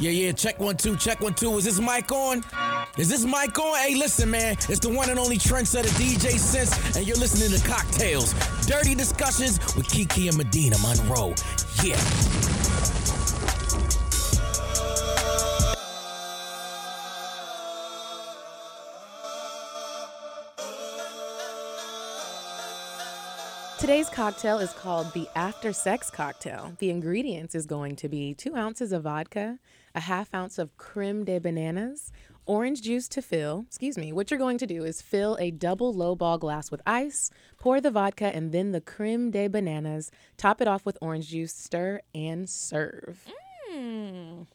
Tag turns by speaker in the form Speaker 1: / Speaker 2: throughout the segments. Speaker 1: Yeah, yeah, check one, two, check one, two. Is this mic on? Is this mic on? Hey, listen, man. It's the one and only trendsetter DJ Sense, and you're listening to Cocktails, Dirty Discussions with Kiki and Medina Monroe. Yeah.
Speaker 2: Today's cocktail is called the After Sex Cocktail. The ingredients is going to be two ounces of vodka, a half ounce of creme de bananas, orange juice to fill. Excuse me. What you're going to do is fill a double low ball glass with ice, pour the vodka and then the creme de bananas, top it off with orange juice, stir and serve.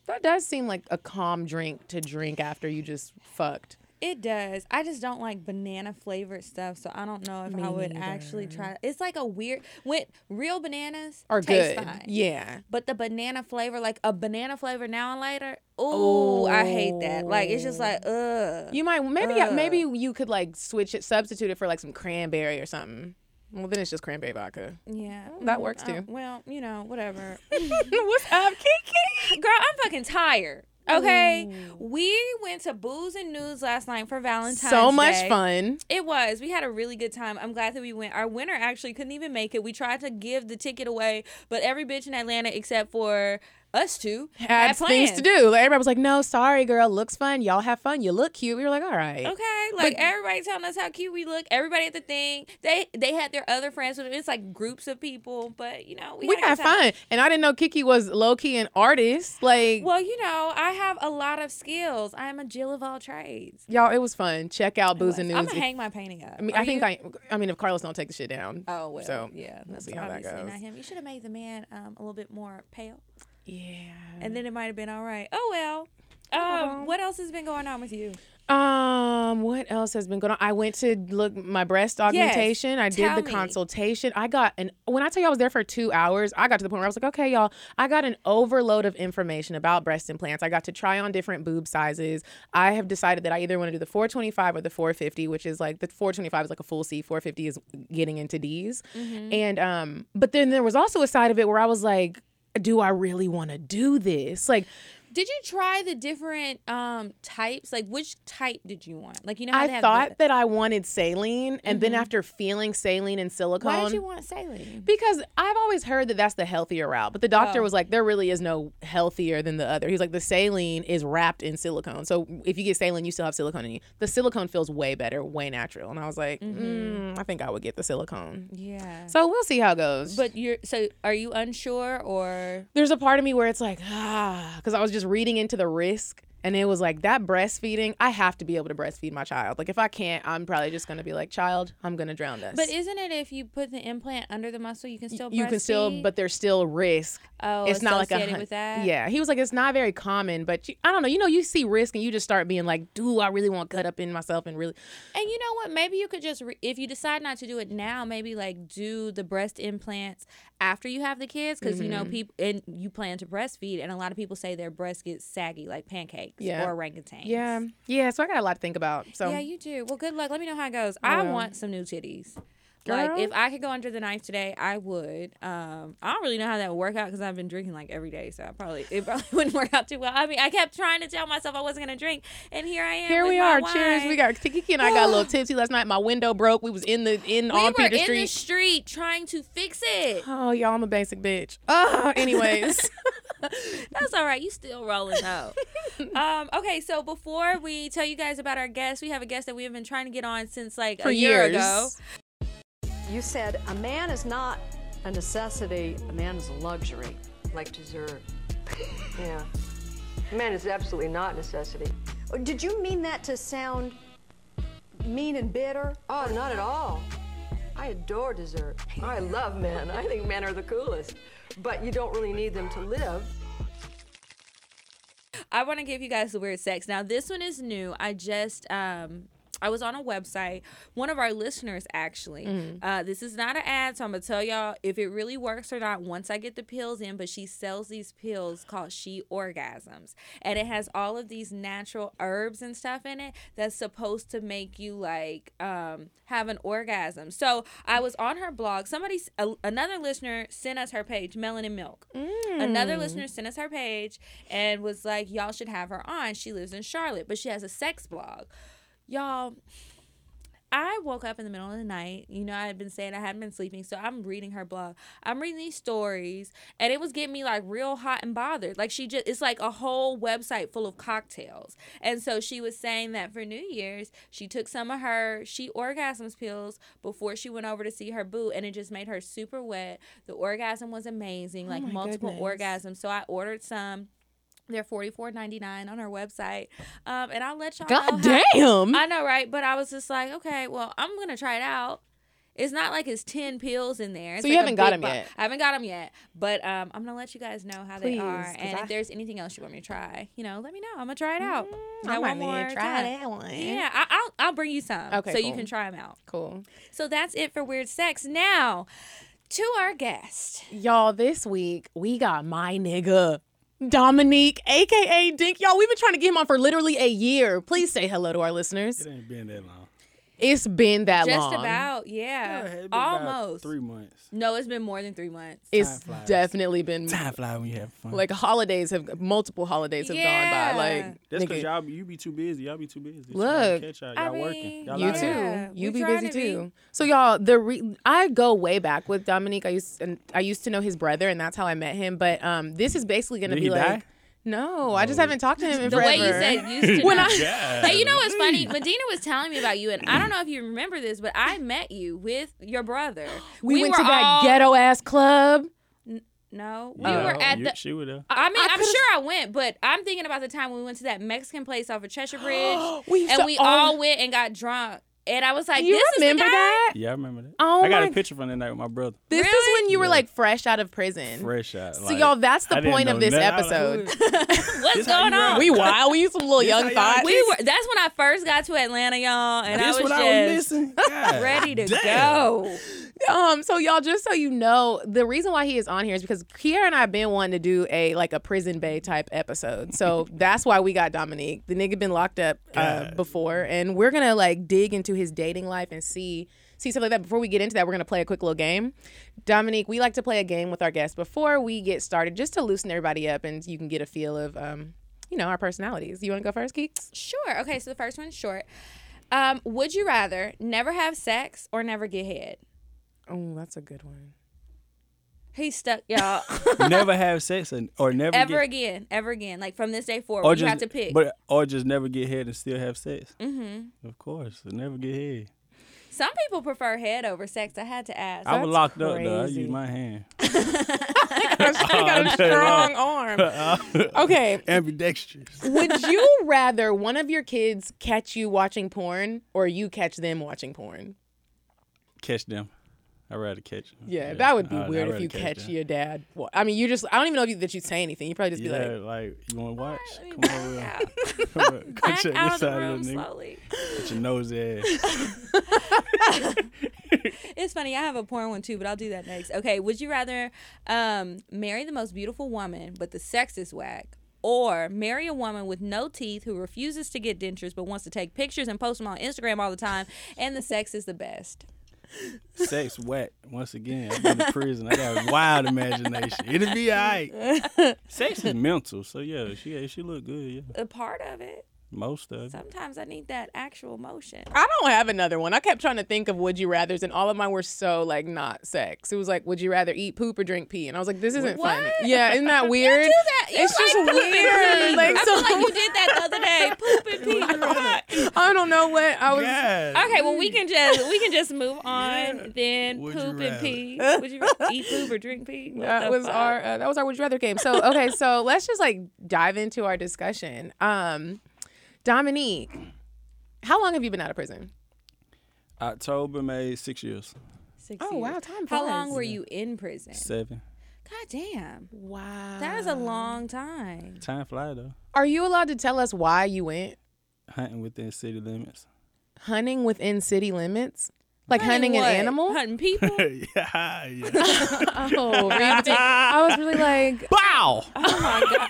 Speaker 2: That does seem like a calm drink to drink after you just fucked.
Speaker 3: It does. I just don't like banana flavored stuff, so I don't know if I would actually try. It's like a weird. When real bananas
Speaker 2: Or
Speaker 3: taste
Speaker 2: good.
Speaker 3: fine.
Speaker 2: Yeah.
Speaker 3: But the banana flavor, like a banana flavor now and later, ooh, I hate that. Like it's just like, ugh.
Speaker 2: You might maybe
Speaker 3: Uh.
Speaker 2: maybe you could like switch it, substitute it for like some cranberry or something. Well, then it's just cranberry vodka.
Speaker 3: Yeah,
Speaker 2: That
Speaker 3: mm,
Speaker 2: works
Speaker 3: I-
Speaker 2: too.
Speaker 3: well, you know, whatever.
Speaker 2: What's up, Kiki?
Speaker 3: Girl, I'm fucking tired. Okay, we went to Booze and News last night for Valentine's.
Speaker 2: So much
Speaker 3: Day.
Speaker 2: fun.
Speaker 3: It was. We had a really good time. I'm glad that we went. Our winner actually couldn't even make it. We tried to give the ticket away, but every bitch in Atlanta except for us two
Speaker 2: Had things
Speaker 3: plans.
Speaker 2: to do. Like, everybody was like, "No, sorry, girl. Looks fun. Y'all have fun. You look cute." We were like, "All right."
Speaker 3: Okay, like everybody telling us how cute we look. Everybody at the thing, they they had their other friends. with them. It's like groups of people, but you know we,
Speaker 2: We
Speaker 3: a
Speaker 2: had
Speaker 3: good time.
Speaker 2: fun, and I didn't know Kiki was low key an artist. Like,
Speaker 3: Well, you know, I have a lot of skills. I am a Jill of all trades.
Speaker 2: y'all, it was fun. Check out Booze and News.
Speaker 3: I'm gonna
Speaker 2: if-
Speaker 3: hang my painting up.
Speaker 2: I mean,
Speaker 3: Are
Speaker 2: I think
Speaker 3: you-
Speaker 2: I. I mean, if Carlos don't take the shit down.
Speaker 3: Oh well,
Speaker 2: So
Speaker 3: yeah,
Speaker 2: we'll
Speaker 3: that's
Speaker 2: see how that
Speaker 3: obviously
Speaker 2: goes.
Speaker 3: not him. You should have made the man um, a little bit more pale,
Speaker 2: Yeah.
Speaker 3: and then it might have been all right. Oh well. Um, what else has been going on with you?
Speaker 2: Um, what else has been going on? I went to look my breast augmentation. I did
Speaker 3: Tell
Speaker 2: the
Speaker 3: me.
Speaker 2: consultation. I got an when I tell you I was there for two hours, I got to the point where I was like, okay, y'all, I got an overload of information about breast implants. I got to try on different boob sizes. I have decided that I either want to do the 425 or the 450, which is like the 425 is like a full C, 450 is getting into D's.
Speaker 3: Mm-hmm.
Speaker 2: And um, but then there was also a side of it where I was like, do I really want to do this? Like
Speaker 3: Did you try the different um types? Like, which type did you want? Like, you know, how they
Speaker 2: I
Speaker 3: have
Speaker 2: thought
Speaker 3: the-
Speaker 2: that I wanted saline, and then after feeling saline and silicone,
Speaker 3: Why did you want saline?
Speaker 2: because I've always heard that that's the healthier route. But the doctor
Speaker 3: Oh.
Speaker 2: was like, there really is no healthier than the other. He's like, the saline is wrapped in silicone, so if you get saline, you still have silicone in you. The silicone feels way better, way natural. And I was like,
Speaker 3: Mm-hmm.
Speaker 2: mm, I think I would get the silicone.
Speaker 3: Yeah.
Speaker 2: So we'll see how it goes.
Speaker 3: But you're so are you unsure or
Speaker 2: there's a part of me where it's like, ah, because I was just reading into the risk. And it was like that breastfeeding. I have to be able to breastfeed my child. Like if I can't, I'm probably just gonna be like, child, I'm gonna drown us.
Speaker 3: but isn't it if you put the implant under the muscle you can still
Speaker 2: you can still,
Speaker 3: breastfeed?
Speaker 2: but there's still risk.
Speaker 3: oh
Speaker 2: it's not like a
Speaker 3: associated
Speaker 2: hun-
Speaker 3: with that
Speaker 2: Yeah, he was like, it's not very common, but you, I don't know. You know, you see risk and you just start being like, do I really want cut up in myself and really?
Speaker 3: and you know what maybe you could just re- if you decide not to do it now maybe like do the breast implants after you have the kids because you
Speaker 2: Mm-hmm.
Speaker 3: know people and you plan to breastfeed and a lot of people say their breast gets saggy like pancakes
Speaker 2: Yeah.
Speaker 3: or orangutans
Speaker 2: Yeah, yeah. So I got a lot to think about. So
Speaker 3: Yeah, you do. Well, good luck. Let me know how it goes. I,
Speaker 2: will.
Speaker 3: want some new titties. Like
Speaker 2: Oh, Girl.
Speaker 3: if I could go under the knife today, I would. Um, I don't really know how that would work out because I've been drinking like every day, so I probably it probably wouldn't work out too well. I mean, I kept trying to tell myself I wasn't gonna drink, and here I am.
Speaker 2: here
Speaker 3: with
Speaker 2: we
Speaker 3: my
Speaker 2: are. Cheers.
Speaker 3: wine.
Speaker 2: We got Kiki and I got a little tipsy last night. My window broke. We was in the in
Speaker 3: We
Speaker 2: on
Speaker 3: were
Speaker 2: Peter
Speaker 3: in
Speaker 2: Street.
Speaker 3: the street trying to fix it.
Speaker 2: Oh, y'all, I'm a basic bitch. Oh, anyways.
Speaker 3: That's all right. You still rolling though. um, okay, so before we tell you guys about our guest, we have a guest that we have been trying to get on since like
Speaker 2: For
Speaker 3: a year
Speaker 2: years.
Speaker 3: ago.
Speaker 4: You said a man is not a necessity, a man is a luxury.
Speaker 5: like dessert.
Speaker 4: Yeah.
Speaker 5: Man is absolutely not necessity.
Speaker 4: Oh, Did you mean that to sound mean and bitter?
Speaker 5: Oh, not at all. I adore dessert. I love men. I think men are the coolest. But you don't really need them to live.
Speaker 3: I want to give you guys the weird sex. Now this one is new. I just um I was on a website. One of our listeners actually.
Speaker 2: Mm-hmm.
Speaker 3: Uh, this is not an ad, so I'm gonna tell y'all if it really works or not once I get the pills in. But she sells these pills called She Orgasms, and it has all of these natural herbs and stuff in it that's supposed to make you like um, have an orgasm. So I was on her blog. Somebody, s- a, another listener, sent us her page, Melon and Milk. Another listener sent us her page and was like, "Y'all should have her on. She lives in Charlotte, but she has a sex blog." Y'all, I woke up in the middle of the night. You know, I had been saying I hadn't been sleeping, so I'm reading her blog. I'm reading these stories, and it was getting me like real hot and bothered. Like she just, it's like a whole website full of cocktails. And so she was saying that for New Year's, she took some of her she orgasms pills before she went over to see her boo, and it just made her super wet. The orgasm was amazing, like
Speaker 2: Oh my
Speaker 3: multiple
Speaker 2: goodness.
Speaker 3: orgasms. So I ordered some. They're forty four ninety nine on her website, um, and I'll let y'all know
Speaker 2: God
Speaker 3: how-
Speaker 2: damn.
Speaker 3: I know, right? But I was just like, okay, well, I'm gonna try it out. It's not like it's ten pills in there. It's
Speaker 2: So you
Speaker 3: like a
Speaker 2: haven't got
Speaker 3: big
Speaker 2: 'em
Speaker 3: bo-
Speaker 2: yet?
Speaker 3: I haven't got them yet, but um, I'm gonna let you guys know how they
Speaker 2: Please,
Speaker 3: are,
Speaker 2: 'cause
Speaker 3: and
Speaker 2: I- Mm-hmm.
Speaker 3: if there's anything else you want me to try, you know, let me know. I'm gonna try it out.
Speaker 2: I
Speaker 3: Got
Speaker 2: might need to try
Speaker 3: time.
Speaker 2: that one.
Speaker 3: Yeah, I, I'll I'll bring you some,
Speaker 2: Okay,
Speaker 3: so you
Speaker 2: cool.
Speaker 3: can try them out.
Speaker 2: Cool.
Speaker 3: So that's it for weird sex. Now, to our guest,
Speaker 2: Y'all, this week we got my nigga. Dominique, aka Dink. Y'all, we've been trying to get him on for literally a year. Please say hello to our listeners.
Speaker 6: It ain't been that long.
Speaker 2: It's been that
Speaker 3: just
Speaker 2: long.
Speaker 3: about yeah,
Speaker 6: Yeah, it been about
Speaker 3: almost
Speaker 6: three months.
Speaker 3: No, it's been more than three months.
Speaker 2: It's
Speaker 6: Time flies.
Speaker 2: definitely been
Speaker 6: Time fly when you have fun.
Speaker 2: like holidays have multiple holidays have gone by.
Speaker 3: Yeah.
Speaker 2: Like
Speaker 6: that's
Speaker 2: nigga,
Speaker 6: because y'all be- you be too busy. Y'all be too busy. Somebody
Speaker 2: Look,
Speaker 6: catch y'all.
Speaker 3: I
Speaker 6: Y'all working.
Speaker 3: mean,
Speaker 6: Y'all
Speaker 2: You
Speaker 6: out
Speaker 2: too.
Speaker 6: here.
Speaker 3: Yeah,
Speaker 2: you
Speaker 3: we
Speaker 2: be
Speaker 3: trying
Speaker 2: busy
Speaker 3: to be.
Speaker 2: too. So y'all, the re- I go way back with Dominique. I used and I used to know his brother, and that's how I met him. But um, this is basically gonna
Speaker 6: Did
Speaker 2: be
Speaker 6: he
Speaker 2: like,
Speaker 6: die? Oh.
Speaker 2: no, I just haven't talked to him in
Speaker 3: The
Speaker 2: forever.
Speaker 3: way you said used to
Speaker 2: When
Speaker 3: know.
Speaker 2: I-
Speaker 6: God.
Speaker 3: Hey, you know what's funny? Medina was telling me about you, and I don't know if you remember this, but I met you with your brother.
Speaker 2: we, went
Speaker 3: were
Speaker 2: to that
Speaker 3: all-
Speaker 2: ghetto ass club.
Speaker 3: No, we
Speaker 6: Yeah,
Speaker 3: were at
Speaker 6: Uh, you-
Speaker 3: the.
Speaker 6: She was there.
Speaker 3: I mean,
Speaker 2: I
Speaker 3: I am
Speaker 2: could've-
Speaker 3: sure I went, but I'm thinking about the time when we went to that Mexican place off of Cheshire Bridge,
Speaker 2: We used
Speaker 3: and
Speaker 2: to
Speaker 3: we
Speaker 2: all-
Speaker 3: all went and got drunk. And I was like,
Speaker 2: You
Speaker 3: "This
Speaker 2: remember
Speaker 3: is the guy?
Speaker 2: that?
Speaker 6: Yeah, I remember that.
Speaker 2: Oh
Speaker 6: I got
Speaker 2: my-
Speaker 6: a picture from that night with my brother.
Speaker 2: This is
Speaker 3: Really?
Speaker 2: when you were
Speaker 6: Yeah.
Speaker 2: like fresh out of prison.
Speaker 6: Fresh out.
Speaker 2: So y'all, that's the
Speaker 6: I didn't
Speaker 2: point of
Speaker 6: know
Speaker 2: this
Speaker 6: nothing. I was
Speaker 2: episode.
Speaker 6: like, who-
Speaker 3: What's
Speaker 6: This how
Speaker 3: going
Speaker 6: you
Speaker 3: on?"
Speaker 6: rock.
Speaker 2: we wild. We used some little young
Speaker 6: how y'all
Speaker 2: thoughts.
Speaker 3: We were. That's when I first got to Atlanta, y'all, and I
Speaker 6: This
Speaker 3: was
Speaker 6: what
Speaker 3: just
Speaker 6: I was missing. God
Speaker 3: ready to
Speaker 6: damn.
Speaker 3: go.
Speaker 2: Um, so y'all, just so you know, the reason why he is on here is because Kiera and I have been wanting to do a like a prison bay type episode. So that's why we got Dominique. The nigga been locked up uh, before, and we're gonna like dig into his dating life and see see stuff like that. Before we get into that, we're gonna play a quick little game. Dominique, we like to play a game with our guests before we get started, just to loosen everybody up, and you can get a feel of um, you know, our personalities. You want to go first, geeks?
Speaker 3: Sure. Okay, so the first one's short. Um, would you rather never have sex or never get head?
Speaker 2: Oh, that's a good one.
Speaker 3: He's stuck, y'all.
Speaker 6: never have sex and, or never
Speaker 3: ever
Speaker 6: get,
Speaker 3: again, ever again. Like from this day forward,
Speaker 6: or
Speaker 3: you
Speaker 6: just
Speaker 3: have to pick.
Speaker 6: but or just never get head and still have sex. Mm-hmm. Of course, never get head.
Speaker 3: Some people prefer head over sex. I had to ask.
Speaker 6: I was
Speaker 2: That's
Speaker 6: locked up though. I
Speaker 2: crazy.
Speaker 6: used my hand.
Speaker 2: got a strong arm. Okay,
Speaker 6: Ambidextrous.
Speaker 2: Would you rather one of your kids catch you watching porn or you catch them watching porn?
Speaker 6: Catch them. I'd rather catch them.
Speaker 2: Yeah, that would be
Speaker 6: I'd- I'd
Speaker 2: weird if
Speaker 6: rather
Speaker 2: you catch,
Speaker 6: them.
Speaker 2: your dad. wa- I mean, you just, I don't even know if you, that you'd say anything. You'd probably just
Speaker 6: yeah,
Speaker 2: be like,
Speaker 6: like, you want to watch?
Speaker 3: Let me
Speaker 6: Come over.
Speaker 3: back
Speaker 6: here.
Speaker 3: out.
Speaker 6: Come over. Come
Speaker 3: Back
Speaker 6: check
Speaker 3: out of
Speaker 6: this
Speaker 3: the
Speaker 6: out, little
Speaker 3: room
Speaker 6: nigga.
Speaker 3: slowly.
Speaker 6: Get your nosy ass.
Speaker 3: It's funny. I have a porn one too, but I'll do that next. Okay. Would you rather um, marry the most beautiful woman, but the sex is whack? Or marry a woman with no teeth who refuses to get dentures but wants to take pictures and post them on Instagram all the time, and the sex is the best.
Speaker 6: Sex whack. Once again, I've been in prison. I got a wild imagination. It'll be all right. Sex is mental. So, yeah, she, yeah, she look good. Yeah.
Speaker 3: A part of it.
Speaker 6: Most of it.
Speaker 3: Sometimes I need that actual motion.
Speaker 2: I don't have another one. I kept trying to think of would you rathers, and all of mine were so like not sex. It was like, would you rather eat poop or drink pee? And I was like, this isn't
Speaker 3: What?
Speaker 2: fun. Yeah, isn't that weird?
Speaker 3: You do that. You
Speaker 2: it's just
Speaker 3: like poop and
Speaker 2: weird.
Speaker 3: pee.
Speaker 2: Like,
Speaker 3: I
Speaker 2: so,
Speaker 3: feel like you did that the other day. Poop and pee.
Speaker 2: I don't know what I was.
Speaker 6: God.
Speaker 3: Okay, well we can just we can just move on then.
Speaker 6: Would you
Speaker 3: poop and
Speaker 6: rather?
Speaker 3: pee. Would you rather eat poop or drink pee? What
Speaker 2: that
Speaker 3: the
Speaker 2: was
Speaker 3: fuck?
Speaker 2: our uh, that was our would you rather game. So okay, so let's just like dive into our discussion. Um, Dominique, how long have you been out of prison?
Speaker 6: October made six years.
Speaker 3: Six
Speaker 2: Oh,
Speaker 3: years.
Speaker 2: wow, time
Speaker 3: How long
Speaker 2: flies.
Speaker 3: were you in prison?
Speaker 6: Seven.
Speaker 3: God damn,
Speaker 2: Wow,
Speaker 3: that is a long time.
Speaker 6: Time fly, though.
Speaker 2: Are you allowed to tell us why you went?
Speaker 6: Hunting within city limits.
Speaker 2: hunting within city limits, like hunting,
Speaker 3: Hunting
Speaker 2: an
Speaker 3: what?
Speaker 2: animal.
Speaker 3: Hunting people?
Speaker 6: yeah, yeah.
Speaker 2: Oh, Reed, did- I was really like
Speaker 6: Bow!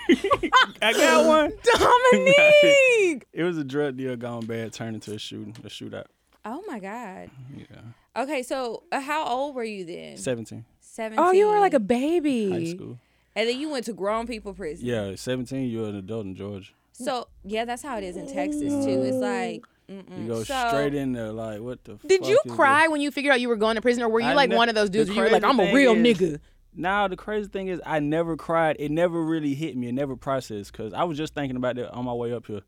Speaker 6: I got one.
Speaker 2: Dominique.
Speaker 6: It was a drug deal gone bad, turned into a shooting, a shootout.
Speaker 3: oh my God.
Speaker 6: Yeah,
Speaker 3: Okay, so uh, how old were you then?
Speaker 6: seventeen,
Speaker 3: 17.
Speaker 2: Oh, you were like a
Speaker 6: high
Speaker 2: baby.
Speaker 6: school.
Speaker 3: And then you went to grown people prison.
Speaker 6: Yeah, seventeen. You're an adult in Georgia.
Speaker 3: So, yeah, that's how it is in Texas too.
Speaker 2: Mm.
Speaker 3: It's like,
Speaker 6: You go
Speaker 3: So-
Speaker 6: straight in there, like what the?
Speaker 2: Did
Speaker 6: fuck
Speaker 2: you
Speaker 6: is this?
Speaker 2: cry when you figured out you were going to prison, or were you
Speaker 6: I
Speaker 2: like
Speaker 6: ne-
Speaker 2: one of those
Speaker 6: the
Speaker 2: dudes where you were like,
Speaker 6: crazy
Speaker 2: "I'm a
Speaker 6: thing
Speaker 2: real
Speaker 6: is-
Speaker 2: nigga"?
Speaker 6: Now the crazy thing is, I never cried. It never really hit me. It never processed because I was just thinking about that on my way up here.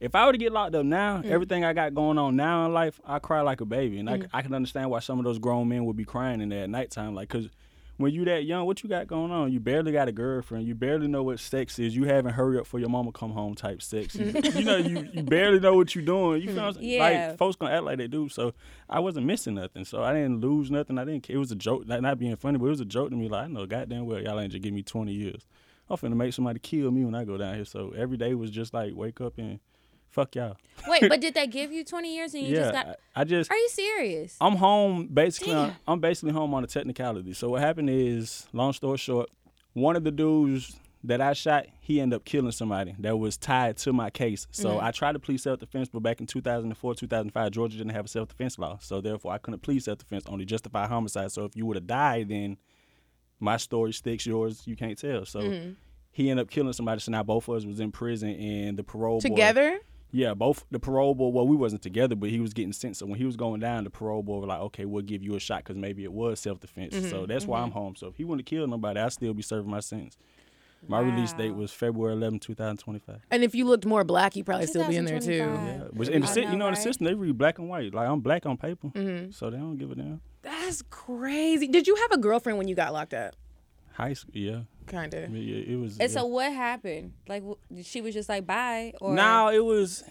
Speaker 6: If I were to get locked up now, everything I got going on now in life, I cry like a baby, and I c- I, can understand why some of those grown men would be crying in there at nighttime, like because. When you that young, what you got going on? You barely got a girlfriend. You barely know what sex is. You haven't hurry up for your mama come home type sex. You, you know, you, you barely know what you doing. You know, what I'm saying?
Speaker 3: Yeah.
Speaker 6: like folks gonna act like they do. So I wasn't missing nothing. So I didn't lose nothing. I didn't. It was a joke, like not being funny, but it was a joke to me. Like I know goddamn well y'all ain't just give me twenty years. I'm finna make somebody kill me when I go down here. So every day was just like wake up and fuck y'all.
Speaker 3: wait, but did they give you 20 years and you
Speaker 6: yeah,
Speaker 3: just got.
Speaker 6: I, I just
Speaker 3: Are you serious?
Speaker 6: I'm home basically. On, I'm basically home on a technicality. So what happened is, long story short, one of the dudes that I shot, he ended up killing somebody that was tied to my case. So I tried to plead self-defense, but back in 2004, 2005, Georgia didn't have a self-defense law, so therefore I couldn't plead self-defense, only justify homicide. So if you would have died, then my story sticks, yours you can't tell. So. He ended up killing somebody, so now both of us was in prison, and the parole board-
Speaker 2: Together,
Speaker 6: yeah, both the parole board. Well, we wasn't together, but he was getting sent. So when he was going down, the parole board were like, "Okay, we'll give you a shot because maybe it was self defense." So that's why I'm home. So if he wouldn't have killed nobody, I'd still be serving my sentence. My release date was February 11, 2025.
Speaker 2: and if you looked more black, you'd probably still be in there too.
Speaker 3: 2025.
Speaker 6: Yeah, which in the
Speaker 3: I
Speaker 6: si- you
Speaker 3: know,
Speaker 6: know, in the
Speaker 3: right?
Speaker 6: system they read black and white. Like I'm black on paper, so they don't give a damn.
Speaker 2: That's crazy. Did you have a girlfriend when you got locked up?
Speaker 6: High school, yeah,
Speaker 2: Kind of.
Speaker 6: I mean, yeah, it was.
Speaker 3: And
Speaker 6: yeah.
Speaker 3: so what happened? Like wh- she was just like bye or
Speaker 6: No, it was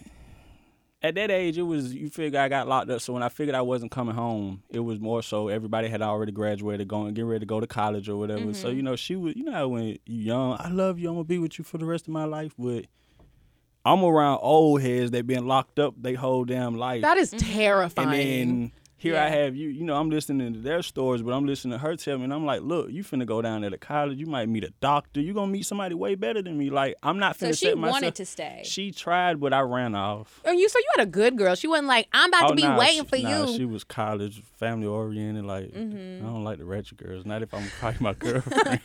Speaker 6: at that age. It was you figure I got locked up. So when I figured I wasn't coming home, it was more so everybody had already graduated, going getting ready to go to college or whatever. So you know she was, you know how when you young, I love you, I'm gonna be with you for the rest of my life. But I'm around old heads that been locked up they whole damn life.
Speaker 2: That is terrifying.
Speaker 6: Mm-hmm. And then here I have you. You know, I'm listening to their stories, but I'm listening to her tell me, and I'm like, look, you finna go down there to college. You might meet a doctor. You gonna meet somebody way better than me. Like, I'm not
Speaker 3: So
Speaker 6: finna
Speaker 3: she
Speaker 6: set myself.
Speaker 3: wanted to stay.
Speaker 6: She tried, but I ran off. Oh,
Speaker 2: and Oh, you so you had a good girl. She wasn't like, I'm about to be
Speaker 6: nah,
Speaker 2: waiting
Speaker 6: she,
Speaker 2: for
Speaker 6: nah,
Speaker 2: you.
Speaker 6: She was college, family oriented. Like,
Speaker 3: Mm-hmm.
Speaker 6: I don't like the ratchet girls. Not if I'm probably my girlfriend.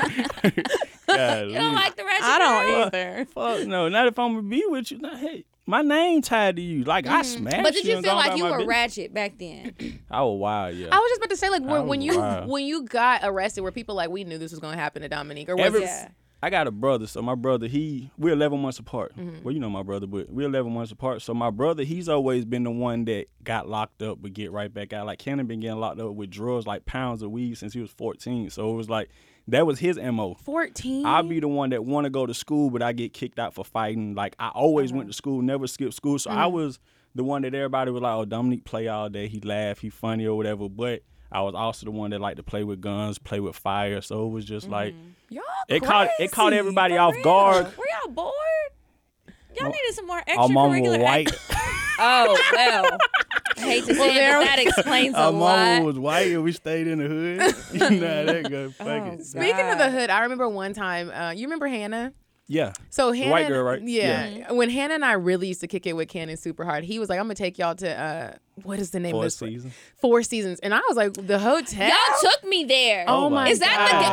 Speaker 6: God,
Speaker 3: I don't like the rest.
Speaker 2: I
Speaker 3: of
Speaker 2: don't
Speaker 3: her.
Speaker 2: either.
Speaker 6: Fuck no, not if I'm gonna be with you. Nah, hey, my name tied to you. Like I smashed
Speaker 3: Mm-hmm. But did
Speaker 6: you
Speaker 3: you
Speaker 6: and
Speaker 3: feel
Speaker 6: gone
Speaker 3: like
Speaker 6: about
Speaker 3: you
Speaker 6: my
Speaker 3: were
Speaker 6: business.
Speaker 3: ratchet back then?
Speaker 6: I was wild, yeah.
Speaker 2: I was just about to say, like, when, when
Speaker 6: was
Speaker 2: you
Speaker 6: wild.
Speaker 2: when you got arrested, were people like, we knew this was gonna happen to Dominique, or was
Speaker 6: Every-
Speaker 2: it?
Speaker 3: Yeah.
Speaker 6: I got a brother, so my brother he we're eleven months apart.
Speaker 2: Mm-hmm.
Speaker 6: Well, you know my brother, but we're eleven months apart. So my brother he's always been the one that got locked up but get right back out. Like Cannon been getting locked up with drugs like pounds of weed since he was fourteen. So it was like that was his mo.
Speaker 2: 14
Speaker 6: I'll be the one that want to go to school, but I get kicked out for fighting. Like I always went to school, never skipped school. So I
Speaker 2: Mm-hmm.
Speaker 6: was the one that everybody was like, "Oh, Dominique play all day. He laugh, he funny or whatever." But I was also the one that liked to play with guns, play with fire. So it was just like
Speaker 2: Mm-hmm.
Speaker 3: Y'all
Speaker 6: It caught- it caught
Speaker 3: crazy,
Speaker 6: everybody
Speaker 3: for
Speaker 6: off
Speaker 3: real.
Speaker 6: guard.
Speaker 3: Were y'all bored? Y'all needed some more
Speaker 6: our mom was
Speaker 3: extracurricular.
Speaker 6: white.
Speaker 3: act- oh well. I hate to say it, but that explains a
Speaker 6: Our
Speaker 3: lot.
Speaker 6: mom was white, and we stayed in the hood. you know how that
Speaker 2: Oh.
Speaker 6: go. Fuck it.
Speaker 2: Speaking of the
Speaker 3: Oh, God.
Speaker 2: hood, I remember one time. Uh, you remember Hannah?
Speaker 6: Yeah.
Speaker 2: So
Speaker 6: The
Speaker 2: Hannah,
Speaker 6: white girl, right?
Speaker 2: Yeah, Mm-hmm. when Hannah and I really used to kick it with Cannon super hard, he was like, "I'm gonna take y'all to uh, what is the name
Speaker 6: Four
Speaker 2: of this place?
Speaker 6: Seasons.
Speaker 2: Four seasons," and I was like, "The hotel."
Speaker 3: Y'all took me there.
Speaker 2: Oh Oh my my
Speaker 3: Is that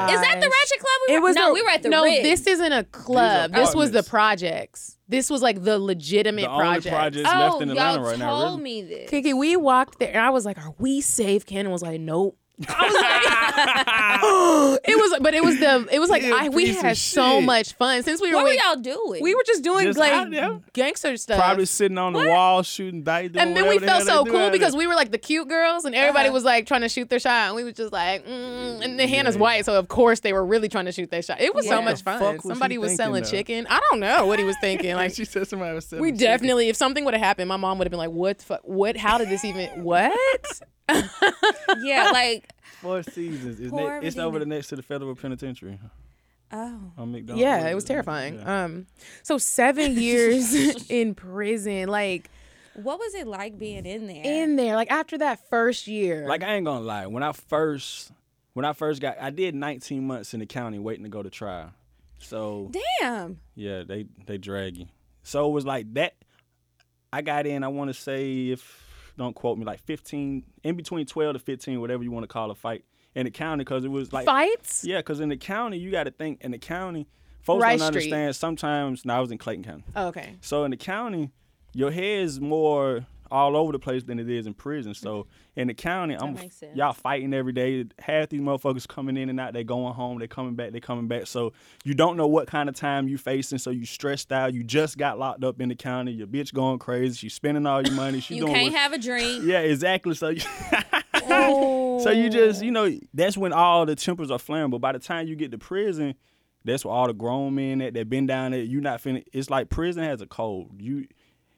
Speaker 3: the is that the
Speaker 2: gosh.
Speaker 3: ratchet club? We were,
Speaker 2: It was
Speaker 3: no,
Speaker 2: the-
Speaker 3: we were at the
Speaker 2: no.
Speaker 3: Ritz.
Speaker 2: This isn't a club. This was the
Speaker 6: apartments.
Speaker 2: projects. This was like the legitimate
Speaker 6: The only
Speaker 2: project.
Speaker 6: projects
Speaker 3: oh,
Speaker 6: left in Atlanta
Speaker 3: y'all told
Speaker 6: right now. Really.
Speaker 3: me this.
Speaker 2: Kiki, we walked there, and I was like, "Are we safe?" Cannon was like, "Nope." I was like, "It was," but it was the. It was like
Speaker 6: You
Speaker 2: I, we
Speaker 6: piece of
Speaker 2: had so
Speaker 6: shit.
Speaker 2: much fun since we were.
Speaker 3: What were
Speaker 2: with-
Speaker 3: y'all doing?
Speaker 2: we were just doing
Speaker 6: Just out there.
Speaker 2: like gangster stuff.
Speaker 6: Probably sitting on the wall shooting dice. doing
Speaker 2: and then we
Speaker 6: whatever the hell
Speaker 2: felt
Speaker 6: they
Speaker 2: so
Speaker 6: do
Speaker 2: cool
Speaker 6: out Uh-huh. there.
Speaker 2: because we were like the cute girls, and everybody was like trying to shoot their shot, and we was just like, mm. and then Hannah's white, so of course they were really trying to shoot their shot. It was so
Speaker 3: What
Speaker 2: much
Speaker 6: the fuck
Speaker 2: fun.
Speaker 6: was he
Speaker 2: Somebody was
Speaker 6: thinking,
Speaker 2: selling
Speaker 6: though?
Speaker 2: chicken. I don't know what he was thinking. Like
Speaker 6: she said somebody was selling
Speaker 2: we
Speaker 6: chicken.
Speaker 2: definitely, if something would have happened, my mom would have been like, "What? The fuck? What? How did this even? What?"
Speaker 3: yeah, like
Speaker 6: Four seasons. It's,
Speaker 3: Poor
Speaker 6: ne- it's over
Speaker 3: Medina.
Speaker 6: the next to the federal penitentiary
Speaker 3: oh.
Speaker 6: on McDonald's.
Speaker 2: Yeah, it was terrifying. Um, so seven years in prison, like.
Speaker 3: What was it like being in there?
Speaker 2: in there. Like after that first year,
Speaker 6: Like I ain't gonna lie, when I first when I first got, I did 19 months in the county waiting to go to trial. So
Speaker 3: Damn.
Speaker 6: yeah, they they drag you. So it was like that. I got in. I want to say if don't quote me, like 15 in between 12 to 15, whatever you want to call a fight in the county, because it was like
Speaker 2: fights.
Speaker 6: Yeah, because in the county you got to think in the county. Folks
Speaker 2: Rice
Speaker 6: don't
Speaker 2: Street.
Speaker 6: understand. Sometimes now I was in Clayton County.
Speaker 2: Oh, okay.
Speaker 6: So in the county, your hair is more all over the place than it is in prison. So in the county, I'm
Speaker 3: Mm-hmm. makes sense.
Speaker 6: y'all fighting every day. Half these motherfuckers coming in and out. They going home. They coming back. They coming back. So you don't know what kind of time you facing. So you stressed out. You just got locked up in the county. Your bitch going crazy. She's spending all your money. She
Speaker 3: You
Speaker 6: doing
Speaker 3: can't
Speaker 6: what-
Speaker 3: have a drink.
Speaker 6: yeah, exactly. So you. So you just
Speaker 3: Oh.
Speaker 6: you know that's when all the tempers are flammable. By the time you get to prison, that's where all the grown men that that been down there. You not finna. It's like prison has a code. You,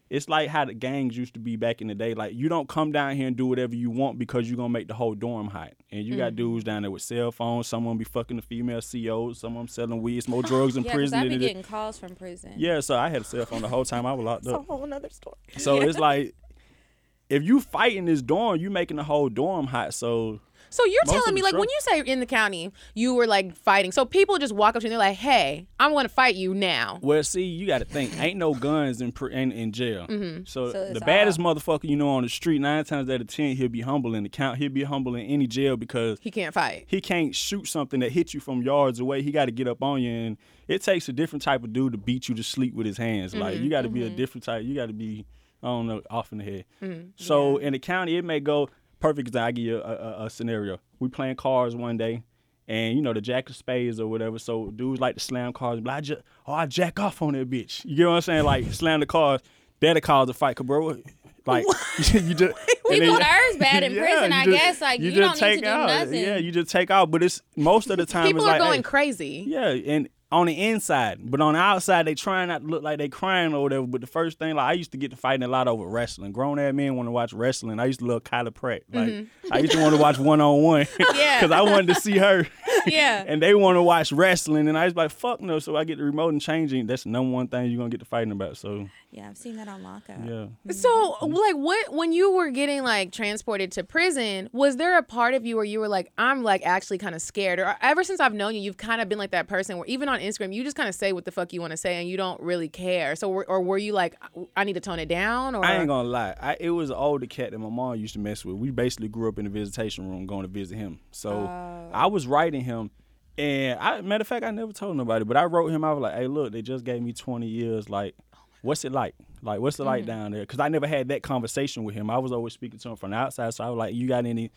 Speaker 6: it's like how the gangs used to be back in the day. Like you don't come down here and do whatever you want because you're gonna make the whole dorm hot. And you
Speaker 3: Mm.
Speaker 6: got dudes down there with cell phones. Some of them be fucking the female COs. Some of them selling weed, smoke drugs in
Speaker 3: Yeah, because
Speaker 6: prison.
Speaker 3: I'd
Speaker 6: than
Speaker 3: be
Speaker 6: it is-
Speaker 3: getting calls from prison.
Speaker 6: yeah, so I had a cell phone the whole time I was locked up.
Speaker 3: Whole another story.
Speaker 6: So it's like if you fighting this dorm, you making the whole dorm hot. So
Speaker 2: So you're
Speaker 6: Most of
Speaker 2: telling me,
Speaker 6: the
Speaker 2: like, when
Speaker 6: truck-
Speaker 2: you say in the county, you were like fighting. So people just walk up to you and they're like, "Hey, I want to fight you now."
Speaker 6: well, see, you got to think, ain't no guns in pr- in, in jail. So,
Speaker 3: Mm-hmm. So
Speaker 6: the
Speaker 3: it's
Speaker 6: baddest motherfucker you know on the street, nine times out of ten, he'll be humble in the count. He'll be humble in any jail because
Speaker 2: He can't fight.
Speaker 6: he can't shoot something that hit you from yards away. He got to get up on you, and it takes a different type of dude to beat you to sleep with his hands.
Speaker 3: Mm-hmm,
Speaker 6: Like you got to be a different type. You got to be, I don't know, off in the head.
Speaker 3: Mm,
Speaker 6: So in the county, it may go perfect. Cause I give you a, a, a scenario. We playing cards one day, and you know the jack of spades or whatever. So dudes like to slam cards. But I just, oh, I jack off on that bitch. You get what I'm saying? Like slam the cards. That'll cause a fight, 'cause bro. Like you just and
Speaker 3: People
Speaker 6: then-
Speaker 3: are bad in prison,
Speaker 6: you
Speaker 3: I guess. Like, you don't need to do
Speaker 6: out.
Speaker 3: nothing.
Speaker 6: Yeah, you just take out. But it's most of the time
Speaker 2: People
Speaker 6: it's
Speaker 2: are
Speaker 6: like,
Speaker 2: going
Speaker 6: hey,
Speaker 2: crazy.
Speaker 6: yeah, and on the inside, but on the outside they trying not to look like they crying or whatever. But the first thing, like I used to get to fighting a lot over wrestling. Grown ass men want to watch wrestling. I used to love Kyla Pratt. Like
Speaker 2: Mm-hmm.
Speaker 6: I used to want to watch one on one
Speaker 3: Yeah.
Speaker 6: because I wanted to see her.
Speaker 3: Yeah.
Speaker 6: and they want to watch wrestling, and I was like, "Fuck no!" So I get the remote and changing. That's the number one thing you're gonna get to fighting about. So
Speaker 3: Yeah, I've seen that on lockup.
Speaker 6: yeah.
Speaker 2: So,
Speaker 6: Mm-hmm.
Speaker 2: like, what when you were getting like transported to prison, was there a part of you where you were like, I'm like actually kind of scared? Or ever since I've known you, you've kind of been like that person where even on Instagram, you just kind of say what the fuck you want to say and you don't really care. So, were- or were you like, I need to tone it down? Or
Speaker 6: I ain't gonna lie. I, it was an older cat that my mom used to mess with. We basically grew up in the visitation room going to visit him. So I was writing him, and I matter of fact, I never told nobody, but I wrote him. I was like, "Hey, look, they just gave me 20 years. Like, what's it like? Like, what's it like down there?" Because I never had that conversation with him. I was always speaking to him from the outside. So I was like, "You got any?"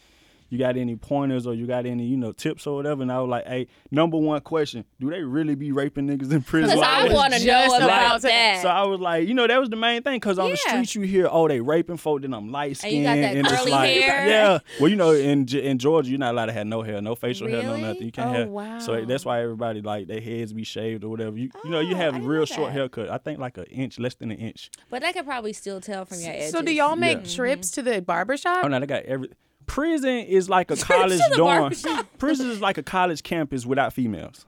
Speaker 6: You got any pointers or you got any, you know, tips or whatever? And I was like, hey, number one question, do they really be raping niggas in prison?
Speaker 3: Because
Speaker 6: Well,
Speaker 3: I
Speaker 6: was
Speaker 3: want to know
Speaker 2: just
Speaker 3: about
Speaker 2: about to-
Speaker 3: that.
Speaker 6: so I was like, you know, that was the main thing because on the
Speaker 3: Yeah.
Speaker 6: streets you hear, oh, they raping folk, then I'm light
Speaker 3: And you
Speaker 6: skinned,
Speaker 3: got
Speaker 6: and,
Speaker 3: that
Speaker 6: it's
Speaker 3: curly
Speaker 6: like,
Speaker 3: hair.
Speaker 6: yeah. Well, you know, in Ge- in Georgia, you're not allowed to have no hair, no facial hair, no
Speaker 3: Really?
Speaker 6: nothing. You can't
Speaker 2: Oh,
Speaker 6: have.
Speaker 2: wow.
Speaker 6: So that's why everybody like their heads be shaved or whatever. You you know, you
Speaker 3: Oh, I
Speaker 6: have
Speaker 3: didn't know
Speaker 6: real short
Speaker 3: that.
Speaker 6: haircut. I think like an inch, less than an inch.
Speaker 3: but they could probably still tell from your edges.
Speaker 2: so, do y'all make
Speaker 6: Yeah.
Speaker 2: trips to the barbershop?
Speaker 6: Oh no, they got every. Prison is like a college
Speaker 3: the
Speaker 6: dorm.
Speaker 3: barbershop.
Speaker 6: Prison is like a college campus without females.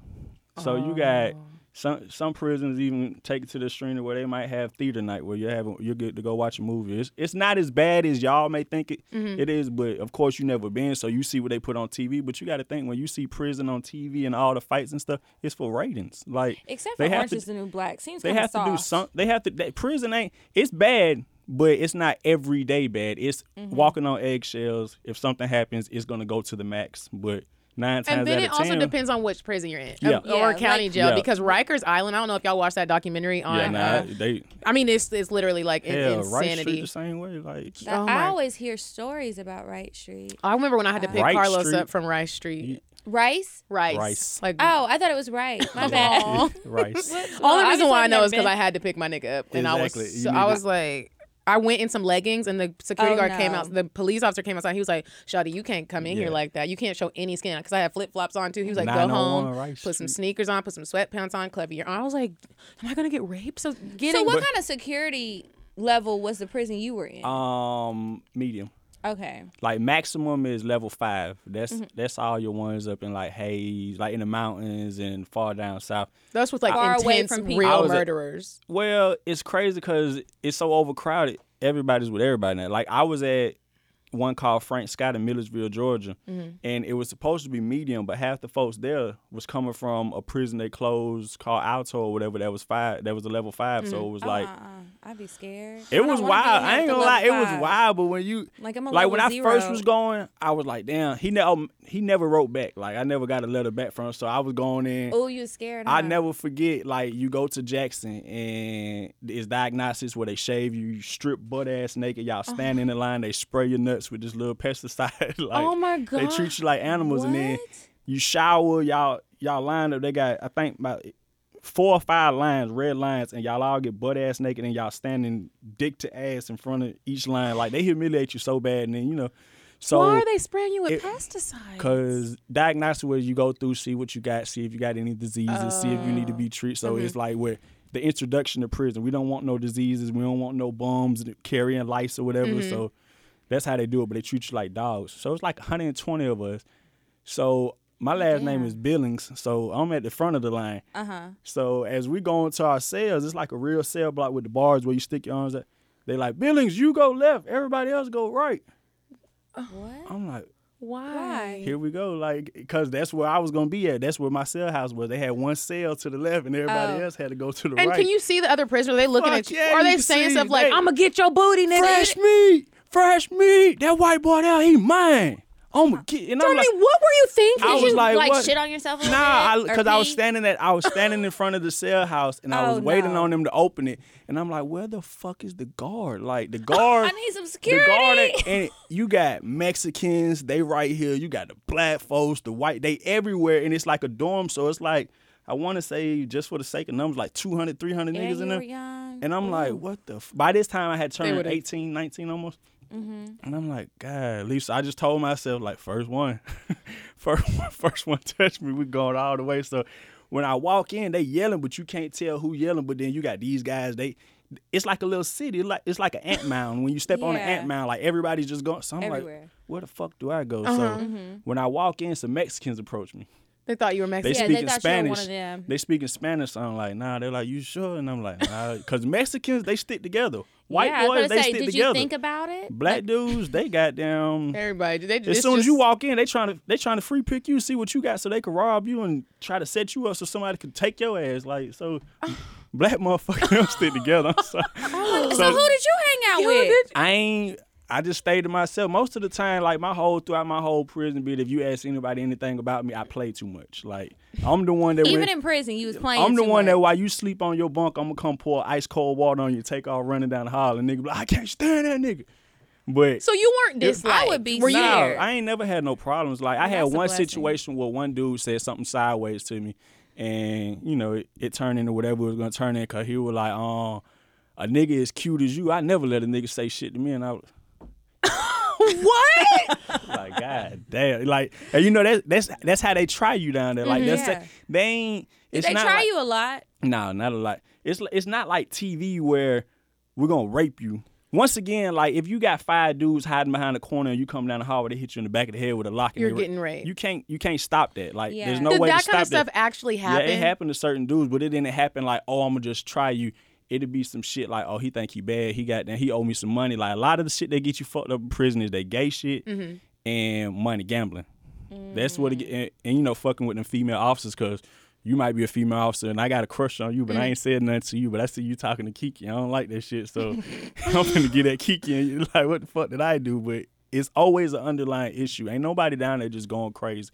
Speaker 6: So
Speaker 3: Oh.
Speaker 6: you got some some prisons even take it to the extreme where they might have theater night where you're having you get to go watch a movie. It's, it's not as bad as y'all may think it,
Speaker 3: Mm-hmm.
Speaker 6: it is, but of course you never been, so you see what they put on TV. But you got to think when you see prison on TV and all the fights and stuff, it's for ratings. Like
Speaker 3: Except
Speaker 6: they
Speaker 3: for
Speaker 6: have
Speaker 3: Orange
Speaker 6: to-
Speaker 3: is the New Black. Seems
Speaker 6: they
Speaker 3: kinda
Speaker 6: have to do
Speaker 3: soft.
Speaker 6: some. They have to. That prison ain't. It's bad, but it's not every day bad. It's
Speaker 2: Mm-hmm.
Speaker 6: walking on eggshells. If something happens, it's gonna go to the max. But nine times
Speaker 2: and then
Speaker 6: out
Speaker 2: it
Speaker 6: of
Speaker 2: also
Speaker 6: ten,
Speaker 2: depends on which prison you're in
Speaker 6: Yeah.
Speaker 2: uh, or
Speaker 3: Yeah,
Speaker 2: county
Speaker 3: like-
Speaker 2: jail
Speaker 6: Yeah.
Speaker 2: because Rikers Island. I don't know if y'all watched that documentary on.
Speaker 6: yeah, nah,
Speaker 2: uh,
Speaker 6: they
Speaker 2: I mean, it's it's literally like in-
Speaker 6: hell right
Speaker 2: insanity.
Speaker 6: street the same way. Like
Speaker 3: Like,
Speaker 2: Oh
Speaker 3: I
Speaker 2: my-
Speaker 3: always hear stories about Wright Street.
Speaker 2: I remember when I had to pick
Speaker 6: Rice
Speaker 2: Carlos
Speaker 6: Street.
Speaker 2: up from Rice Street.
Speaker 3: Rice?
Speaker 2: Rice.
Speaker 6: Rice.
Speaker 2: Like
Speaker 3: Oh, I thought it was Wright. My bad.
Speaker 6: rice.
Speaker 2: only
Speaker 3: Well,
Speaker 2: reason why I
Speaker 3: obviously I've
Speaker 2: know
Speaker 3: never
Speaker 2: is because
Speaker 3: been.
Speaker 2: I had to pick my nigga up, and I
Speaker 6: Exactly.
Speaker 2: was
Speaker 6: You
Speaker 2: so,
Speaker 6: need
Speaker 2: I
Speaker 6: to-
Speaker 2: was like. I went in some leggings and the security
Speaker 3: Oh,
Speaker 2: guard came
Speaker 3: no.
Speaker 2: out. The police officer came outside. He was like, "Shawty, you can't come in here
Speaker 6: Yeah.
Speaker 2: like that. You can't show any skin." Because I had flip flops on too. He was like, "Go
Speaker 6: 901
Speaker 2: home,
Speaker 6: Rice
Speaker 2: put some
Speaker 6: Street.
Speaker 2: sneakers on, put some sweatpants on, cover your arm." I was like, "Am I gonna get raped?" So getting
Speaker 3: So what kind of security level was the prison you were in?
Speaker 6: um, medium.
Speaker 3: okay.
Speaker 6: Like maximum is level five. That's
Speaker 2: Mm-hmm.
Speaker 6: that's all your ones up in like Hayes, like in the mountains and far down south.
Speaker 2: that's with like
Speaker 3: Far away
Speaker 2: intense
Speaker 3: from people. I
Speaker 2: real
Speaker 6: was a-
Speaker 2: murderers.
Speaker 6: Well, it's crazy because it's so overcrowded. everybody's with everybody now. Like I was at one called Frank Scott in Millersville, Georgia,
Speaker 3: Mm-hmm.
Speaker 6: and it was supposed to be medium, but half the folks there was coming from a prison they closed called Alto or whatever that was five that was a level 5 So it was like
Speaker 3: Uh-uh. I'd be scared. I
Speaker 6: it
Speaker 3: don't
Speaker 6: was
Speaker 3: wanna be
Speaker 6: wild.
Speaker 3: in
Speaker 6: I
Speaker 3: at
Speaker 6: ain't
Speaker 3: the
Speaker 6: gonna lie,
Speaker 3: level
Speaker 6: it was
Speaker 3: five.
Speaker 6: wild. But when you
Speaker 3: Like, I'm a
Speaker 6: like
Speaker 3: level
Speaker 6: when I first
Speaker 3: zero.
Speaker 6: was going, I was like, damn. He never he never wrote back. Like I never got a letter back from him. So I was going in.
Speaker 3: Oh, you scared?
Speaker 6: I
Speaker 3: huh?
Speaker 6: never forget. Like you go to Jackson and it's diagnostics where they shave you, you strip butt ass naked. Y'all
Speaker 2: Uh-huh.
Speaker 6: stand in the line. They spray your nuts with this little pesticide. like
Speaker 2: Oh, my
Speaker 6: They
Speaker 2: God.
Speaker 6: treat you like animals, and then
Speaker 3: What?
Speaker 6: you shower. Y'all y'all line up. They got I think about four or five lines, red lines, and y'all all get butt ass naked and y'all standing dick to ass in front of each line. Like they humiliate you so bad, and then you know. So
Speaker 2: Why are they spraying you with
Speaker 6: Oh, it-
Speaker 2: pesticides?
Speaker 6: Cause diagnostic where you go through, see what you got, see if you got any diseases, see if you need to be treated. So it's like where the introduction to prison. We don't want no diseases. We don't want no bums carrying lice or whatever. So that's how they do it. But they treat you like dogs. So it's like 120 of us. So my last name is Billings. So I'm at the front of the line. Uh huh. So as we go into our cells, it's like a real cell block with the bars where you stick your arms. at. They like Billings, you go left. Everybody else go right.
Speaker 3: What?
Speaker 6: I'm like.
Speaker 2: Why?
Speaker 6: Here we go, like, cause that's where I was gonna be at. That's where my cell house was. They had one cell to the left, and everybody else had to go to the
Speaker 2: Oh. And
Speaker 6: right.
Speaker 2: can you see the other prisoner? They looking
Speaker 6: Fuck
Speaker 2: at you. or
Speaker 6: yeah,
Speaker 2: are
Speaker 6: you
Speaker 2: they
Speaker 6: can
Speaker 2: saying
Speaker 6: see.
Speaker 2: stuff like,
Speaker 6: They-
Speaker 2: "I'm gonna get your booty, nigga"?
Speaker 6: fresh meat, fresh meat? That white boy there, he mine. I'm gonna get. And I'm
Speaker 2: I
Speaker 6: like,
Speaker 2: mean, Uh, what were you thinking?
Speaker 6: I
Speaker 3: Did
Speaker 6: was
Speaker 3: you
Speaker 6: like,
Speaker 3: like,
Speaker 6: what?
Speaker 3: shit on yourself a little
Speaker 6: Nah,
Speaker 3: bit? Or
Speaker 6: because I, was
Speaker 3: pee?
Speaker 6: standing at I was standing in front of the cell house, and I
Speaker 3: Oh,
Speaker 6: was waiting
Speaker 3: no.
Speaker 6: on them to open it. And I'm like, where the fuck is the guard? Like the guard.
Speaker 3: I need some
Speaker 6: The guard,
Speaker 3: security.
Speaker 6: that- and you got Mexicans. They right here. You got the black folks, the white. They everywhere, and it's like a dorm. So it's like I want to say just for the sake of numbers, like 200, 300
Speaker 3: Yeah,
Speaker 6: niggas
Speaker 3: you
Speaker 6: in
Speaker 3: were
Speaker 6: there.
Speaker 3: young.
Speaker 6: And I'm like, what the? F-? By this time, I had turned
Speaker 2: would've-
Speaker 6: 18, 19 almost.
Speaker 3: Mm-hmm.
Speaker 6: And I'm like, God, at least I just told myself, like, first one, first one, first one touch me, we going all the way. So when I walk in, they yelling, but you can't tell who yelling. But then you got these guys, they, it's like a little city, It's like it's like an ant mound. When you step on an
Speaker 3: Yeah.
Speaker 6: ant mound, like everybody's just going. So I'm like,
Speaker 3: Everywhere. Uh-huh. Mm-hmm.
Speaker 6: where the fuck do I go? So when I walk in, some Mexicans approach me.
Speaker 2: They thought you were
Speaker 6: They
Speaker 2: Mexican.
Speaker 3: Yeah, they
Speaker 6: speak in
Speaker 3: thought you were one
Speaker 6: Spanish.
Speaker 3: of them.
Speaker 6: They speak in Spanish. So I'm like, nah. They're like, you sure? And I'm like, nah, because Mexicans they stick together. White
Speaker 3: yeah, I
Speaker 6: boys
Speaker 3: was
Speaker 6: they
Speaker 3: gonna say,
Speaker 6: stick
Speaker 3: did
Speaker 6: together.
Speaker 3: you think about it?
Speaker 6: Black dudes they got down.
Speaker 2: Everybody. They,
Speaker 6: As soon as you walk in, they trying to they trying to free pick you, see what you got, so they can rob you and try to set you up so somebody can take your ass. Like so, black motherfuckers don't stick together. I'm sorry.
Speaker 3: Oh, so who did you hang out with?
Speaker 6: I ain't. I just stayed to myself most of the time. Like my whole throughout my whole prison bit, if you ask anybody anything about me, I play too much. Like I'm the one that
Speaker 3: Even
Speaker 6: went-
Speaker 3: in prison, you was playing.
Speaker 6: I'm the
Speaker 3: too
Speaker 6: one
Speaker 3: much.
Speaker 6: that while you sleep on your bunk, I'm gonna come pour ice cold water on you, take off running down the hall, and nigga, be like, I can't stand that nigga. But
Speaker 2: So you weren't
Speaker 6: I
Speaker 2: disliked.
Speaker 3: would be
Speaker 2: Were you?
Speaker 6: no,
Speaker 3: scared.
Speaker 6: I ain't never had no problems. Like I had
Speaker 3: That's a
Speaker 6: one
Speaker 3: blessing.
Speaker 6: situation where one dude said something sideways to me, and you know it, it turned into whatever it was gonna turn in. Cause he was like, "Um, a nigga as cute as you, I never let a nigga say shit to me," and I was.
Speaker 2: What?
Speaker 6: like god damn like and you know that that's that's how they try you down there like that's
Speaker 3: Mm-hmm. Yeah.
Speaker 6: they ain't
Speaker 3: Did
Speaker 6: it's
Speaker 3: they
Speaker 6: not
Speaker 3: try
Speaker 6: like-
Speaker 3: you a lot?
Speaker 6: no, not a lot. It's it's not like TV where we're gonna rape you. Once again, like if you got five dudes hiding behind a corner and you come down the hallway, they hit you in the back of the head with a lock. and
Speaker 2: You're
Speaker 6: they ra-
Speaker 2: getting raped.
Speaker 6: You can't you can't stop that. Like
Speaker 3: Yeah.
Speaker 6: there's no
Speaker 2: Did
Speaker 6: way
Speaker 2: that
Speaker 6: to stop
Speaker 2: kind of stuff
Speaker 6: that.
Speaker 2: actually happen?
Speaker 6: Yeah, it happened to certain dudes, but it didn't happen like, oh, I'm gonna just try you. It'd be some shit like, oh, he think he bad, he got that, he owe me some money. Like a lot of the shit they get you fucked up in prison is they gay shit and money gambling. That's what it get, and, and you know, fucking with them female officers because you might be a female officer and I got a crush on you, but I ain't said nothing to you, but I see you talking to Kiki. I don't like that shit, so I'm gonna get at Kiki and you're like, what the fuck did I do? But it's always an underlying issue. Ain't nobody down there just going crazy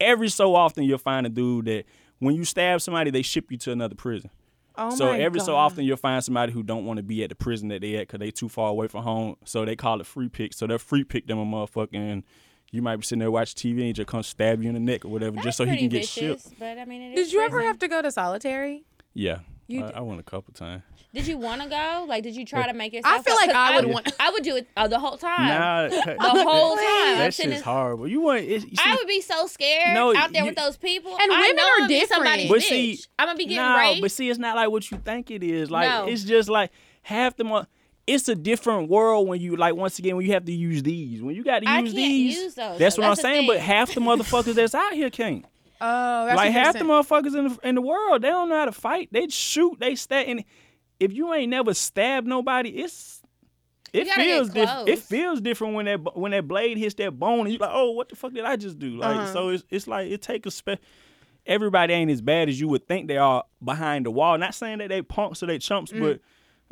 Speaker 6: every so often you'll find a dude that when you stab somebody, they ship you to another prison.
Speaker 2: Oh
Speaker 6: so
Speaker 2: my
Speaker 6: every so
Speaker 2: God.
Speaker 6: often you'll find somebody who don't want to be at the prison that they at because they too far away from home. So they call it free pick. So they'll free pick them a motherfucking. You might be sitting there watching TV and he just come stab you in the neck or whatever, just so he can get shipped.
Speaker 3: But I mean,
Speaker 2: Did you ever have to go to solitary?
Speaker 6: Yeah,
Speaker 2: You
Speaker 6: I,
Speaker 2: d-
Speaker 6: I went a couple times.
Speaker 3: Did you want to go? Like, did you try to make yourself?
Speaker 2: I feel
Speaker 3: up?
Speaker 2: like
Speaker 3: 'Cause
Speaker 2: I would want-
Speaker 3: I would do it uh, the whole time.
Speaker 6: Nah, the
Speaker 3: The whole time. I'm
Speaker 6: That
Speaker 3: sitting-
Speaker 6: shit's horrible. You want? It, you see,
Speaker 3: I would be so scared
Speaker 6: No,
Speaker 3: out there
Speaker 6: you-
Speaker 3: with those people.
Speaker 2: And
Speaker 3: I
Speaker 2: women
Speaker 3: know
Speaker 2: are
Speaker 3: I'ma be
Speaker 2: different.
Speaker 3: somebody's
Speaker 6: But
Speaker 3: bitch.
Speaker 6: see,
Speaker 3: I'm gonna be getting
Speaker 6: no,
Speaker 3: raped.
Speaker 6: But see, it's not like what you think it is. Like
Speaker 3: No.
Speaker 6: it's just like half the month. It's a different world when you like once again when you have to use these. When you got to use
Speaker 3: I can't
Speaker 6: these,
Speaker 3: use those,
Speaker 6: that's
Speaker 3: though.
Speaker 6: what
Speaker 3: That's
Speaker 6: I'm
Speaker 3: the
Speaker 6: saying. But
Speaker 3: thing.
Speaker 6: half the motherfuckers that's out here can't.
Speaker 2: Oh, that's
Speaker 6: Like
Speaker 2: what you're
Speaker 6: half the
Speaker 2: saying.
Speaker 6: motherfuckers in the, in the world, they don't know how to fight. They shoot. They stab. And if you ain't never stabbed nobody, it's It
Speaker 3: gotta get
Speaker 6: feels different. It
Speaker 3: close.
Speaker 6: feels different when that bo- when that blade hits that bone, and you're like, "Oh, what the fuck did I just do?" Like,
Speaker 3: Uh-huh.
Speaker 6: so it's it's like it takes a spe- Everybody ain't as bad as you would think they are behind the wall. Not saying that they punks or they chumps,
Speaker 3: Mm.
Speaker 6: but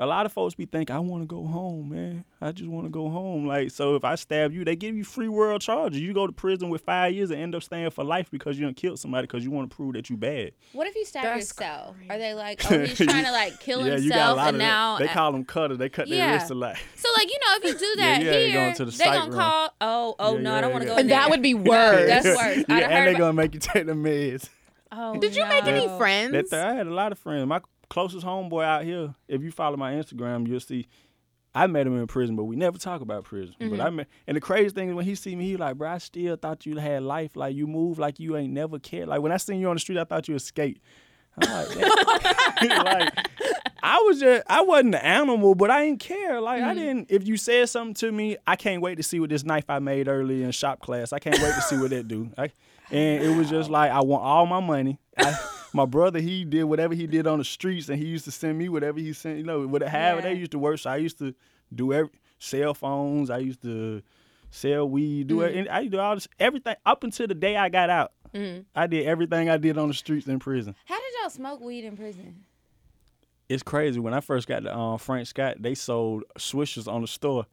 Speaker 6: a lot of folks be think, "I want to go home, man. I just want to go home." Like, so if I stab you, they give you free world charges. You go to prison with five years and end up staying for life because you done killed somebody because you want to prove that you bad.
Speaker 3: What if you stab
Speaker 2: That's
Speaker 3: yourself? Are they like, oh, he's trying to like kill
Speaker 6: yeah,
Speaker 3: himself,
Speaker 6: you got a lot
Speaker 3: and
Speaker 6: of
Speaker 3: now
Speaker 6: that. They call them cutters. They cut their
Speaker 3: Yeah.
Speaker 6: wrists a lot.
Speaker 3: So like you know, if you do
Speaker 6: Yeah,
Speaker 3: that
Speaker 6: you ain't
Speaker 3: here,
Speaker 6: going to the
Speaker 3: they
Speaker 6: psych
Speaker 3: gonna
Speaker 6: room.
Speaker 3: call. Oh, oh
Speaker 6: Yeah,
Speaker 3: no,
Speaker 6: yeah,
Speaker 3: I don't want to
Speaker 6: yeah.
Speaker 3: go. in
Speaker 2: And that
Speaker 3: there.
Speaker 2: would be worse.
Speaker 3: That's
Speaker 6: yeah,
Speaker 3: worse. I'd
Speaker 6: Yeah,
Speaker 3: have heard
Speaker 6: and they
Speaker 3: about-
Speaker 6: gonna make you take the meds.
Speaker 3: Oh,
Speaker 2: Did you make any
Speaker 3: no.
Speaker 2: friends?
Speaker 6: That th- I had a lot of friends. My closest homeboy out here, if you follow my Instagram, you'll see I met him in prison, but we never talk about prison. But I met, and the crazy thing is when he see me, he like, bro, I still thought you had life. Like you move like you ain't never cared. Like when I seen you on the street, I thought you escaped. I'm like, "Damn." Like, I was just, I wasn't an animal, but I didn't care. Like I didn't. If you said something to me, I can't wait to see what this knife I made early in shop class. I can't wait to see what that do. I, and it was just like I want all my money. I, my brother, he did whatever he did on the streets, and he used to send me whatever he sent. You know, what however they
Speaker 3: Yeah.
Speaker 6: used to work. So I used to do every cell phones. I used to sell weed. Do it. I used to do all this everything up until the day I got out. I did everything I did on the streets in prison.
Speaker 3: How did y'all smoke weed in prison?
Speaker 6: It's crazy. When I first got to um, Frank Scott, they sold swishers on the store.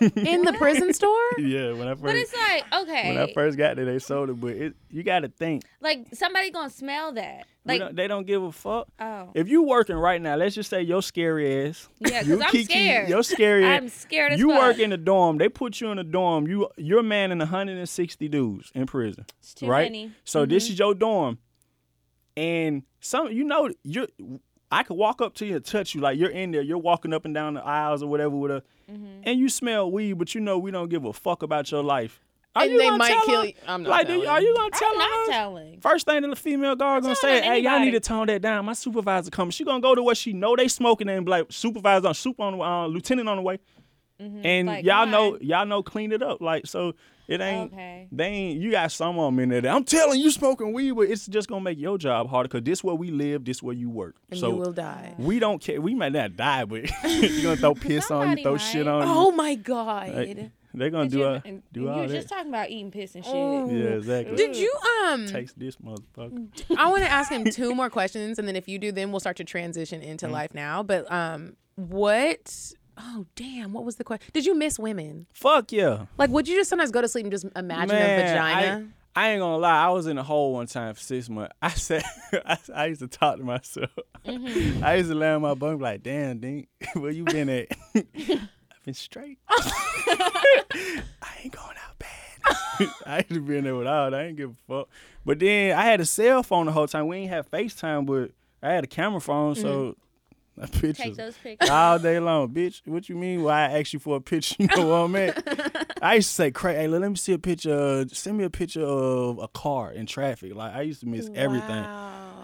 Speaker 2: in the prison store?
Speaker 6: Yeah, when I
Speaker 3: But it's
Speaker 6: first
Speaker 3: like okay,
Speaker 6: when I first got there, they sold it. But it, you got to think,
Speaker 3: like somebody gonna smell that.
Speaker 6: We
Speaker 3: Like
Speaker 6: don't- they don't give a fuck.
Speaker 3: Oh.
Speaker 6: If you working right now, let's just say your scary ass.
Speaker 3: Yeah, 'cause
Speaker 6: you
Speaker 3: I'm scared.
Speaker 6: You're scary.
Speaker 3: I'm scared as
Speaker 6: You
Speaker 3: fuck.
Speaker 6: work in the dorm. They put you in a dorm. You you're manning 160 dudes in prison. It's
Speaker 3: too
Speaker 6: right?
Speaker 3: many. Mm-hmm.
Speaker 6: So this is your dorm, and some you know you. I could walk up to you and touch you like you're in there. You're walking up and down the aisles or whatever with a,
Speaker 3: Mm-hmm.
Speaker 6: and you smell weed, but you know we don't give a fuck about your life. Are
Speaker 2: And
Speaker 6: you
Speaker 2: they
Speaker 6: gonna
Speaker 2: might
Speaker 6: tell
Speaker 2: kill
Speaker 6: her-
Speaker 2: you. I'm not
Speaker 6: Like, do you-
Speaker 2: telling.
Speaker 6: are you gonna tell
Speaker 3: I'm not
Speaker 6: her?
Speaker 3: telling.
Speaker 6: First thing that the female guard gonna say,
Speaker 3: telling
Speaker 6: hey, y'all
Speaker 3: anybody.
Speaker 6: need to tone that down. My supervisor coming. She gonna go to where she know they smoking and be like, supervisor on super on the- uh, lieutenant on the way. And
Speaker 3: Mm-hmm. Like,
Speaker 6: y'all
Speaker 3: come
Speaker 6: know
Speaker 3: on.
Speaker 6: y'all know clean it up. Like so it ain't
Speaker 3: Okay.
Speaker 6: they ain't you got some of them in there. that, I'm telling you smoking weed, but it's just gonna make your job harder because this where we live, this where you work.
Speaker 2: And
Speaker 6: so
Speaker 2: you will die.
Speaker 6: we don't care. We might not die, but you're gonna throw piss on you,
Speaker 3: Somebody
Speaker 6: throw
Speaker 3: might.
Speaker 6: shit on you.
Speaker 2: Oh my god.
Speaker 6: They're gonna
Speaker 3: Did
Speaker 6: do
Speaker 3: you-
Speaker 6: a,
Speaker 3: and
Speaker 6: do
Speaker 3: you
Speaker 6: all
Speaker 3: were
Speaker 6: that.
Speaker 3: just talking about eating piss and shit.
Speaker 6: yeah, exactly.
Speaker 2: Did you um
Speaker 6: Takes this motherfucker.
Speaker 3: Mm.
Speaker 2: I want to ask him two more questions, and then if you do, then we'll start to transition into
Speaker 6: Mm-hmm.
Speaker 2: life now. But um, what? Oh damn! What was the question? Did you miss women?
Speaker 6: Fuck yeah.
Speaker 2: Like, would you just sometimes go to sleep and just imagine a vagina?
Speaker 6: I, I ain't gonna lie, I was in a hole one time for six months. I said, I, I used to talk to myself.
Speaker 2: Mm-hmm.
Speaker 6: I used to lay on my bunk like, damn, Dink, where you been at? I've been straight. I ain't going out bad. I ain't been there without. I ain't give a fuck. But then I had a cell phone the whole time. We ain't have FaceTime, but I had a camera phone, so my pictures.
Speaker 3: Mm-hmm. Take those pictures.
Speaker 6: all day long, bitch. What you mean? Why I asked you for a picture? You know where I'm at. I used to say, "Craig, hey, let me see a picture. uh, Send me a picture of a car in traffic." Like I used to miss everything.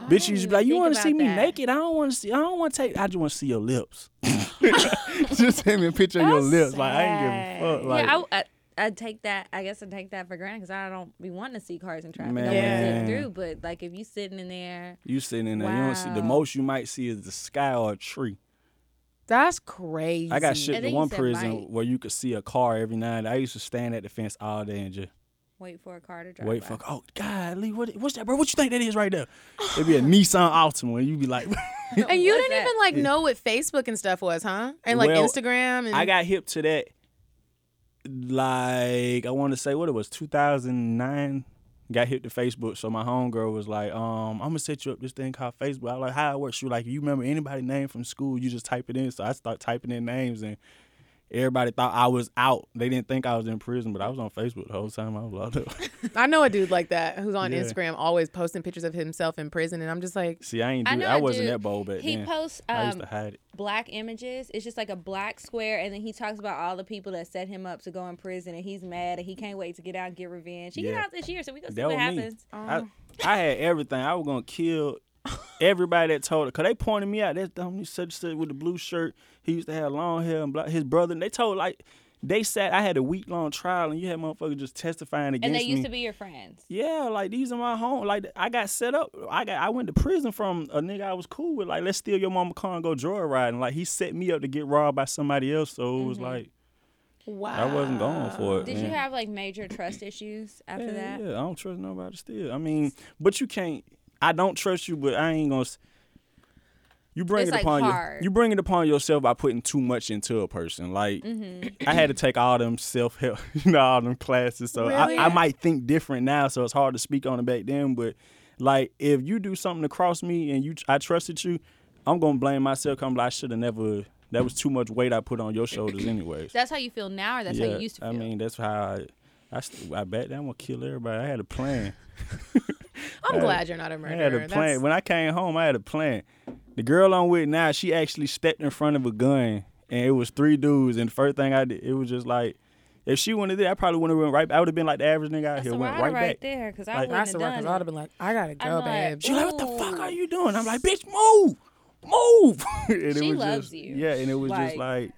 Speaker 6: Bitch, you used to be like, "You
Speaker 3: think
Speaker 6: want to
Speaker 3: about
Speaker 6: see me
Speaker 3: that."
Speaker 6: naked? I don't want to see. I don't want to take. I just want to see your lips. just send me a picture of your lips. Like I ain't give a fuck. Like
Speaker 3: yeah, I, I, I take that. I guess I take that for granted because I don't be wanting to see cars in traffic. I
Speaker 6: Man.
Speaker 3: want to sit through, but like if you sitting in there,
Speaker 6: you sitting in there, you don't see. The
Speaker 3: Wow.
Speaker 6: most you might see is the sky or a tree.
Speaker 2: That's crazy.
Speaker 6: I
Speaker 3: I
Speaker 6: got shipped to
Speaker 3: think you
Speaker 6: one
Speaker 3: said
Speaker 6: prison
Speaker 3: bite.
Speaker 6: where you could see a car every night. I used to stand at the fence all day and just.
Speaker 3: wait for a car to drive.
Speaker 6: Wait
Speaker 3: by.
Speaker 6: for oh golly, what what's that, bro? What you think that is right there? It'd be a Nissan Altima, and you'd be like,
Speaker 2: and you
Speaker 3: What's
Speaker 2: didn't
Speaker 3: that?
Speaker 2: even like know what Facebook and stuff was, huh? And like
Speaker 6: Well,
Speaker 2: Instagram and
Speaker 6: I
Speaker 3: Mm-hmm.
Speaker 6: got hip to that. Like I want to say what it was, 2009. Got hip to Facebook, so my homegirl was like, um, I'm gonna set you up this thing called Facebook. I was like, how it works? She was like, you remember anybody name from school? You just type it in. So I start typing in names, and everybody thought I was out. They didn't think I was in prison, but I was on Facebook the whole time. I was locked up.
Speaker 2: I know a dude like that who's on
Speaker 6: Yeah.
Speaker 2: Instagram always posting pictures of himself in prison, and I'm just like,
Speaker 6: See, I ain't do.
Speaker 3: I
Speaker 6: I,
Speaker 3: know a
Speaker 6: wasn't
Speaker 3: dude,
Speaker 6: that bold back
Speaker 3: he
Speaker 6: then.
Speaker 3: posts,
Speaker 6: I used
Speaker 3: um,
Speaker 6: to hide it.
Speaker 3: black images. It's just like a black square, and then he talks about all the people that set him up to go in prison, and he's mad, and he can't wait to get out and get revenge. He
Speaker 6: Yeah.
Speaker 3: get out this year, so we gonna see
Speaker 6: That
Speaker 3: what
Speaker 6: was me.
Speaker 3: happens. Oh.
Speaker 6: I, I had everything. I was gonna kill everybody that told it. Cause they pointed me out. That's dumb. He such and such with the blue shirt. He used to have long hair and black. His brother. And they told like They sat. I had a week long trial, and you had motherfuckers just testifying against
Speaker 3: And they used
Speaker 6: me.
Speaker 3: to be your friends.
Speaker 6: Yeah, like these are my home. Like I got set up. I got I went to prison from a nigga I was cool with. Like let's steal your mama car and go joyriding. Like he set me up to get robbed by somebody else. So it was like
Speaker 2: Wow.
Speaker 6: I wasn't going for it.
Speaker 3: Mm-hmm. Did
Speaker 6: man.
Speaker 3: you have like major trust issues after
Speaker 6: yeah,
Speaker 3: that?
Speaker 6: yeah, I don't trust nobody still. I mean, but you can't. I don't trust you, but I ain't gonna. s- You bring
Speaker 3: It's,
Speaker 6: it
Speaker 3: like,
Speaker 6: upon you.
Speaker 3: hard.
Speaker 6: You bring it upon yourself by putting too much into a person. Like
Speaker 3: Mm-hmm.
Speaker 6: I had to take all them self help, you know, all them classes. So
Speaker 2: Really?
Speaker 6: I, I might think different now. So it's hard to speak on it back then. But like, if you do something to cross me and you, I trusted you, I'm gonna blame myself. 'cause I'm like, I should have never. That was too much weight I put on your shoulders, anyways.
Speaker 3: That's how you feel now, or that's how you used to feel.
Speaker 6: I mean, that's how I. I, st- I bet that I'm gonna kill everybody. I had a plan.
Speaker 2: I'm glad you're not a
Speaker 6: I
Speaker 2: murderer.
Speaker 6: had a plan.
Speaker 2: That's-
Speaker 6: When I came home, I had a plan. The girl I'm with now, she actually stepped in front of a gun, and it was three dudes. And the first thing I did, it was just like, if she went to there, I probably wouldn't have went right. I would have been like the average nigga out
Speaker 3: that's
Speaker 6: here,
Speaker 3: a
Speaker 6: went
Speaker 3: rider
Speaker 6: right,
Speaker 3: right,
Speaker 6: back.
Speaker 3: there, because I
Speaker 6: Like-
Speaker 3: wouldn't
Speaker 2: That's
Speaker 3: have
Speaker 2: the
Speaker 3: done
Speaker 2: one because I'd
Speaker 3: it.
Speaker 2: have been like, I gotta
Speaker 3: I'm
Speaker 2: go,
Speaker 3: like,
Speaker 2: babe.
Speaker 6: She like, what the fuck are you doing? I'm like, bitch, move, move. and
Speaker 3: She
Speaker 6: it was
Speaker 3: loves
Speaker 6: just,
Speaker 3: you.
Speaker 6: Yeah, and it was just
Speaker 3: Like-
Speaker 6: like,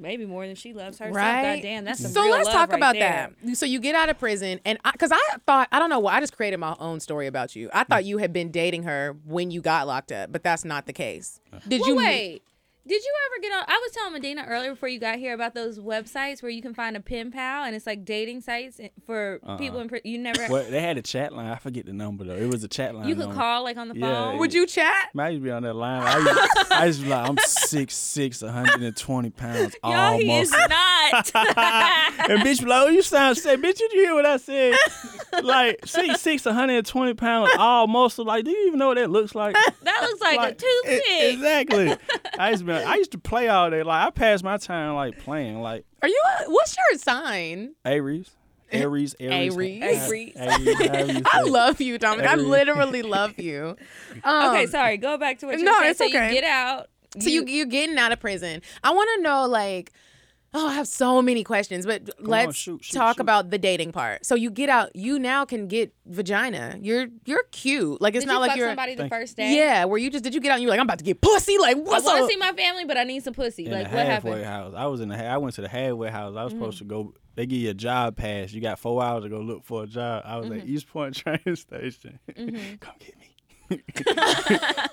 Speaker 3: Maybe more than she loves herself.
Speaker 2: Right.
Speaker 3: Goddamn, that's some
Speaker 2: so
Speaker 3: real
Speaker 2: let's
Speaker 3: love
Speaker 2: talk
Speaker 3: right
Speaker 2: about
Speaker 3: there.
Speaker 2: that. So you get out of prison, and because I, thought I don't know why I just created my own story about you. I thought you had been dating her when you got locked up, but that's not the case. Did
Speaker 3: Uh-huh. Well,
Speaker 2: you
Speaker 3: wait. Did you ever get on? I was telling Medina earlier before you got here about those websites where you can find a pen pal and it's like dating sites for
Speaker 6: Uh-uh.
Speaker 3: people in prison. You never.
Speaker 6: well, they had a chat line. I forget the number though. It was a chat line.
Speaker 3: You could
Speaker 6: number.
Speaker 3: call like on the
Speaker 6: Yeah,
Speaker 3: phone.
Speaker 6: it
Speaker 2: Would you chat?
Speaker 6: Man, I used to be on that line. I used, I used to be like, I'm 6'6, 120 pounds
Speaker 3: Y'all, he is
Speaker 6: almost.
Speaker 3: not.
Speaker 6: and bitch be like, oh, you sound sick. Bitch, did you hear what I said? like, 6'6, 120 pounds almost. Like, do you even know what that looks like?
Speaker 3: that looks like, a
Speaker 6: Like,
Speaker 3: toothpick.
Speaker 6: e- Exactly. I used to be, I used to play all day. Like, I passed my time, like, playing. Like,
Speaker 2: Are you? A, what's your sign?
Speaker 6: Aries. Aries, Aries.
Speaker 2: Aries.
Speaker 6: Aries. however you
Speaker 2: I
Speaker 6: say it.
Speaker 2: love you, Dominic. I
Speaker 6: Every-
Speaker 2: literally love you. Um,
Speaker 3: okay, sorry. Go back to what you
Speaker 2: no,
Speaker 3: were saying.
Speaker 2: it's
Speaker 3: so
Speaker 2: okay.
Speaker 3: you get out.
Speaker 2: So you you getting out of prison? I want to know like. Oh, I have so many questions, but let's
Speaker 6: shoot, shoot,
Speaker 2: talk
Speaker 6: shoot.
Speaker 2: about the dating part. So you get out, you now can get vagina. You're you're cute. Like it's
Speaker 3: Did
Speaker 2: not
Speaker 3: you
Speaker 2: like
Speaker 3: fuck
Speaker 2: you're
Speaker 3: somebody the first day?
Speaker 2: Yeah, where you just did you get out and you're like, I'm about to get pussy? Like
Speaker 3: I
Speaker 2: what's
Speaker 3: want to
Speaker 2: up?
Speaker 3: see my family, but I need some pussy.
Speaker 6: in
Speaker 3: like
Speaker 6: the
Speaker 3: what
Speaker 6: halfway
Speaker 3: happened?
Speaker 6: house. I was in the. ha- I went to the halfway house. I was
Speaker 2: Mm.
Speaker 6: supposed to go. They give you a job pass. You got four hours to go look for a job. I was at
Speaker 2: Mm-hmm.
Speaker 6: East Point train station. Come get me.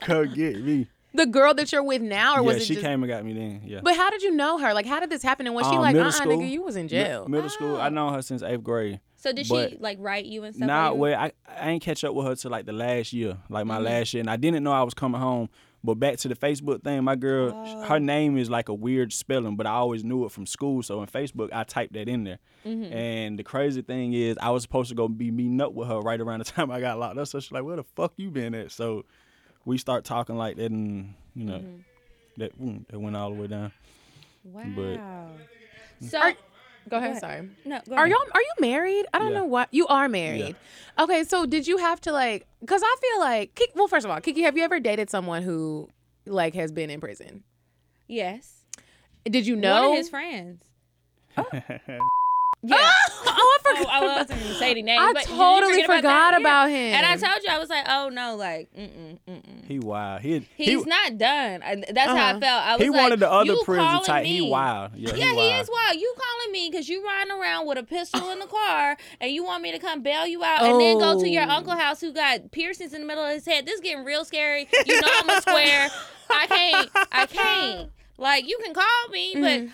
Speaker 6: Come get me.
Speaker 2: the girl that you're with now or
Speaker 6: yeah,
Speaker 2: was it
Speaker 6: she
Speaker 2: just
Speaker 6: came and got me then. Yeah.
Speaker 2: But how did you know her? Like how did this happen? And was she
Speaker 6: Um,
Speaker 2: like, uh
Speaker 6: middle
Speaker 2: uh
Speaker 6: school-
Speaker 2: nigga, you was in
Speaker 6: mi-
Speaker 2: jail. Ah.
Speaker 6: middle school. I know her since eighth grade.
Speaker 3: So did
Speaker 6: But-
Speaker 3: she like write you and stuff?
Speaker 6: Nah,
Speaker 3: while you- Mm-hmm.
Speaker 6: well, I, I ain't catch up with her till like the last year, like my last year, and I didn't know I was coming home. But back to the Facebook thing, my girl, sh
Speaker 3: Oh.
Speaker 6: her name is like a weird spelling, but I always knew it from school. So in Facebook, I typed that in there.
Speaker 3: Mm-hmm.
Speaker 6: And the crazy thing is, I was supposed to go be meeting up with her right around the time I got locked up. So she's like, "Where the fuck you been at?" So we start talking like that, and you know,
Speaker 3: Mm-hmm.
Speaker 6: that mm, that went all the way down.
Speaker 3: Wow.
Speaker 6: Mm.
Speaker 3: So
Speaker 2: Go ahead, sorry.
Speaker 3: no, go
Speaker 2: Are
Speaker 3: ahead.
Speaker 2: y'all are you married? I don't
Speaker 6: Yeah.
Speaker 2: know what you are married. Okay, so did you have to like? Because I feel like, Ki- well, first of all, Kiki, have you ever dated someone who like has been in prison?
Speaker 3: Yes.
Speaker 2: Did you
Speaker 3: One
Speaker 2: know?
Speaker 3: of his friends.
Speaker 2: yeah. oh, I
Speaker 3: Oh,
Speaker 2: forgot.
Speaker 3: I wasn't even saying the name.
Speaker 2: I
Speaker 3: but did you
Speaker 2: totally
Speaker 3: forget
Speaker 2: forgot
Speaker 3: that?
Speaker 2: about
Speaker 3: Yeah.
Speaker 2: him.
Speaker 3: And I told you, I was like, oh no, like, mm-mm, mm-mm.
Speaker 6: He wild. He
Speaker 3: he's
Speaker 6: he,
Speaker 3: not done. I, that's
Speaker 2: Uh-huh.
Speaker 3: how I felt. I was
Speaker 6: he
Speaker 3: like,
Speaker 6: wanted the other
Speaker 3: you
Speaker 6: prison
Speaker 3: calling
Speaker 6: type.
Speaker 3: Me.
Speaker 6: He wild.
Speaker 3: Yeah,
Speaker 6: Yeah, he
Speaker 3: he,
Speaker 6: wild.
Speaker 3: is wild. You calling me because you riding around with a pistol in the car and you want me to come bail you out and then go to your
Speaker 2: Oh.
Speaker 3: uncle house who got piercings in the middle of his head. This is getting real scary. You know I'm a square. I can't. I can't. Like you can call me,
Speaker 2: Mm-hmm.
Speaker 3: but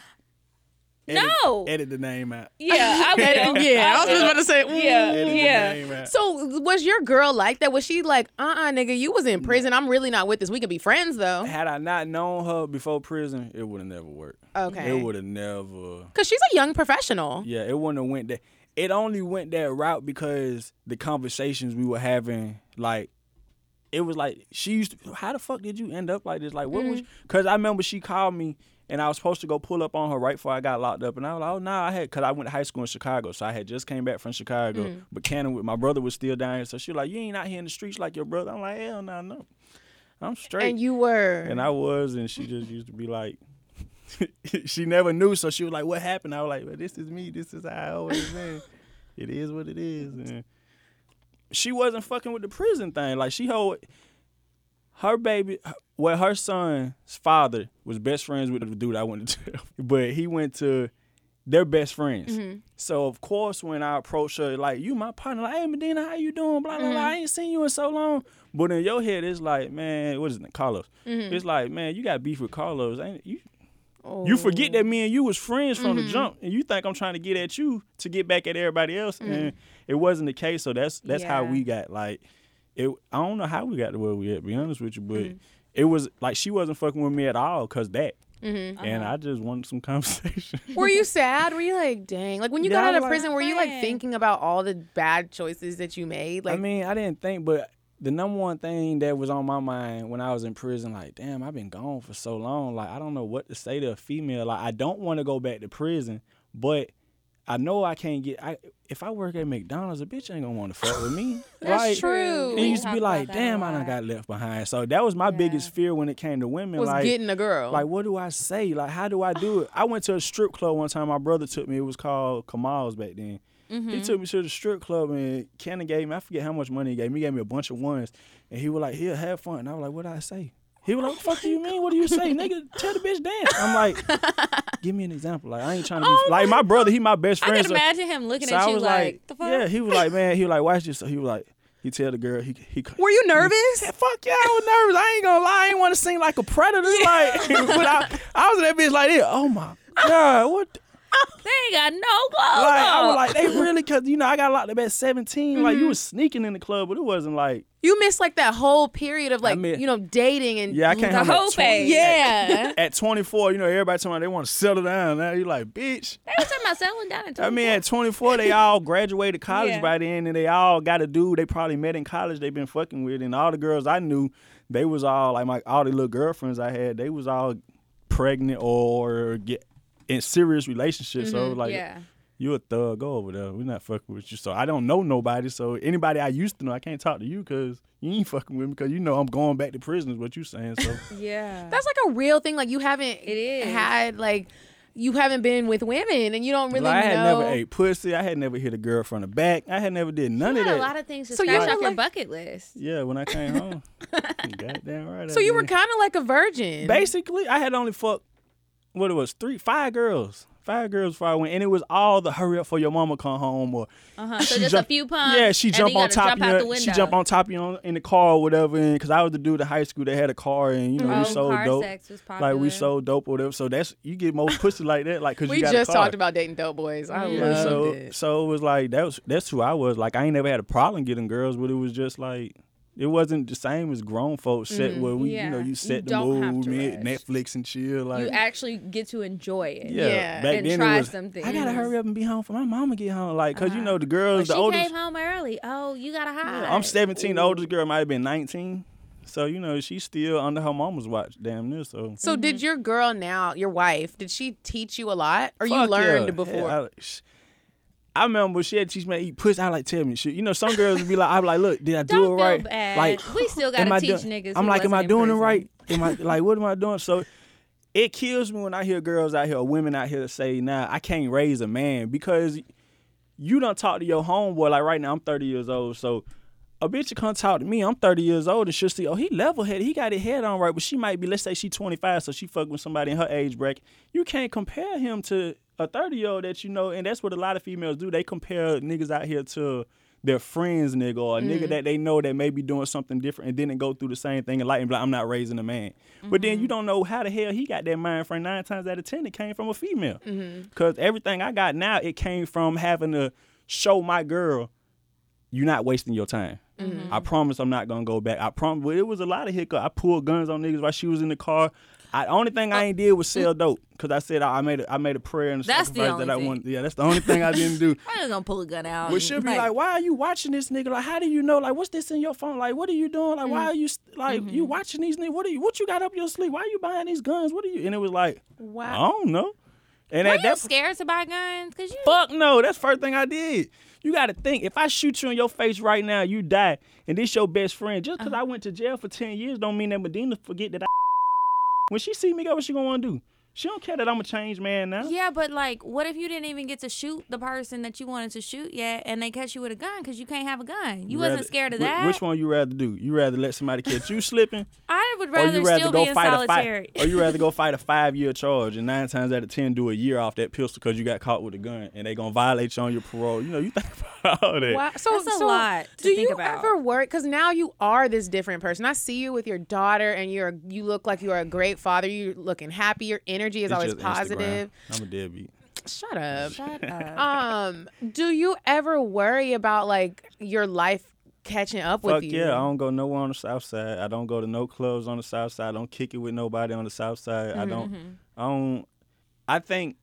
Speaker 6: Edit-
Speaker 3: no.
Speaker 6: Edit the name out.
Speaker 3: yeah, I will.
Speaker 2: yeah, I was just
Speaker 3: will.
Speaker 2: about to say. mm.
Speaker 3: Yeah,
Speaker 6: Edit the
Speaker 3: yeah.
Speaker 6: name out.
Speaker 2: So was your girl like that? Was she like, uh, uh nigga, you was in prison. I'm really not with this. We could be friends though.
Speaker 6: Had I not known her before prison, it would have never worked.
Speaker 2: Okay.
Speaker 6: It would have never.
Speaker 2: Cause she's a young professional.
Speaker 6: Yeah, it wouldn't have went that. It only went that route because the conversations we were having, like, it was like she used. To, How the fuck did you end up like this? Like, what was? Because I remember she called me. And I was supposed to go pull up on her right before I got locked up, and I was like, "Oh nah, I had," cause I went to high school in Chicago, so I had just came back from Chicago. But Cannon, with my brother, was still down here, so she was like, "You ain't out here in the streets like your brother." I'm like, "Hell no, no, I'm straight."
Speaker 2: And you were.
Speaker 6: And I was, and she just used to be like, she never knew, so she was like, "What happened?" I was like, "Well, this is me. This is how I always been. it is what it is." And she wasn't fucking with the prison thing. Like she hold her baby, well, her son's father was best friends with the dude I went to jail, but he went to they're best friends. So of course, when I approach her, like you, my partner, like, hey Medina, how you doing? Blah blah blah. I ain't seen you in so long. But in your head, it's like, man, what is it, Carlos? It's like, man, you got beef with Carlos. Ain't you? You forget that me and you was friends from the jump, and you think I'm trying to get at you to get back at everybody else, and it wasn't the case. So that's that's how
Speaker 2: Yeah.
Speaker 6: we got like, it. I don't know how we got to where we at. Be honest with you, but it was like she wasn't fucking with me at all because that, and I just wanted some conversation.
Speaker 2: Were you sad? Were you like, dang? Like when you
Speaker 6: Yeah,
Speaker 2: got
Speaker 6: I
Speaker 2: out of
Speaker 6: was like,
Speaker 2: prison, were you like
Speaker 3: dang.
Speaker 2: thinking about all the bad choices that you made? Like,
Speaker 6: I mean, I didn't think, but the number one thing that was on my mind when I was in prison, like, damn, I've been gone for so long. Like, I don't know what to say to a female. Like, I don't want to go back to prison, but I know I can't get. I if I work at McDonald's, a bitch ain't gonna want to fuck with me.
Speaker 3: That's
Speaker 6: like,
Speaker 2: true.
Speaker 3: true.
Speaker 6: It
Speaker 2: We
Speaker 6: used to be like, damn, I done got left behind. So that was my biggest fear when it came to women.
Speaker 2: was
Speaker 6: like,
Speaker 2: getting a girl.
Speaker 3: Oh.
Speaker 6: like, what do I say? Like, how do I do it? I went to a strip club one time. My brother took me. It was called Kamal's back then.
Speaker 3: Mm-hmm.
Speaker 6: He took me to the strip club and Cannon gave me, I forget how much money he gave me. He gave me a bunch of ones. And he was like, here, have fun. And I was like, what do I say? He was like, what the fuck do you mean? What do you say? Nigga, tell the bitch dance. I'm like, give me an example. Like, I ain't trying to be, like, my brother, he my best
Speaker 3: Oh I
Speaker 6: friend.
Speaker 3: could
Speaker 6: so-
Speaker 3: imagine him looking
Speaker 6: so
Speaker 3: at
Speaker 6: I
Speaker 3: you
Speaker 6: was
Speaker 3: like, the fuck?
Speaker 6: yeah, he was like, man, he was like, watch this. So he was like, he tell the girl, he, he,
Speaker 2: were you nervous?
Speaker 6: yeah, fuck yeah, I was nervous. I ain't gonna lie, I ain't want to sing like a predator. Like, but I, I was in that bitch like, this. oh my god, what? the-
Speaker 3: They ain't got no clothes.
Speaker 6: Like, I was
Speaker 3: on.
Speaker 6: like, they really, cause you know, I got locked up at 17. Like,
Speaker 3: Mm-hmm.
Speaker 6: you was sneaking in the club, but it wasn't like,
Speaker 2: You missed like that whole period of like,
Speaker 6: mean-
Speaker 2: you know, dating and
Speaker 6: yeah, I can't.
Speaker 3: Mm, the
Speaker 6: I'm at
Speaker 3: whole
Speaker 6: 20
Speaker 3: phase.
Speaker 2: yeah.
Speaker 6: At 24, you know, everybody talking about they want to settle down. Now you like, bitch.
Speaker 3: they were talking about settling down and
Speaker 6: I mean, at 24, they all graduated college
Speaker 3: Yeah.
Speaker 6: by then, and they all got a dude they probably met in college they've been fucking with. And all the girls I knew, they was all like my all the little girlfriends I had, they was all pregnant or get in serious relationships. so like,
Speaker 3: Mm-hmm. yeah.
Speaker 6: you a thug, go over there. We're not fucking with you. So I don't know nobody. So anybody I used to know, I can't talk to you because you ain't fucking with me because you know I'm going back to prison. Is what you saying? So
Speaker 3: yeah.
Speaker 2: That's like a real thing. Like you haven't
Speaker 3: It is.
Speaker 2: had like you haven't been with women and you don't really
Speaker 6: Like, I had
Speaker 2: know.
Speaker 6: never ate pussy. I had never hit a girl from the back. I had never did none
Speaker 3: you
Speaker 6: of
Speaker 3: had
Speaker 6: that.
Speaker 3: a lot of things to
Speaker 2: So you
Speaker 3: scratch
Speaker 2: were
Speaker 3: off your
Speaker 2: like-
Speaker 3: bucket list.
Speaker 6: Yeah, when I came home. Goddamn right.
Speaker 2: so you were kind of like a virgin.
Speaker 6: basically I had only fucked what it was three five girls. Five girls before I went, and it was all the hurry up for your mama come home or
Speaker 3: Uh-huh. So just a few pumps.
Speaker 6: yeah, she
Speaker 3: and
Speaker 6: jump
Speaker 3: then you
Speaker 6: on
Speaker 3: gotta
Speaker 6: top
Speaker 3: jump out
Speaker 6: of
Speaker 3: the
Speaker 6: you. She
Speaker 3: window.
Speaker 6: jump on top of you on- in the car or whatever. And because I was the dude in high school that had a car, and you know
Speaker 3: Oh,
Speaker 6: we sold
Speaker 3: car
Speaker 6: dope,
Speaker 3: sex was
Speaker 6: like we
Speaker 3: popular.
Speaker 6: sold dope or whatever. So that's you get most pussy like that, like because
Speaker 2: we
Speaker 6: you got
Speaker 2: just
Speaker 6: a car.
Speaker 2: talked about dating dope boys. I
Speaker 6: Yeah,
Speaker 2: loved
Speaker 6: so
Speaker 2: it.
Speaker 6: so it was like that was that's who I was. Like I ain't never had a problem getting girls, but it was just like it wasn't the same as grown folks set where we you know
Speaker 3: Mm-hmm. Yeah.
Speaker 6: you
Speaker 3: You
Speaker 6: set the
Speaker 3: don't have
Speaker 6: mood,
Speaker 3: to
Speaker 6: me-
Speaker 3: rush.
Speaker 6: Netflix and chill. Like
Speaker 3: You actually get to enjoy it.
Speaker 6: yeah,
Speaker 2: Yeah.
Speaker 6: back
Speaker 3: And
Speaker 6: then
Speaker 3: try
Speaker 6: it was,
Speaker 3: some
Speaker 6: I gotta
Speaker 3: things. Uh-huh.
Speaker 6: hurry up and be home for my mama get home. Like cause you know the girls,
Speaker 3: She
Speaker 6: the oldest.
Speaker 3: came home early. Oh, you gotta hide.
Speaker 6: I'm 17. The oldest girl might have been 19. So, you know, she's still under her mama's watch, damn near. So,
Speaker 2: So
Speaker 3: Mm-hmm.
Speaker 2: did your girl now, your wife, did she teach you a lot? Or you
Speaker 6: Fuck
Speaker 2: learned
Speaker 6: yeah.
Speaker 2: before?
Speaker 6: Yeah, I, sh- I remember she had teach me to eat pussy. I like tell me shit. You know, some girls would be like, I'm like, look, did I do
Speaker 3: Don't
Speaker 6: it
Speaker 3: feel
Speaker 6: right?
Speaker 3: bad.
Speaker 6: Like,
Speaker 3: We still gotta
Speaker 6: am I
Speaker 3: teach
Speaker 6: doing-
Speaker 3: niggas
Speaker 6: I'm
Speaker 3: who
Speaker 6: like, am
Speaker 3: wasn't
Speaker 6: I
Speaker 3: in
Speaker 6: doing it
Speaker 3: prison.
Speaker 6: right? Am I like, what am I doing? So, it kills me when I hear girls out here, or women out here, that say, "Nah, I can't raise a man because you don't talk to your homeboy." Like right now, I'm 30 years old, so a bitch will come talk to me. I'm 30 years old, and she'll see, "Oh, he level headed. He got his head on right." But she might be, let's say, she 25, so she fuck with somebody in her age bracket. You can't compare him to a 30 year old that you know, and that's what a lot of females do. They compare niggas out here to. Their friends, nigga, or a nigga that they know that may be doing something different and didn't go through the same thing and like, and be like, I'm not raising a man. But then you don't know how the hell he got that mind frame. Nine times out of ten, it came from a female. Because everything I got now, it came from having to show my girl, you're not wasting your time.
Speaker 3: Mm-hmm.
Speaker 6: I promise I'm not gonna go back. I promise. But it was a lot of hiccup. I pulled guns on niggas while she was in the car. I only thing I ain't did was sell dope because I said I I made a, I made a prayer and a
Speaker 3: That's the
Speaker 6: sacrifice
Speaker 3: only
Speaker 6: that I
Speaker 3: thing. Oh,
Speaker 6: wanted. Yeah, that's the only thing I didn't do.
Speaker 3: I'm just gonna pull a gun out.
Speaker 6: But
Speaker 3: and,
Speaker 6: she'll be like, "Why are you watching this nigga? Like, how do you know? Like, what's this in your phone? Like, what are you doing? Like,
Speaker 3: Mm.
Speaker 6: why are you st- like you
Speaker 3: Mm-hmm.
Speaker 6: watching these niggas? What are you? What you got up your sleeve? Why are you buying these guns? What are you?" And it was like, "Wow, I don't know." And
Speaker 3: Were
Speaker 6: at
Speaker 3: you
Speaker 6: that
Speaker 3: scared to buy guns? Cause you
Speaker 6: fuck no, that's first thing I did. You got to think if I shoot you in your face right now, you die, and this your best friend. Just
Speaker 3: Uh-huh.
Speaker 6: because I went to jail for ten years, don't mean that Medina forget that I. When she see me go, what she gonna want to do? She don't care that I'm a changed man now.
Speaker 3: Yeah, but like, what if you didn't even get to shoot the person that you wanted to shoot yet, and they catch you with a gun because you can't have a gun? You
Speaker 6: Rather-
Speaker 3: wasn't scared of
Speaker 6: whi-
Speaker 3: that.
Speaker 6: Which one you rather do? You rather let somebody catch you slipping,
Speaker 3: I would
Speaker 6: or
Speaker 3: rather,
Speaker 6: you rather
Speaker 3: still
Speaker 6: go
Speaker 3: be in
Speaker 6: fight
Speaker 3: solitary.
Speaker 6: a fight, or you rather go fight a five year charge and nine times out of ten do a year off that pistol because you got caught with a gun and they gonna violate you on your parole. You know, you think about all that.
Speaker 2: Wow. So,
Speaker 3: That's a
Speaker 2: so
Speaker 3: lot to
Speaker 2: do
Speaker 3: think
Speaker 2: you
Speaker 3: about.
Speaker 2: ever worry? Because now you are this different person. I see you with your daughter, and you're you look like you are a great father. You're looking happy. Your energy is
Speaker 6: It's
Speaker 2: always
Speaker 6: just Instagram.
Speaker 2: positive.
Speaker 6: I'm a deadbeat.
Speaker 2: Shut up.
Speaker 3: Shut up.
Speaker 2: um, do you ever worry about like your life catching up with
Speaker 6: Fuck
Speaker 2: you?
Speaker 6: yeah, I don't go nowhere on the south side. I don't go to no clubs on the south side. I don't kick it with nobody on the south side. I
Speaker 2: Mm-hmm.
Speaker 6: don't I don't I think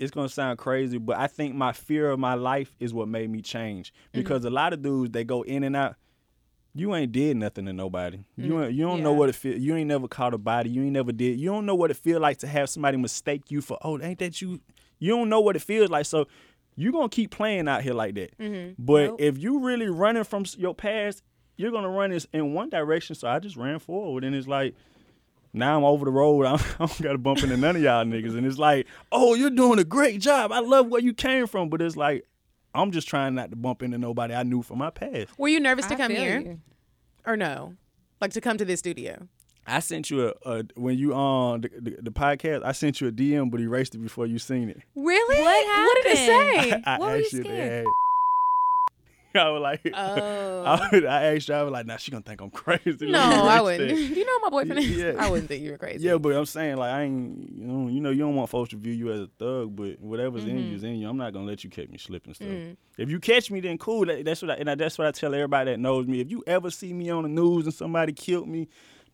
Speaker 6: it's gonna sound crazy, but I think my fear of my life is what made me change. Because a lot of dudes they go in and out. You ain't did nothing to nobody. You ain't, you don't know
Speaker 3: Yeah.
Speaker 6: what it feel. You ain't never caught a body. You ain't never did. You don't know what it feel like to have somebody mistake you for. Oh, ain't that you? You don't know what it feels like. So you gonna keep playing out here like that. But if you really running from s- your past, you're gonna run this in one direction. So I just ran forward, and it's like now I'm over the road. I don't got to bump into none of y'all niggas. And it's like, oh, you're doing a great job. I love where you came from. But it's like, I'm just trying not to bump into nobody I knew from my past.
Speaker 2: Were you nervous to
Speaker 3: I
Speaker 2: come
Speaker 3: feel
Speaker 2: here
Speaker 3: you.
Speaker 2: or no? Like to come to this studio?
Speaker 6: I sent you a, a when you on the, the, the podcast. I sent you a DM, but erased it before you seen it.
Speaker 3: Really? What happened?
Speaker 2: What did it say?
Speaker 6: I
Speaker 3: What were you
Speaker 6: asked you to
Speaker 3: scared?
Speaker 6: add- I was like,
Speaker 3: Oh.
Speaker 6: I, would- I asked you. I was like, nah, she gonna think I'm crazy.
Speaker 2: No, I wouldn't. you know my boyfriend is?
Speaker 6: Yeah.
Speaker 2: I wouldn't think you were crazy.
Speaker 6: Yeah, but I'm saying like I ain't you know you know you don't want folks to view you as a thug, but whatever's in you is in you. I'm not gonna let you catch me slipping stuff. If you catch me, then cool. That- that's what I, and I, that's what I tell everybody that knows me. If you ever see me on the news and somebody killed me.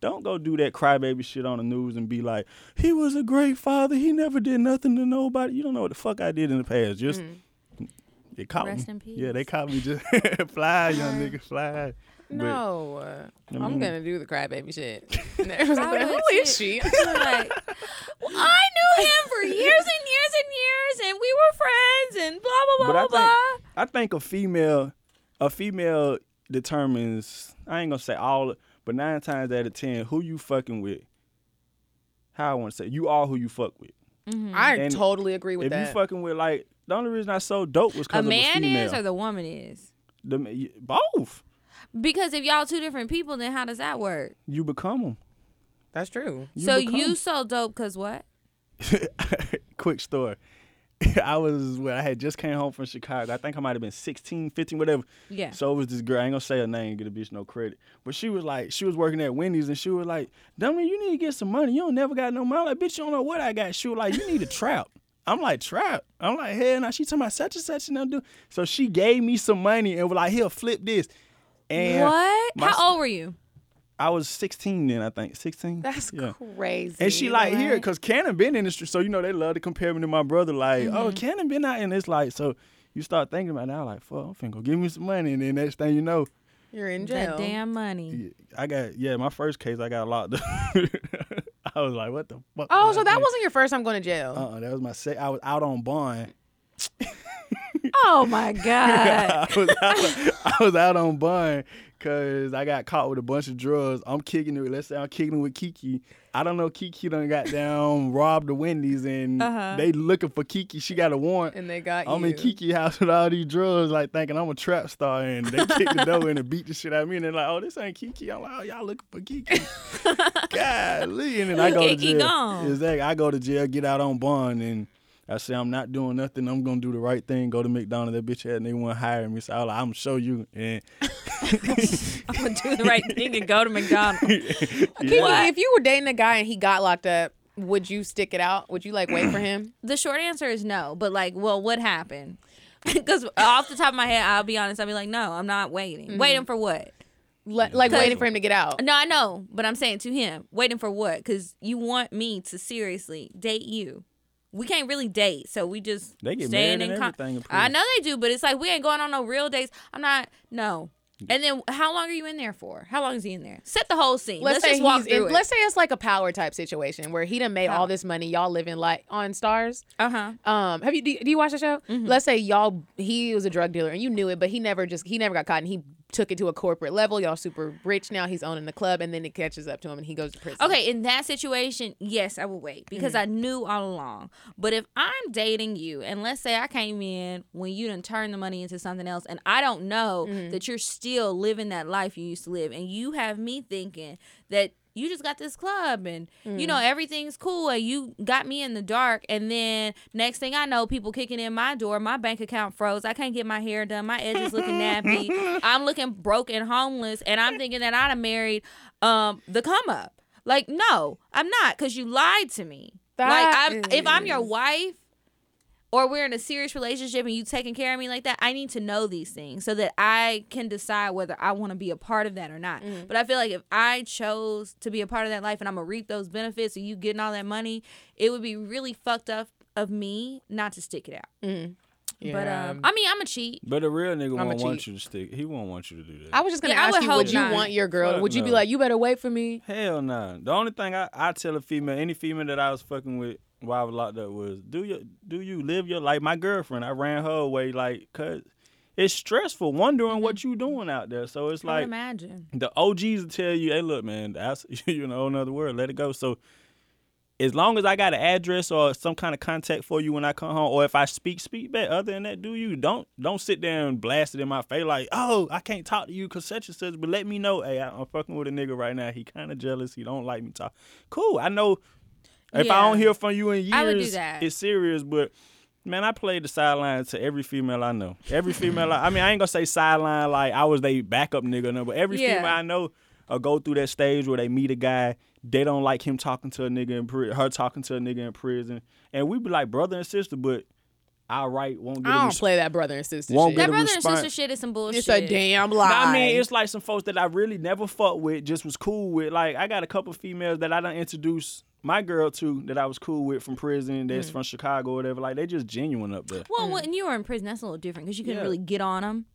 Speaker 6: Don't go do that crybaby shit on the news and be like, he was a great father. He never did nothing to nobody. You don't know what the fuck I did in the past. Just, they caught
Speaker 3: Rest
Speaker 6: me.
Speaker 3: in peace.
Speaker 6: Yeah, they caught me just fly, young nigga, fly. But-
Speaker 2: No, I'm
Speaker 6: mean-
Speaker 2: gonna do the crybaby shit. And everyone's
Speaker 3: I
Speaker 2: like,
Speaker 3: would
Speaker 2: Who is
Speaker 3: too.
Speaker 2: she?
Speaker 3: I feel like, "Well, I knew him for years and years and years, and we were friends, and blah blah blah
Speaker 6: but I
Speaker 3: blah blah.
Speaker 6: think I think a female a female determines I ain't gonna say all but nine times out of ten who you fucking with. How I wanna say you are who you fuck with.
Speaker 2: I
Speaker 6: Mm-hmm. And
Speaker 2: totally agree with
Speaker 6: if
Speaker 2: that.
Speaker 6: you fucking with like the only reason I so dope was
Speaker 3: A
Speaker 6: because of a
Speaker 3: man
Speaker 6: female.
Speaker 3: is or the woman is.
Speaker 6: The ma- y- both.
Speaker 3: Because if y'all two different people, then how does that work?
Speaker 6: You become them.
Speaker 2: That's true.
Speaker 6: You
Speaker 3: so
Speaker 6: become
Speaker 3: you so dope because what?
Speaker 6: quick story. I was when I had just came home from Chicago. I think I might have been 16, 15, whatever.
Speaker 3: Yeah.
Speaker 6: So it was this girl. I ain't gonna say her name, get a bitch no credit. But she was like, she was working at Wendy's and she was like, Dummy, you need to get some money. You don't never got no money. Like, bitch, you don't know what I got. She was like, You need a trap. I'm like, trap. I'm like, hell now. She talking about such and such and I'm doing. So she gave me some money and was like, here, flip this. And
Speaker 3: What?
Speaker 6: my s-
Speaker 3: how old were you?
Speaker 6: I was 16 then, I think. 16?
Speaker 2: That's
Speaker 6: Yeah.
Speaker 2: crazy.
Speaker 6: And she like here because Cannon been in the street, so you know they love to compare me to my brother. Like,
Speaker 2: Mm-hmm.
Speaker 6: oh, Cannon been out in this like, so you start thinking about now, like, fuck, I'm finna go give me some money, and then next thing you know,
Speaker 2: you're in jail.
Speaker 3: That damn money.
Speaker 6: I got yeah, my first case I got locked. up. I was like, what the fuck?
Speaker 2: Oh,
Speaker 6: was I
Speaker 2: so that
Speaker 6: thinking?
Speaker 2: wasn't your first time going to jail.
Speaker 6: Uh-uh, that was my sec. I was out on bond.
Speaker 3: Oh my god.
Speaker 6: I was out, I was out on bond because I got caught with a bunch of drugs. I'm kicking it. Let's say I'm kicking it with Kiki. I don't know. Kiki done got down, robbed the Wendy's, and they looking for Kiki. She got a warrant.
Speaker 2: Uh-huh. and they got
Speaker 6: I'm
Speaker 2: you.
Speaker 6: in Kiki house with all these drugs, like thinking I'm a trap star, and they kick the door in and beat the shit out of me, and they're like, "Oh, this ain't Kiki." I'm like, "Oh, y'all looking for Kiki?" Golly, and then I go
Speaker 3: Kiki
Speaker 6: to jail.
Speaker 3: gone.
Speaker 6: Exactly, I go to jail, get out on bond, and I say I'm not doing nothing. I'm gonna do the right thing. Go to McDonald's. That bitch had and they want to hire me, so I was like, "I'm gonna show you." And
Speaker 3: I'm gonna do the right thing and go to McDonald's.
Speaker 2: Kiki, if you were dating a guy and he got locked up, would you stick it out? Would you like wait for him?
Speaker 3: The short answer is no, but like, well, what happened? Because off the top of my head, I'll be honest. I'll be like, no, I'm not waiting. Waiting for what?
Speaker 2: Le- like waiting for him to get out.
Speaker 3: No, I know, but I'm saying to him, waiting for what? Because you want me to seriously date you. We can't really date, so we just
Speaker 6: They get
Speaker 3: staying
Speaker 6: married
Speaker 3: in
Speaker 6: and
Speaker 3: con-
Speaker 6: everything approved.
Speaker 3: I know they do, but it's like we ain't going on no real dates. I'm not. No. And then how long are you in there for? How long is he in there? Set the whole scene. Let's,
Speaker 2: say
Speaker 3: just walk
Speaker 2: he's in-
Speaker 3: through it.
Speaker 2: Let's say it's like a power type situation where he done made all this money. Y'all living like on stars.
Speaker 3: uh huh.
Speaker 2: Um, have you do, do you watch the show? Let's say y'all he was a drug dealer and you knew it, but he never just he never got caught and he took it to a corporate level. Y'all super rich now. He's owning the club, and then it catches up to him, and he goes to prison.
Speaker 3: Okay, in that situation, yes, I would wait because I knew all along. But if I'm dating you, and let's say I came in when you done turned the money into something else, and I don't know that you're still living that life you used to live, and you have me thinking that you just got this club and you know everything's cool and you got me in the dark and then next thing i know people kicking in my door my bank account froze i can't get my hair done my edges looking nappy i'm looking broke and homeless and i'm thinking that i'd have married um the come up like no i'm not because you lied to me like
Speaker 2: That
Speaker 3: i'm if i'm your wife or we're in a serious relationship and you taking care of me like that, I need to know these things so that I can decide whether I want to be a part of that or not.
Speaker 2: Mm.
Speaker 3: But I feel like if I chose to be a part of that life and I'm gonna reap those benefits and you getting all that money, it would be really fucked up of me not to stick it out.
Speaker 2: Mm.
Speaker 3: But um, I mean, I'm a cheat.
Speaker 6: But a real nigga
Speaker 2: a
Speaker 6: won't want
Speaker 2: cheat.
Speaker 6: you to stick. He won't want you to do that.
Speaker 2: I was just gonna
Speaker 3: Yeah, I
Speaker 2: ask
Speaker 3: would
Speaker 2: you, would
Speaker 3: hope
Speaker 2: you
Speaker 3: not.
Speaker 2: want your girl?
Speaker 6: Fuck
Speaker 2: would you be
Speaker 6: no.
Speaker 2: like, you better wait for me?
Speaker 6: Hell nah. The only thing I, I tell a female, any female that I was fucking with while I was locked up was, do your do you live your like my girlfriend? I ran her away like cause it's stressful wondering what you doing out there. So it's
Speaker 3: I would
Speaker 6: like
Speaker 3: imagine.
Speaker 6: the OGs will tell you, hey, look, man, that's you in a whole nother world. Let it go. So as long as I got an address or some kind of contact for you when I come home, or if I speak, speak back. Other than that, do you don't don't sit there and blast it in my face like, oh, I can't talk to you because such and such. But let me know, hey, I- I'm fucking with a nigga right now. He kind of jealous. He don't like me talk. Cool, I know. If I
Speaker 3: Yeah.
Speaker 6: don't hear from you in years,
Speaker 3: I would do that.
Speaker 6: it's serious. But man, I played the sideline to every female I know. Every female, I, I mean, I ain't gonna say sideline like I was they backup nigga, no, but every
Speaker 3: Yeah.
Speaker 6: female I know will go through that stage where they meet a guy, they don't like him talking to a nigga in prison, her talking to a nigga in prison, and we be like brother and sister, but I right won't get. a
Speaker 2: I don't
Speaker 6: res-
Speaker 2: play that brother and sister
Speaker 6: Won't
Speaker 2: shit.
Speaker 6: get
Speaker 3: That
Speaker 6: a
Speaker 3: brother and sister
Speaker 6: response-
Speaker 3: shit is some bullshit.
Speaker 2: It's a damn lie.
Speaker 6: But I mean, it's like some folks that I really never fucked with, just was cool with. Like I got a couple females that I done introduced my girl to that I was cool with from prison,
Speaker 2: Mm.
Speaker 6: that's from Chicago or whatever. Like they just genuine up there.
Speaker 3: Well, when you were in prison, that's a little different because you couldn't
Speaker 6: Yeah.
Speaker 3: really get on them.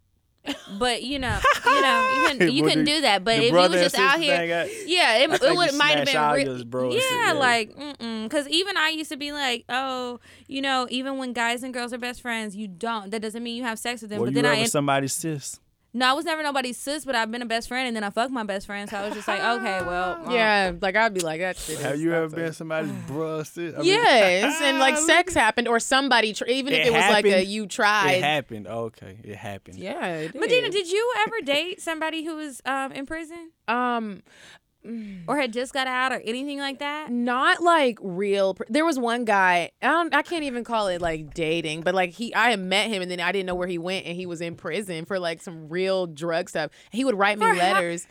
Speaker 3: But you know, you know, you couldn't, you
Speaker 6: But
Speaker 3: couldn't
Speaker 6: the-
Speaker 3: do that. But if
Speaker 6: the
Speaker 3: you
Speaker 6: brother
Speaker 3: was
Speaker 6: and
Speaker 3: just out
Speaker 6: sister
Speaker 3: here,
Speaker 6: thing, I-
Speaker 3: yeah, it,
Speaker 6: think
Speaker 3: it would
Speaker 6: you
Speaker 3: might have
Speaker 6: smash all
Speaker 3: been,
Speaker 6: yours,
Speaker 3: re-
Speaker 6: bro, and shit,
Speaker 3: yeah,
Speaker 6: yeah.
Speaker 3: like, mm because even I used to be like, oh, you know, even when guys and girls are best friends, you don't. That doesn't mean you have sex with them.
Speaker 6: Were
Speaker 3: but
Speaker 6: you
Speaker 3: then I
Speaker 6: ever
Speaker 3: en-
Speaker 6: somebody's sis?
Speaker 3: no, I was never nobody's sis, but I've been a best friend, and then I fucked my best friend, so I was just like, okay, well,
Speaker 6: Oh,
Speaker 3: uh,
Speaker 2: yeah, like I'd be like, that shit.
Speaker 6: Have
Speaker 2: is
Speaker 6: you ever
Speaker 2: fucked
Speaker 6: been
Speaker 2: up.
Speaker 6: somebody's bruh sis? I mean,
Speaker 2: Yes, and like sex happened, or somebody, tr- even if it was like a
Speaker 6: happened.
Speaker 2: you
Speaker 6: It
Speaker 2: tried.
Speaker 6: happened. Oh, Okay, it happened.
Speaker 2: Yeah, it
Speaker 3: Medina, did you ever date somebody who was um, in prison
Speaker 2: um
Speaker 3: or had just got out or anything like that?
Speaker 2: not like real. Pr- there was one guy. I don't. I can't even call it like dating, but like he, I had met him, and then I didn't know where he went, and he was in prison for like some real drug stuff. He would write me
Speaker 3: For how-
Speaker 2: letters.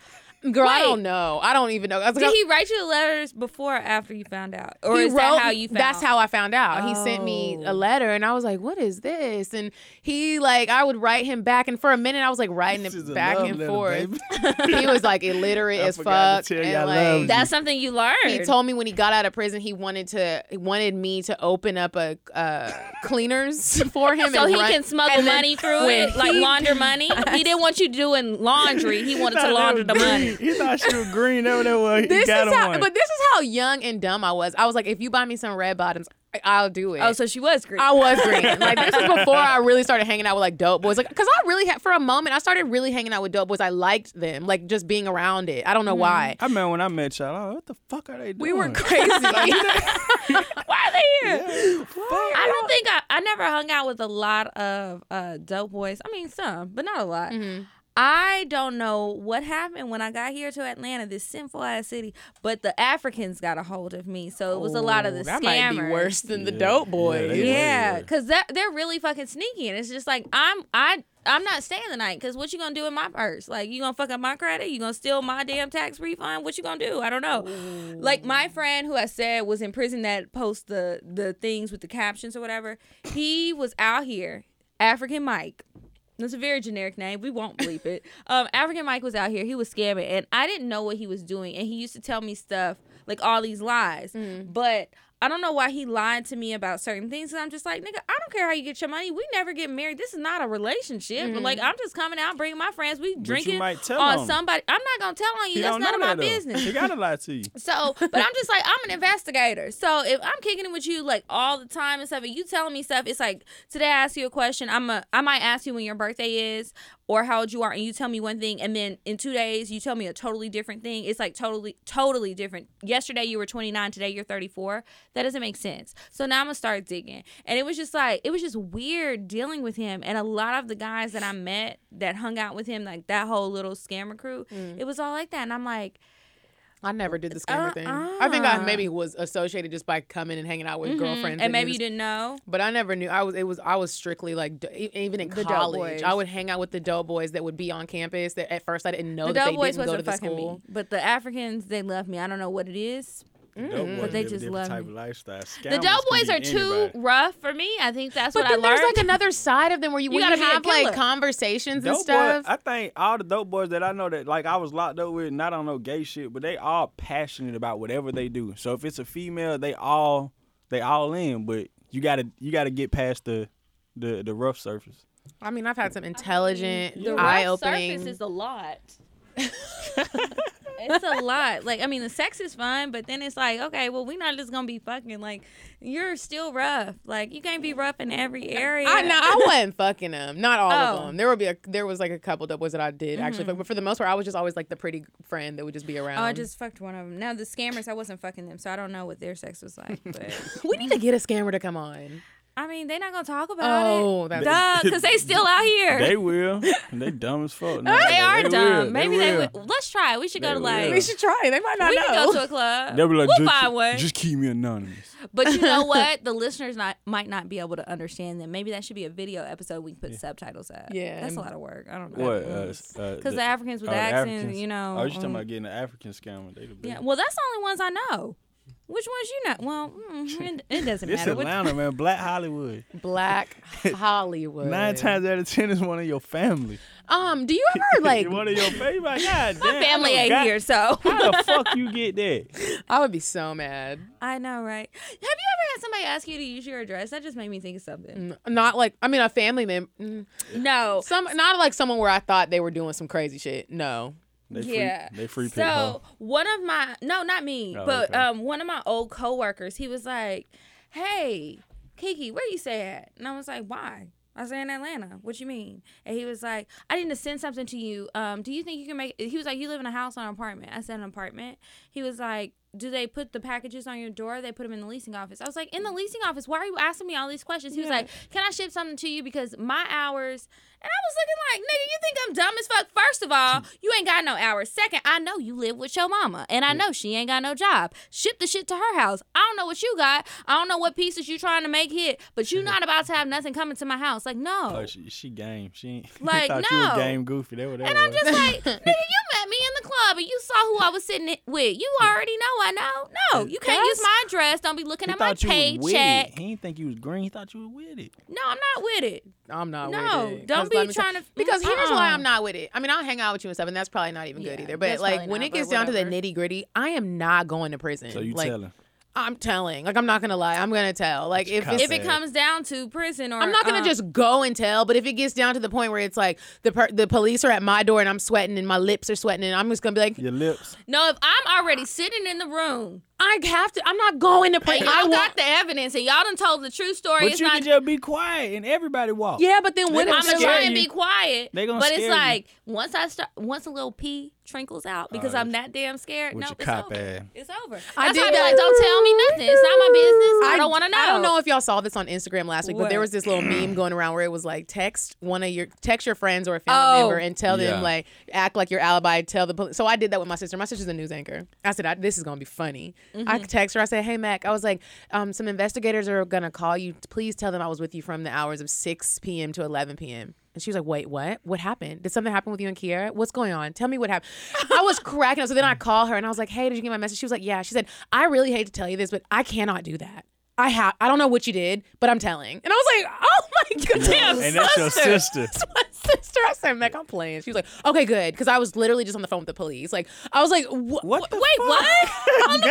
Speaker 2: Girl, I
Speaker 3: Wait.
Speaker 2: don't know. I don't even know. I was like,
Speaker 3: Did he write you the letters before or after you found out? Or
Speaker 2: he
Speaker 3: is
Speaker 2: wrote-
Speaker 3: that how you found Oh.
Speaker 2: That's how I found out. He sent me a letter and I was like, what is this? And he like I would write him back and for a minute I was like writing
Speaker 6: This is
Speaker 2: it
Speaker 6: a
Speaker 2: back
Speaker 6: love
Speaker 2: and
Speaker 6: letter,
Speaker 2: forth. he was like illiterate
Speaker 6: I
Speaker 2: as
Speaker 6: forgot
Speaker 2: fuck.
Speaker 6: to tell you I
Speaker 2: and
Speaker 6: love
Speaker 2: like
Speaker 6: you.
Speaker 3: That's something you learned.
Speaker 2: he told me when he got out of prison he wanted to he wanted me to open up a uh, cleaners for him
Speaker 3: so
Speaker 2: and
Speaker 3: he
Speaker 2: run-
Speaker 3: can smuggle
Speaker 2: and then
Speaker 3: money through
Speaker 2: when
Speaker 3: it, like
Speaker 2: he-
Speaker 3: launder money. He didn't want you doing laundry. He wanted to launder the money.
Speaker 6: He thought she was green. That was that was- he
Speaker 2: This
Speaker 6: got
Speaker 2: is
Speaker 6: him
Speaker 2: how,
Speaker 6: one.
Speaker 2: but this is how young and dumb I was. I was like, if you buy me some red bottoms, I- I'll do it.
Speaker 3: Oh, so she was green.
Speaker 2: I was green. Like this is before I really started hanging out with like dope boys. Like because I really had for a moment I started really hanging out with dope boys. I liked them. Like just being around it. I don't
Speaker 3: Mm-hmm.
Speaker 2: know why.
Speaker 6: I remember when I met y'all. I was like, what the fuck are they doing?
Speaker 2: We were crazy.
Speaker 3: Why are they here? I don't think I, I never hung out with a lot of uh, dope boys. I mean, some, but not a lot.
Speaker 2: Mm-hmm.
Speaker 3: I don't know what happened when I got here to Atlanta, this sinful ass city, but the Africans got a hold of me. So it was a lot of the
Speaker 2: Oh, that
Speaker 3: scammers.
Speaker 2: might be worse than the dope boys.
Speaker 6: they-
Speaker 3: Yeah,
Speaker 6: Word.
Speaker 3: because that they're really fucking sneaky, and it's just like I'm I I'm not staying the night. Because what you gonna do in my purse? Like you gonna fuck up my credit? You gonna steal my damn tax refund? What you gonna do? I don't know. Like my friend who I said was in prison that posts the the things with the captions or whatever. He was out here, African Mike. That's a very generic name. We won't bleep it. Um, African Mike was out here. He was scamming, and I didn't know what he was doing. And he used to tell me stuff like all these lies. But I don't know why he lied to me about certain things. And I'm just like, nigga, I don't care how you get your money. We never get married. This is not a relationship. But like, I'm just coming out, bringing my friends. We drinking
Speaker 6: might tell
Speaker 3: on
Speaker 6: him.
Speaker 3: somebody. I'm not gonna tell on you.
Speaker 6: He
Speaker 3: That's
Speaker 6: don't
Speaker 3: none of
Speaker 6: know
Speaker 3: my
Speaker 6: that, though.
Speaker 3: business.
Speaker 6: He gotta lie to you.
Speaker 3: So, but I'm just like, I'm an investigator. So if I'm kicking it with you like all the time and stuff, and you telling me stuff, it's like today I ask you a question. I'm a, I might ask you when your birthday is or how old you are, and you tell me one thing, and then in two days you tell me a totally different thing. It's like totally, totally different. Yesterday you were 29, today you're 34. That doesn't make sense. So now I'm gonna start digging, and it was just like it was just weird dealing with him, and a lot of the guys that I met that hung out with him, like that whole little scammer crew,
Speaker 2: Mm.
Speaker 3: it was all like that, and I'm like.
Speaker 2: I never did the
Speaker 3: uh,
Speaker 2: scammer thing. I think I maybe was associated just by coming and hanging out with girlfriends.
Speaker 3: ah. Mm-hmm. and maybe
Speaker 2: it was-
Speaker 3: you didn't know.
Speaker 2: But I never knew. I was it was I was strictly like d- e- even in
Speaker 3: The dope
Speaker 2: college.
Speaker 3: boys.
Speaker 2: I would hang out with the dope boys that would be on campus. That at first I didn't know
Speaker 3: The
Speaker 2: that they
Speaker 3: dope boys
Speaker 2: didn't go to
Speaker 3: wasn't
Speaker 2: the
Speaker 3: fucking
Speaker 2: school.
Speaker 3: me, but the Africans they love me. I don't know what it is.
Speaker 6: But
Speaker 3: they just love
Speaker 6: type
Speaker 3: me.
Speaker 6: of lifestyle.
Speaker 3: The dope boys are too rough for me. I think that's what I
Speaker 2: there's
Speaker 3: learned.
Speaker 2: like another side of them where you,
Speaker 3: You
Speaker 2: when you
Speaker 3: gotta be a
Speaker 2: have like
Speaker 3: killer.
Speaker 2: conversations and
Speaker 6: Dope boy,
Speaker 2: stuff.
Speaker 6: I think all the dope boys that I know that like I was locked up with, not on no gay shit, but they all passionate about whatever they do. So if it's a female, they all they all in, but you gotta you gotta get past the the, the rough surface.
Speaker 2: I, mean, I've had some intelligent,
Speaker 3: the rough
Speaker 2: eye-opening.
Speaker 3: surface is a lot. it's a lot. Like I mean, the sex is fun, but then it's like, okay, well, we're not just gonna be fucking. Like you're still rough. Like you can't be rough in every area.
Speaker 2: I know I wasn't fucking them. Not all of
Speaker 3: Oh. Mm-hmm.
Speaker 2: them. There would be a there was like a couple dope boys that I did actually, fuck, but for the most part, I was just always like the pretty friend that would just be around.
Speaker 3: Oh, I just fucked one of them. Now the scammers, I wasn't fucking them, so I don't know what their sex was like. But
Speaker 2: we need to get a scammer to come on.
Speaker 3: I mean, they're not gonna talk about
Speaker 2: Oh,
Speaker 3: it.
Speaker 2: that's-
Speaker 3: duh, because they still out here.
Speaker 6: They will. and they dumb as fuck.
Speaker 3: Er. They are dumb.
Speaker 6: Will.
Speaker 3: Maybe they,
Speaker 6: will.
Speaker 3: would. Let's try. it. We should go
Speaker 6: They
Speaker 3: to
Speaker 6: will.
Speaker 3: like.
Speaker 6: We
Speaker 3: We,
Speaker 6: should
Speaker 2: try. They might not
Speaker 3: can go to a club.
Speaker 6: They'll be like,
Speaker 3: we'll
Speaker 6: just,
Speaker 3: find one.
Speaker 6: just keep me anonymous.
Speaker 3: But you know what? The listeners not might not be able to understand them. Maybe that should be a video episode. We can put subtitles up.
Speaker 2: Yeah,
Speaker 3: that's a
Speaker 2: and-
Speaker 3: lot of work. I don't know.
Speaker 6: What? Because uh,
Speaker 3: Because the Africans with
Speaker 6: oh, the
Speaker 3: accents,
Speaker 6: Africans.
Speaker 3: you know.
Speaker 6: Oh, you talking
Speaker 3: um,
Speaker 6: about getting an African scammer? They the best.
Speaker 3: Yeah. Well, that's the only ones I know. Which ones you know? Well, mm, it, it doesn't
Speaker 6: It's
Speaker 3: matter. What-
Speaker 6: Atlanta, man. Black Hollywood.
Speaker 2: Black Hollywood.
Speaker 6: Nine times out of ten, it's one of your family.
Speaker 2: Um, do you ever like?
Speaker 6: one of your family. Like, God damn, I
Speaker 3: Family
Speaker 6: don't
Speaker 3: ain't
Speaker 6: got-
Speaker 3: here, so
Speaker 6: How the fuck you get that?
Speaker 2: I would be so mad.
Speaker 3: I know, right? Have you ever had somebody ask you to use your address? That just made me think of something.
Speaker 2: Not like I mean a family member.
Speaker 3: No,
Speaker 2: Some not like someone where I thought they were doing some crazy shit. No.
Speaker 6: They
Speaker 3: yeah.
Speaker 6: Free, they free
Speaker 3: So
Speaker 6: pick, huh?
Speaker 3: one of my no, not me,
Speaker 6: Oh,
Speaker 3: but
Speaker 6: okay.
Speaker 3: um, one of my old coworkers, he was like, "Hey, Kiki, where you stay at?" And I was like, "Why?" I was in Atlanta. What you mean? And he was like, I need to send something to you. Um, do you think you can make? He was like, you live in a house or an apartment. I said an apartment. He was like, do they put the packages on your door? They put them in the leasing office. I was like, in the leasing office. Why are you asking me all these questions? He was like, can I ship something to you because my hours? And I was looking like, nigga, you think I'm dumb as fuck? First of all, you ain't got no hours. Second, I know you live with your mama, and I know she ain't got no job. Ship the shit to her house. I don't know what you got. I don't know what pieces you trying to make hit, but you not about to have nothing coming to my house. Like no.
Speaker 6: Oh, she, she game. She ain't
Speaker 3: Like,
Speaker 6: thought you
Speaker 3: no.
Speaker 6: were game goofy. That what that
Speaker 3: And I'm
Speaker 6: was.
Speaker 3: just like, nigga, you met me in the club and you saw who I was sitting it with. You already know I know. No, you can't use my address. Don't be looking
Speaker 6: he
Speaker 3: at my
Speaker 6: thought you was with
Speaker 3: paycheck.
Speaker 6: it. He didn't think you was green. He thought you was with it.
Speaker 3: No, I'm not with it.
Speaker 2: I'm not
Speaker 3: No,
Speaker 2: with it.
Speaker 3: don't
Speaker 2: 'Cause
Speaker 3: be
Speaker 2: let me tell-
Speaker 3: trying to-
Speaker 2: Because here's why
Speaker 3: Uh-uh.
Speaker 2: I'm not with it. I mean, I'll hang out with you and stuff, and that's probably not even good
Speaker 3: Yeah,
Speaker 2: either. But
Speaker 3: that's
Speaker 2: like
Speaker 3: probably
Speaker 2: when
Speaker 3: not,
Speaker 2: it gets
Speaker 3: but
Speaker 2: down to the
Speaker 3: whatever.
Speaker 2: nitty gritty, I am not going to prison.
Speaker 6: So you
Speaker 2: like,
Speaker 6: telling?
Speaker 2: I'm telling. Like I'm not gonna lie. I'm gonna tell. Like if
Speaker 6: kinda
Speaker 2: it's
Speaker 3: If it
Speaker 6: Sad.
Speaker 3: comes down to prison or
Speaker 2: I'm not gonna
Speaker 3: uh,
Speaker 2: just go and tell, but if it gets down to the point where it's like the per- the police are at my door and I'm sweating and my lips are sweating and I'm just gonna be like,
Speaker 6: Your lips.
Speaker 3: No, if I'm already sitting in the room
Speaker 2: I have to. I'm not going to prison.
Speaker 3: and
Speaker 2: I
Speaker 3: y'all
Speaker 2: want.
Speaker 3: got the evidence and y'all done told the true story,
Speaker 6: But
Speaker 3: it's
Speaker 6: you
Speaker 3: not
Speaker 6: can just be quiet and everybody walk.
Speaker 2: Yeah, but then what?
Speaker 6: They
Speaker 2: if
Speaker 6: gonna
Speaker 3: I'm
Speaker 2: they're
Speaker 3: gonna
Speaker 6: scare
Speaker 3: try
Speaker 2: like-
Speaker 3: and
Speaker 6: you.
Speaker 3: be quiet.
Speaker 6: They gonna
Speaker 3: but it's
Speaker 6: scare you.
Speaker 3: like once I start, once a little pee trinkles out because I'm that damn scared.
Speaker 6: Oh, With
Speaker 3: no,
Speaker 6: your
Speaker 3: it's
Speaker 6: cop
Speaker 3: over.
Speaker 6: ass.
Speaker 3: It's over. That's
Speaker 2: I
Speaker 3: why I
Speaker 2: did
Speaker 3: be
Speaker 2: that.
Speaker 3: like, don't tell me nothing. It's not my business. I, don't want to know.
Speaker 2: I don't know if y'all saw this on Instagram last week, but there
Speaker 3: What?
Speaker 2: was this little meme going around where it was like text one of your text your friends or a family
Speaker 3: Oh.
Speaker 2: member and tell
Speaker 6: Yeah.
Speaker 2: them like act like your alibi. Tell the police. So I did that with my sister. My sister's a news anchor. I said I, this is gonna be funny. I text her. I said, Hey Mac. I was like, um, some investigators are gonna call you. Please tell them I was with you from the hours of 6 p.m. to 11 p.m. And she was like, "Wait, what? What happened? Did something happen with you and Kiara? What's going on? Tell me what happened." I was cracking up. So then I call her and I was like, "Hey, did you get my message?" She was like, "Yeah." She said, "I really hate to tell you this, but I cannot do that." I have I don't know what you did, but I'm telling. And I was like, oh my god, damn,
Speaker 6: And that's your sister.
Speaker 2: That's my sister. I said, Mac, I'm playing. She was like, okay, good. Because I was literally just on the phone with the police. Like, I was like, what?
Speaker 6: What the
Speaker 3: Wait,
Speaker 6: fuck?
Speaker 3: what? On the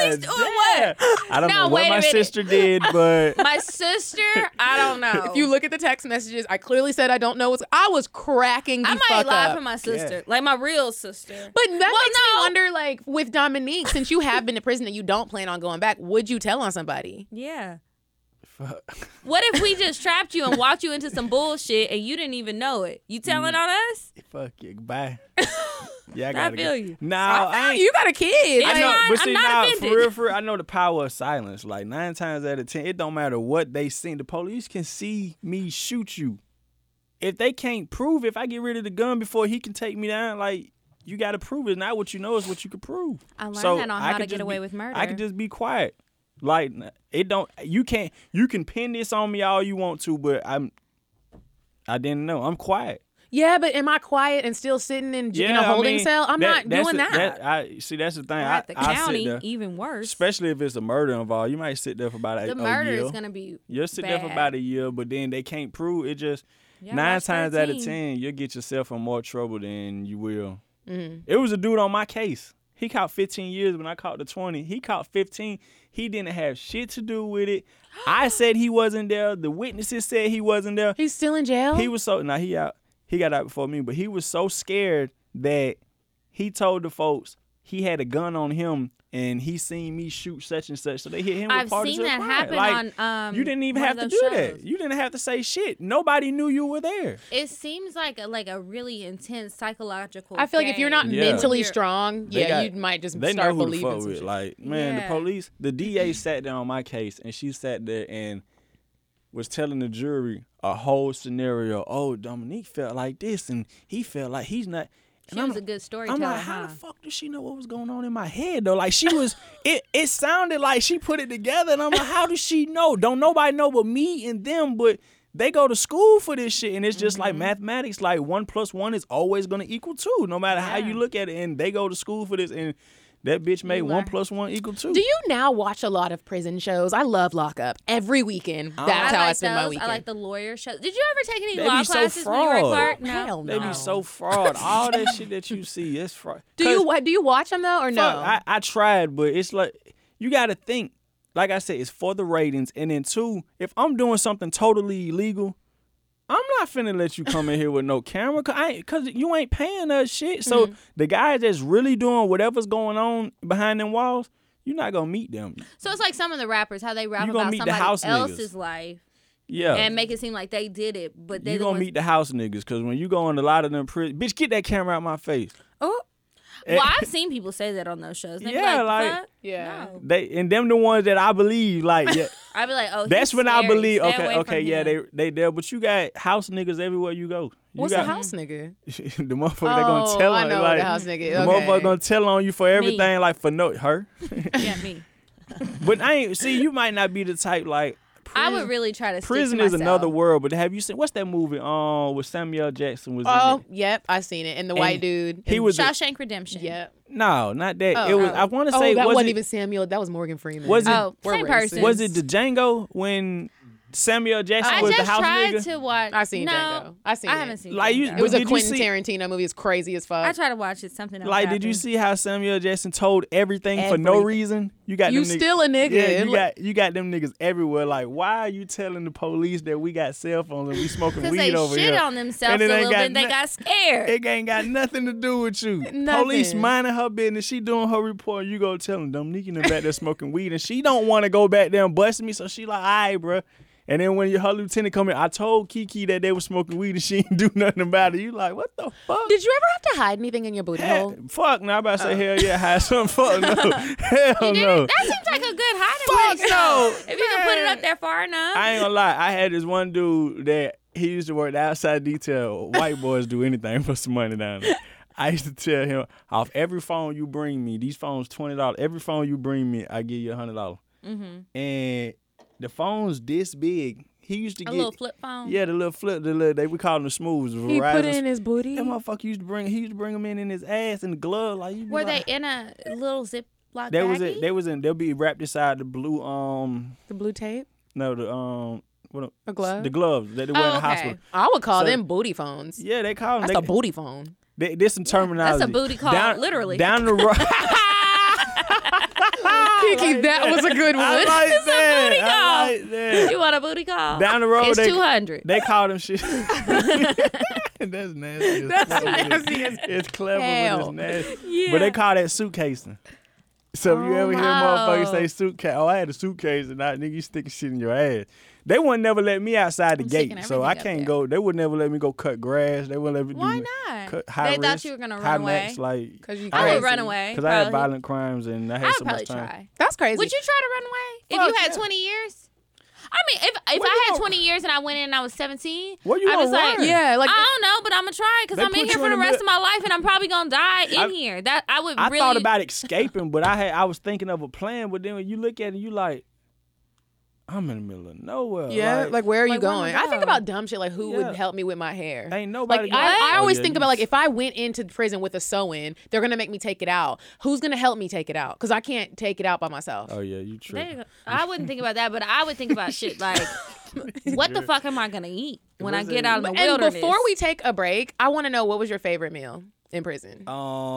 Speaker 3: phone with the police doing
Speaker 6: God
Speaker 3: what?
Speaker 6: damn. I don't
Speaker 3: Now,
Speaker 6: know what
Speaker 3: wait a
Speaker 6: my
Speaker 3: minute.
Speaker 6: sister did, but
Speaker 3: My sister, I don't know.
Speaker 2: If you look at the text messages, I clearly said I don't know what's. I was cracking the
Speaker 3: I
Speaker 2: fuck
Speaker 3: might lie
Speaker 2: up.
Speaker 3: for my sister, like my real sister.
Speaker 2: But that
Speaker 3: Well,
Speaker 2: makes me
Speaker 3: no.
Speaker 2: wonder, like, with Dominique, since you have been to prison and you don't plan on going back, would you tell on somebody?
Speaker 3: yeah. What if we just trapped you and walked you into some bullshit and you didn't even know it? You telling
Speaker 6: Mm.
Speaker 3: on us?
Speaker 6: fuck you, bye. Yeah, I
Speaker 3: I
Speaker 6: gotta
Speaker 3: feel
Speaker 6: get-
Speaker 3: you.
Speaker 6: Nah, I, ain't.
Speaker 2: Ah, You got a kid.
Speaker 3: It's
Speaker 6: I know,
Speaker 3: fine.
Speaker 6: but
Speaker 3: I'm
Speaker 6: see,
Speaker 3: not
Speaker 6: now
Speaker 3: offended.
Speaker 6: for real, for real, I know the power of silence. Like nine times out of ten, it don't matter what they see. The police can see me shoot you. If they can't prove, if I get rid of the gun before he can take me down, like you got to prove it. Not what you know is what you can prove.
Speaker 3: I learned
Speaker 6: so
Speaker 3: that on How
Speaker 6: I could
Speaker 3: to Get
Speaker 6: just
Speaker 3: Away
Speaker 6: be-
Speaker 3: with
Speaker 6: I
Speaker 3: Murder.
Speaker 6: can just be quiet. Like n- it don't. You can't. You can pin this on me all you want to, but I'm. I didn't know. I'm quiet.
Speaker 2: Yeah, but am I quiet and still sitting in, j- in
Speaker 6: I
Speaker 2: a holding
Speaker 6: mean,
Speaker 2: cell? I'm
Speaker 6: that-
Speaker 2: not
Speaker 6: that's
Speaker 2: doing
Speaker 6: the-
Speaker 2: that.
Speaker 6: I see. That's the thing.
Speaker 3: Or
Speaker 6: I,
Speaker 3: at the
Speaker 6: I sit
Speaker 3: county,
Speaker 6: there.
Speaker 3: even worse.
Speaker 6: Especially if it's a murder involved, you might sit there for about a,
Speaker 3: the
Speaker 6: a
Speaker 3: murder
Speaker 6: year.
Speaker 3: is gonna be.
Speaker 6: Oh, You'll sit there for
Speaker 3: bad.
Speaker 6: about a year, but then they can't prove it. Just nine
Speaker 3: watch
Speaker 6: times out of
Speaker 3: 13.
Speaker 6: ten, you'll get yourself in more trouble than you will.
Speaker 3: Mm-hmm.
Speaker 6: It was a dude on my case. He caught 15 years when I caught the 20. He caught 15. He didn't have shit to do with it. I said he wasn't there. The witnesses said he wasn't there.
Speaker 2: He's still in jail.
Speaker 3: Oh.
Speaker 6: He was so now he out. He got out before me, but he was so scared that he told the folks he had a gun on him and he seen me shoot such and such. So they hit him.
Speaker 3: I've
Speaker 6: with parties
Speaker 3: seen
Speaker 6: of
Speaker 3: that
Speaker 6: crime.
Speaker 3: happen
Speaker 6: Like,
Speaker 3: on, um,
Speaker 6: you didn't even
Speaker 3: one
Speaker 6: have
Speaker 3: of
Speaker 6: to do
Speaker 3: those
Speaker 6: that.
Speaker 3: shows.
Speaker 6: You didn't have to say shit. Nobody knew you were there.
Speaker 3: It seems like a, like a really intense psychological.
Speaker 2: I feel like if you're not
Speaker 3: game.
Speaker 6: Yeah.
Speaker 2: mentally
Speaker 3: You're-
Speaker 2: strong,
Speaker 6: They
Speaker 2: yeah,
Speaker 6: got-
Speaker 2: you might just
Speaker 6: they
Speaker 2: start
Speaker 6: know who to
Speaker 2: believing
Speaker 6: fuck
Speaker 2: some
Speaker 6: with.
Speaker 2: shit.
Speaker 6: Like man,
Speaker 3: Yeah.
Speaker 6: the police, the DA sat down on my case and she sat there and was telling the jury a whole scenario. Oh, Dominique felt like this and he felt like he's not. And
Speaker 3: She was a good
Speaker 6: I'm
Speaker 3: storyteller,
Speaker 6: like, how the
Speaker 3: huh?
Speaker 6: fuck does she know what was going on in my head though? Like she was, it it sounded like she put it together, and I'm like, how does she know? Don't nobody know but me and them, but they go to school for this shit, and it's just
Speaker 2: Mm-hmm.
Speaker 6: like mathematics. Like one plus one is always gonna equal two, no matter how you look at it. And they go to school for this, and that bitch made one plus one equal two.
Speaker 2: Do you now watch a lot of prison shows? I love Lock Up. Every weekend, that's
Speaker 3: I
Speaker 2: how
Speaker 3: like
Speaker 2: Oh, I spend
Speaker 3: those.
Speaker 2: my weekend.
Speaker 3: I like the lawyer show. Did you ever take any
Speaker 6: They
Speaker 3: law
Speaker 6: be so
Speaker 3: classes when you were at
Speaker 6: fraud.
Speaker 3: Clark? No.
Speaker 2: Hell
Speaker 6: They
Speaker 2: no.
Speaker 6: be so fraud. All that shit that you see, it's fraud.
Speaker 2: do you wa- do you watch them though or no?
Speaker 6: Fuck, I, I tried, but it's like you got to think. Like I said, it's for the ratings, and then two, if I'm doing something totally illegal, I'm not finna let you come in here with no camera, cause, I ain't, cause you ain't paying us shit. So
Speaker 3: Mm-hmm.
Speaker 6: the guys that's really doing whatever's going on behind them walls, you're not gonna meet them.
Speaker 3: So it's like some of the rappers, how they rap
Speaker 6: You gonna
Speaker 3: about
Speaker 6: meet the
Speaker 3: somebody
Speaker 6: house niggas.
Speaker 3: else's life
Speaker 6: Yeah,
Speaker 3: and make it seem like they did it, but they
Speaker 6: you
Speaker 3: the
Speaker 6: gonna
Speaker 3: ones-
Speaker 6: meet the house niggas, cause when you go in a lot of them prison, bitch, get that camera out my face.
Speaker 2: oh,
Speaker 3: Well, I've seen people say that on those shows. They
Speaker 6: Eh. Yeah,
Speaker 3: be like,
Speaker 6: like-
Speaker 3: "Fuck,
Speaker 2: Yeah.
Speaker 3: no."
Speaker 6: They and them the ones that I believe, like yeah.
Speaker 3: I'd be like, oh, he's
Speaker 6: That's when I
Speaker 3: scary.
Speaker 6: believe.
Speaker 3: Stay away
Speaker 6: okay,
Speaker 3: from
Speaker 6: okay, yeah,
Speaker 3: him.
Speaker 6: they they there, but you got house niggas everywhere you go. You
Speaker 2: what's
Speaker 6: got
Speaker 2: a house nigga?
Speaker 6: the motherfucker that gonna
Speaker 2: Oh,
Speaker 6: tell
Speaker 2: I
Speaker 6: on
Speaker 2: know
Speaker 6: like
Speaker 2: the house nigga.
Speaker 6: the
Speaker 2: Okay.
Speaker 6: motherfucker gonna tell on you for everything, like for no her.
Speaker 3: yeah, me.
Speaker 6: but I ain't see you might not be the type like.
Speaker 3: I
Speaker 6: Prison,
Speaker 3: would really try to. stick to
Speaker 6: prison is another
Speaker 3: myself.
Speaker 6: world. But have you seen what's that movie? Um, with Samuel Jackson was
Speaker 2: Oh,
Speaker 6: in it.
Speaker 2: yep, I seen it. And the white
Speaker 6: And
Speaker 2: dude.
Speaker 6: He
Speaker 2: and-
Speaker 6: was a-
Speaker 3: Shawshank Redemption.
Speaker 2: Yep.
Speaker 6: no, not that. it was. I want to
Speaker 2: Oh,
Speaker 6: say
Speaker 2: that
Speaker 6: was
Speaker 2: wasn't
Speaker 6: it,
Speaker 2: even Samuel. That was Morgan Freeman.
Speaker 6: Was it-
Speaker 3: Oh,
Speaker 2: We're
Speaker 3: same
Speaker 2: racist.
Speaker 3: person.
Speaker 6: was it the Django when Samuel Jackson
Speaker 3: I
Speaker 6: was
Speaker 3: just
Speaker 6: the house
Speaker 3: tried
Speaker 6: nigga?
Speaker 3: to watch.
Speaker 2: I seen
Speaker 3: no,
Speaker 2: Django. I seen
Speaker 3: I
Speaker 2: it.
Speaker 3: haven't seen.
Speaker 6: Like, you-
Speaker 3: Django.
Speaker 2: It was a
Speaker 6: Did you
Speaker 2: Quentin
Speaker 6: see-
Speaker 2: Tarantino movie. It's crazy as fuck.
Speaker 3: I try to watch it. Something. else
Speaker 6: Like, did you
Speaker 3: happened.
Speaker 6: see how Samuel Jackson told everything, for no
Speaker 2: Everything.
Speaker 6: reason? You got
Speaker 2: You
Speaker 6: them niggas-
Speaker 2: still a nigga.
Speaker 6: Yeah, you
Speaker 2: Look-
Speaker 6: got you got them niggas everywhere. Like, why are you telling the police that we got cell phones and we smoking
Speaker 3: Because
Speaker 6: weed
Speaker 3: they
Speaker 6: over
Speaker 3: shit
Speaker 6: here?
Speaker 3: on themselves
Speaker 6: And
Speaker 3: a
Speaker 6: it ain't
Speaker 3: little bit.
Speaker 6: got
Speaker 3: and They
Speaker 6: no-
Speaker 3: got scared.
Speaker 6: It ain't got nothing to do with you. Police
Speaker 2: Nothing.
Speaker 6: minding her business. She doing her report. You go telling Dominique in the back there smoking weed, and she don't want to go back there and bust me. So she like, all right, bro. And then when your her lieutenant come in, I told Kiki that they were smoking weed, and she didn't do nothing about it. You like, what the fuck?
Speaker 2: Did you ever have to hide anything in your booty
Speaker 6: Hell,
Speaker 2: hole?
Speaker 3: Oh.
Speaker 6: Fuck no, I'm about to say hell yeah, hide some fuck no. hell
Speaker 3: Did
Speaker 6: no.
Speaker 3: it? That seems like a good hiding place.
Speaker 6: Fuck no.
Speaker 3: though. If you can put it up there far enough.
Speaker 6: I ain't gonna lie, I had this one dude that he used to work the outside detail. White boys do anything for some money down there. I used to tell him, off every phone you bring me, these phones twenty dollars. Every phone you bring me, I give you a hundred dollars.
Speaker 3: Mm-hmm.
Speaker 6: And the phone's this big. He used
Speaker 3: a
Speaker 6: to get
Speaker 3: little flip phone.
Speaker 6: Yeah, the little flip, the little they we call them the smooths.
Speaker 2: He
Speaker 6: Verizon
Speaker 2: put it in his booty.
Speaker 6: That motherfucker used to bring. He used to bring them in in his ass and the glove. Like you be
Speaker 3: Were
Speaker 6: like,
Speaker 3: they in a little Ziploc
Speaker 6: They was
Speaker 3: baggie?
Speaker 6: it. They was in. They'll be wrapped inside the blue. Um,
Speaker 2: The blue tape.
Speaker 6: no, the um, what
Speaker 2: A glove?
Speaker 6: The gloves that they wear in
Speaker 3: Oh,
Speaker 6: the hospital.
Speaker 2: I would call
Speaker 6: So-
Speaker 2: them booty phones.
Speaker 6: Yeah, they call them.
Speaker 2: That's
Speaker 6: They,
Speaker 2: a booty phone.
Speaker 6: they- there's some terminology.
Speaker 3: booty call,
Speaker 6: down,
Speaker 3: literally.
Speaker 6: Down the road.
Speaker 2: Kiki, that was a good
Speaker 6: I
Speaker 2: one.
Speaker 6: like that. I
Speaker 3: call.
Speaker 6: like that.
Speaker 3: You want a booty call?
Speaker 6: Down the road,
Speaker 3: it's
Speaker 6: they-
Speaker 3: two hundred.
Speaker 6: They call them shit. That's nasty. That's
Speaker 2: nasty as
Speaker 6: It's clever,
Speaker 2: hell.
Speaker 6: but it's nasty. But they call that suitcasing. So if you ever
Speaker 3: Oh,
Speaker 6: hear motherfuckers say suitcase, oh, I had a suitcase and I nigga, you sticking shit in your ass. They wouldn't never let me outside the
Speaker 3: sticking
Speaker 6: gate,
Speaker 3: everything
Speaker 6: so I
Speaker 3: up
Speaker 6: can't
Speaker 3: there.
Speaker 6: go. They would never let me go cut grass. They wouldn't let me.
Speaker 3: Why
Speaker 6: do
Speaker 3: not?
Speaker 6: Cut, high
Speaker 3: They thought
Speaker 6: risk,
Speaker 3: you were gonna
Speaker 6: high
Speaker 3: run
Speaker 6: max, like
Speaker 2: Cause you
Speaker 3: I would
Speaker 2: crazy.
Speaker 3: run away.
Speaker 6: because I had
Speaker 3: probably.
Speaker 6: violent crimes and I had
Speaker 3: I
Speaker 6: so
Speaker 3: would probably
Speaker 6: much time.
Speaker 3: try.
Speaker 2: That's crazy.
Speaker 3: Would you try to run away if
Speaker 6: Fuck
Speaker 3: you had
Speaker 6: yeah.
Speaker 3: 20 years? I mean, if if
Speaker 6: Where you
Speaker 3: I had
Speaker 6: gonna-
Speaker 3: 20 years and I went in and I was 17,
Speaker 6: Where you
Speaker 3: I was
Speaker 6: gonna
Speaker 3: like,
Speaker 6: run?
Speaker 2: Yeah, like-
Speaker 3: I don't know, but I'm gonna try because
Speaker 6: They
Speaker 3: I'm in
Speaker 6: put
Speaker 3: here
Speaker 6: you
Speaker 3: for
Speaker 6: in
Speaker 3: the
Speaker 6: the
Speaker 3: rest
Speaker 6: mid-
Speaker 3: of my life and I'm probably gonna die in
Speaker 6: I-
Speaker 3: here. That I would
Speaker 6: I
Speaker 3: really
Speaker 6: thought about escaping, but I had I was thinking of a plan. But then when you look at it, you like, I'm in the middle of nowhere.
Speaker 2: Yeah, like, where are you
Speaker 3: like, where am I
Speaker 2: going? I think
Speaker 3: going?
Speaker 2: about dumb shit like who
Speaker 6: Yeah.
Speaker 2: would help me with my hair.
Speaker 6: Ain't nobody
Speaker 2: Like
Speaker 6: gonna-
Speaker 2: I, I
Speaker 6: Oh,
Speaker 2: always
Speaker 6: yeah,
Speaker 2: think
Speaker 6: you-
Speaker 2: about like if I went into prison with a sew-in, they're gonna make me take it out. Who's gonna help me take it out? Because I can't take it out by myself.
Speaker 6: oh yeah, you true.
Speaker 3: There you go. I wouldn't think about that, but I would think about shit like, what the fuck am I gonna eat when I
Speaker 6: was
Speaker 3: get
Speaker 6: a-
Speaker 3: out of the
Speaker 2: and
Speaker 3: wilderness?
Speaker 2: before we take a break, I want to know what was your favorite meal in prison?
Speaker 6: Uh,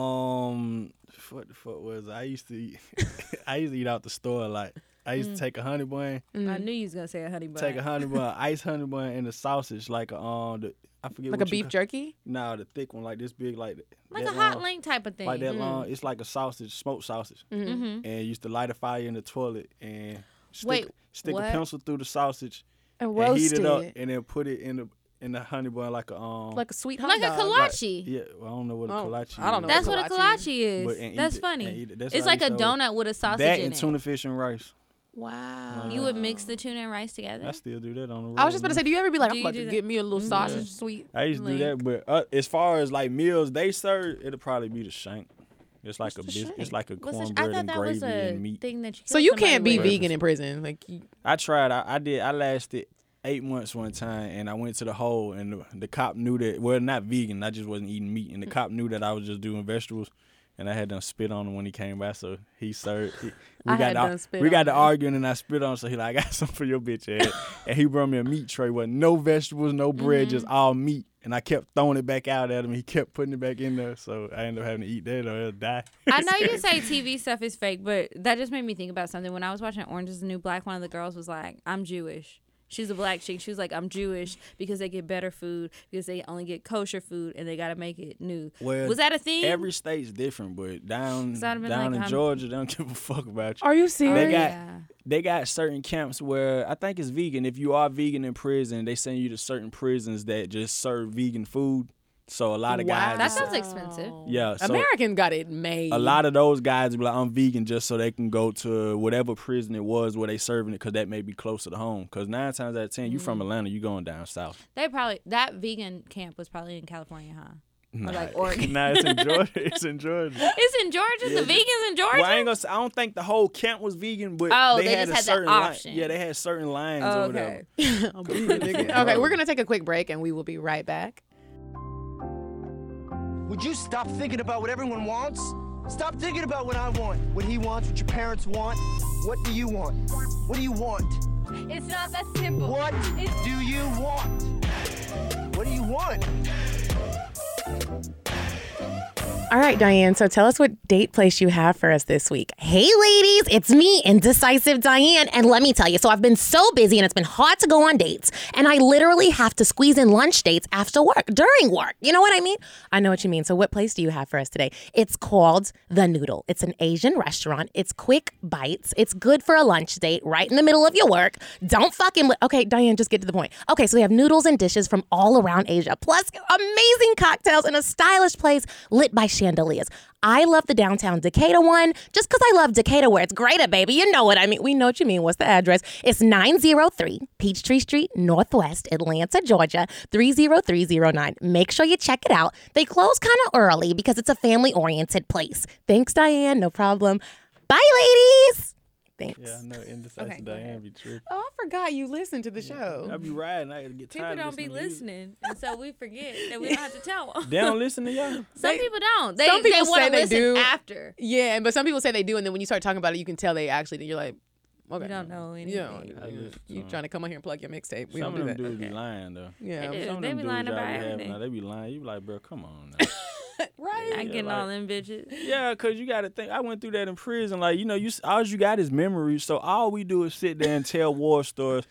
Speaker 6: Um, what the fuck was I used to? Eat, I used to eat out the store. Like I
Speaker 2: Mm.
Speaker 6: used to take a honey bun,
Speaker 3: I knew you was gonna say a honey bun.
Speaker 6: take a honey bun, ice honey bun, and a sausage like a um, the, I forget
Speaker 2: like a
Speaker 6: what you
Speaker 2: beef jerky?
Speaker 6: No, the thick one, like this big, like th-
Speaker 3: like
Speaker 6: that
Speaker 3: a hot
Speaker 6: long,
Speaker 3: link type of thing.
Speaker 6: like that long. It's like a sausage, smoked sausage,
Speaker 3: Mm-hmm.
Speaker 6: and you used to light a fire in the toilet and stick,
Speaker 3: Wait,
Speaker 6: stick
Speaker 3: what?
Speaker 6: a pencil through the sausage
Speaker 2: And
Speaker 6: and
Speaker 2: roast
Speaker 6: heat it up,
Speaker 2: it.
Speaker 6: and then put it in the in the honey bun like a um,
Speaker 2: Like a sweet hot
Speaker 3: like a
Speaker 2: dog.
Speaker 3: kolache.
Speaker 6: yeah, well, I don't know what a
Speaker 2: Oh,
Speaker 6: kolache.
Speaker 2: I don't know
Speaker 6: is.
Speaker 3: That's what a
Speaker 2: Kolache.
Speaker 3: kolache is.
Speaker 6: But- and eat
Speaker 3: That's
Speaker 6: it, and
Speaker 3: funny.
Speaker 6: eat it. That's
Speaker 3: it's
Speaker 6: how I
Speaker 3: like a
Speaker 6: used to always-
Speaker 3: donut with a sausage
Speaker 6: That
Speaker 3: in
Speaker 6: and
Speaker 3: it.
Speaker 6: tuna fish and rice.
Speaker 2: Wow.
Speaker 3: You would
Speaker 6: Uh,
Speaker 3: mix the tuna and rice together.
Speaker 6: I still do that on the road.
Speaker 2: I was just about to
Speaker 6: man.
Speaker 2: say, do you ever be like,
Speaker 3: Do
Speaker 2: I'm
Speaker 3: you
Speaker 2: about
Speaker 3: do
Speaker 2: to
Speaker 3: that? Mm-hmm.
Speaker 2: get me a little sausage sweet?
Speaker 6: I used to do that, but uh, as far as like meals they serve, it'll probably be the shank. It's like a bis- it's like a
Speaker 3: What's the-
Speaker 6: cornbread and gravy and meat.
Speaker 3: thing that you.
Speaker 2: So
Speaker 3: killed
Speaker 2: you
Speaker 3: somebody
Speaker 2: can't be
Speaker 3: with.
Speaker 6: Breakfast.
Speaker 2: vegan in prison. Like you-
Speaker 6: I tried. I, I did. I lasted eight months one time, and I went to the hole, and the, the cop knew that. Well, not vegan. I just wasn't eating meat, and the cop knew that I was just doing vegetables. And I had done spit on him when he came by, so he served. He, we
Speaker 2: I
Speaker 6: got
Speaker 2: had
Speaker 6: to,
Speaker 2: done spit
Speaker 6: we got
Speaker 2: on
Speaker 6: to
Speaker 2: him.
Speaker 6: arguing, and I spit on. him, So he like, I got something for your bitch ass, and he brought me a meat tray with no vegetables, no bread, just all meat. And I kept throwing it back out at him. He kept putting it back in there, so I ended up having to eat that or it'll die.
Speaker 3: I know you say TV stuff is fake, but that just made me think about something. When I was watching Orange Is the New Black, one of the girls was like, "I'm Jewish." She's a black chick. She was like, "I'm Jewish because they get better food because they only get kosher food and they gotta make it new."
Speaker 6: Well,
Speaker 3: was that a thing?
Speaker 6: Every state's different, but down
Speaker 3: So I'd have
Speaker 6: down
Speaker 3: been like,
Speaker 6: in
Speaker 3: I'm-
Speaker 6: Georgia, they don't give a fuck about you.
Speaker 2: are you
Speaker 6: They
Speaker 2: serious?
Speaker 6: got
Speaker 3: Oh, Yeah.
Speaker 6: they got certain camps where I think it's vegan. If you are vegan in prison, they send you to certain prisons that just serve vegan food. So a lot of guys,
Speaker 3: that
Speaker 6: just-
Speaker 3: sounds expensive.
Speaker 6: yeah, so
Speaker 2: American got it made.
Speaker 6: a lot of those guys be like, I'm vegan just so they can go to whatever prison it was where they serving it because that may be closer to home. Because nine times out of 10 you from
Speaker 3: Mm.
Speaker 6: Atlanta, you going down south.
Speaker 3: They probably that vegan camp was probably in California, huh? Or like Oregon.
Speaker 6: nah, it's in Georgia. It's in Georgia.
Speaker 3: It's in Georgia. the vegans in Georgia.
Speaker 6: Well, I ain't gonna. Say, I don't think the whole camp was vegan, but
Speaker 3: Oh,
Speaker 6: they,
Speaker 3: they
Speaker 6: had
Speaker 3: just
Speaker 6: a
Speaker 3: had that
Speaker 6: certain
Speaker 3: option.
Speaker 6: Line. Yeah, they had certain lines
Speaker 3: Oh,
Speaker 6: or
Speaker 3: okay.
Speaker 6: whatever.
Speaker 2: okay, we're gonna take a quick break and we will be right back.
Speaker 7: Would you stop thinking about what everyone wants? Stop thinking about what I want, what he wants, what your parents want. What do you want? What do you want?
Speaker 8: It's not that simple.
Speaker 7: What
Speaker 8: It's-
Speaker 7: do you want? What do you want?
Speaker 2: All right, Diane. So tell us what date place you have for us this week.
Speaker 9: Hey, ladies, it's me, Indecisive Diane. And let me tell you, so I've been so busy and it's been hard to go on dates. And I literally have to squeeze in lunch dates after work, during work. You know what I mean? I know what you mean. So, what place do you have for us today? It's called The Noodle. It's an Asian restaurant. It's quick bites. It's good for a lunch date right in the middle of your work. Don't fucking. Li- okay, Diane, just get to the point. Okay, so we have noodles and dishes from all around Asia, plus amazing cocktails in a stylish place lit by chandeliers. I love the downtown Decatur one just because I love Decatur where it's greater, baby. You know what I mean. We know what you mean. What's the address? It's 903 Peachtree Street, Northwest, Atlanta, Georgia, 30309. Make sure you check it out. They close kind of early because it's a family oriented place. Thanks, Diane. No problem. Bye, ladies. Thanks.
Speaker 6: Yeah, I know. Indecisive Diane be tripping.
Speaker 2: Oh, I forgot you listened to the show.
Speaker 6: I be riding. I get tired.
Speaker 3: People
Speaker 6: of
Speaker 3: don't be
Speaker 6: to music.
Speaker 3: listening, and so we forget that we don't have to tell them.
Speaker 6: They don't listen to y'all.
Speaker 3: Some people don't. They,
Speaker 2: some people
Speaker 3: they want
Speaker 2: say
Speaker 3: to
Speaker 2: they
Speaker 3: listen
Speaker 2: do.
Speaker 3: after.
Speaker 2: Yeah, and- but some people say they do, and then when you start talking about it, you can tell they actually. You're like, Okay.
Speaker 3: You don't know
Speaker 2: You don't
Speaker 3: anything.
Speaker 2: know anything. You trying to come on here and plug your mixtape? We
Speaker 6: Some
Speaker 2: don't do
Speaker 6: of them
Speaker 2: that.
Speaker 6: dudes be lying though.
Speaker 2: Yeah.
Speaker 3: They do.
Speaker 6: Some of
Speaker 3: They
Speaker 6: them
Speaker 3: be
Speaker 6: dudes
Speaker 3: lying
Speaker 6: y'all
Speaker 3: about
Speaker 6: be having
Speaker 3: everything.
Speaker 6: now, they be lying. You be like, bro, come on. Now.
Speaker 3: Right. I getting
Speaker 6: like-
Speaker 3: all them bitches.
Speaker 6: Yeah, cause you gotta think. I went through that in prison. Like you know, you s- all you got is memories. So all we do is sit there and tell war stories.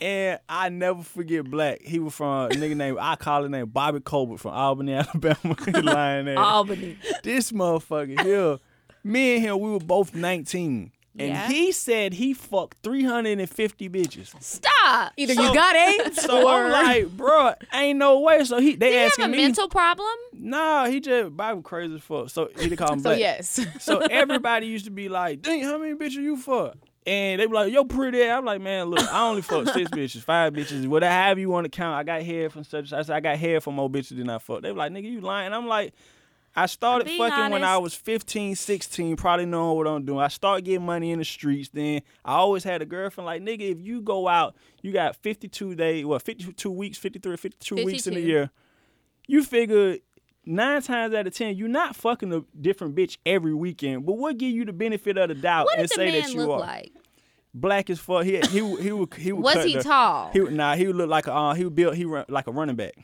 Speaker 6: and I never forget Black. He was from a nigga named I call him named Bobby Colbert from Albany, Alabama. He lying there.
Speaker 3: Albany.
Speaker 6: This motherfucker here. Me and him, we were both nineteen, and
Speaker 3: Yeah.
Speaker 6: he said he fucked three hundred and fifty bitches.
Speaker 3: Stop.
Speaker 2: Uh, Either you got AIDS
Speaker 6: So
Speaker 2: or
Speaker 6: I'm like, bro, ain't no way. So he they
Speaker 3: Do you have
Speaker 6: asking
Speaker 3: a
Speaker 6: me.
Speaker 3: mental problem?
Speaker 6: Nah, he just Bible crazy as fuck. So he call him
Speaker 2: so
Speaker 6: Black.
Speaker 2: yes.
Speaker 6: So everybody used to be like, dang, how many bitches you fuck? And they be like, yo, pretty. ass." I'm like, man, look, I only fuck six bitches, five bitches, whatever have you want to count. I got hair from such. I said, I got hair from more bitches than I fuck. They be like, nigga, you lying. I'm like, I started
Speaker 3: Being
Speaker 6: fucking when I
Speaker 3: honest.
Speaker 6: was 15, 16, probably knowing what I'm doing. I start getting money in the streets. Then I always had a girlfriend. Like, nigga, if you go out, you got 52 days, what, 52 weeks, 53 or 52 weeks in a
Speaker 3: 52.
Speaker 6: year. You figure nine times out of ten, you're not fucking a different bitch every weekend. But what give you the benefit of the doubt
Speaker 3: What
Speaker 6: and
Speaker 3: did the
Speaker 6: say
Speaker 3: man
Speaker 6: that you
Speaker 3: look
Speaker 6: are
Speaker 3: like?
Speaker 6: black as fuck? He he would- he would he would
Speaker 3: Was
Speaker 6: cut
Speaker 3: he
Speaker 6: the-
Speaker 3: tall?
Speaker 6: He would- nah, he would look like a uh, he would built he run, like a running back,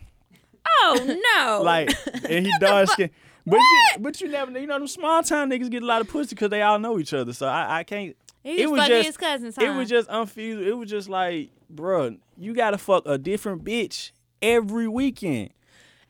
Speaker 3: Oh no.
Speaker 6: like and he dark skin. But you, but you never know. You know them small time niggas get a lot of pussy because they all know each other. So I, I can't.
Speaker 3: He was fucking his cousin's
Speaker 6: It was
Speaker 3: time.
Speaker 6: just unfeasible. It was just like, bruh, you gotta fuck a different bitch every weekend.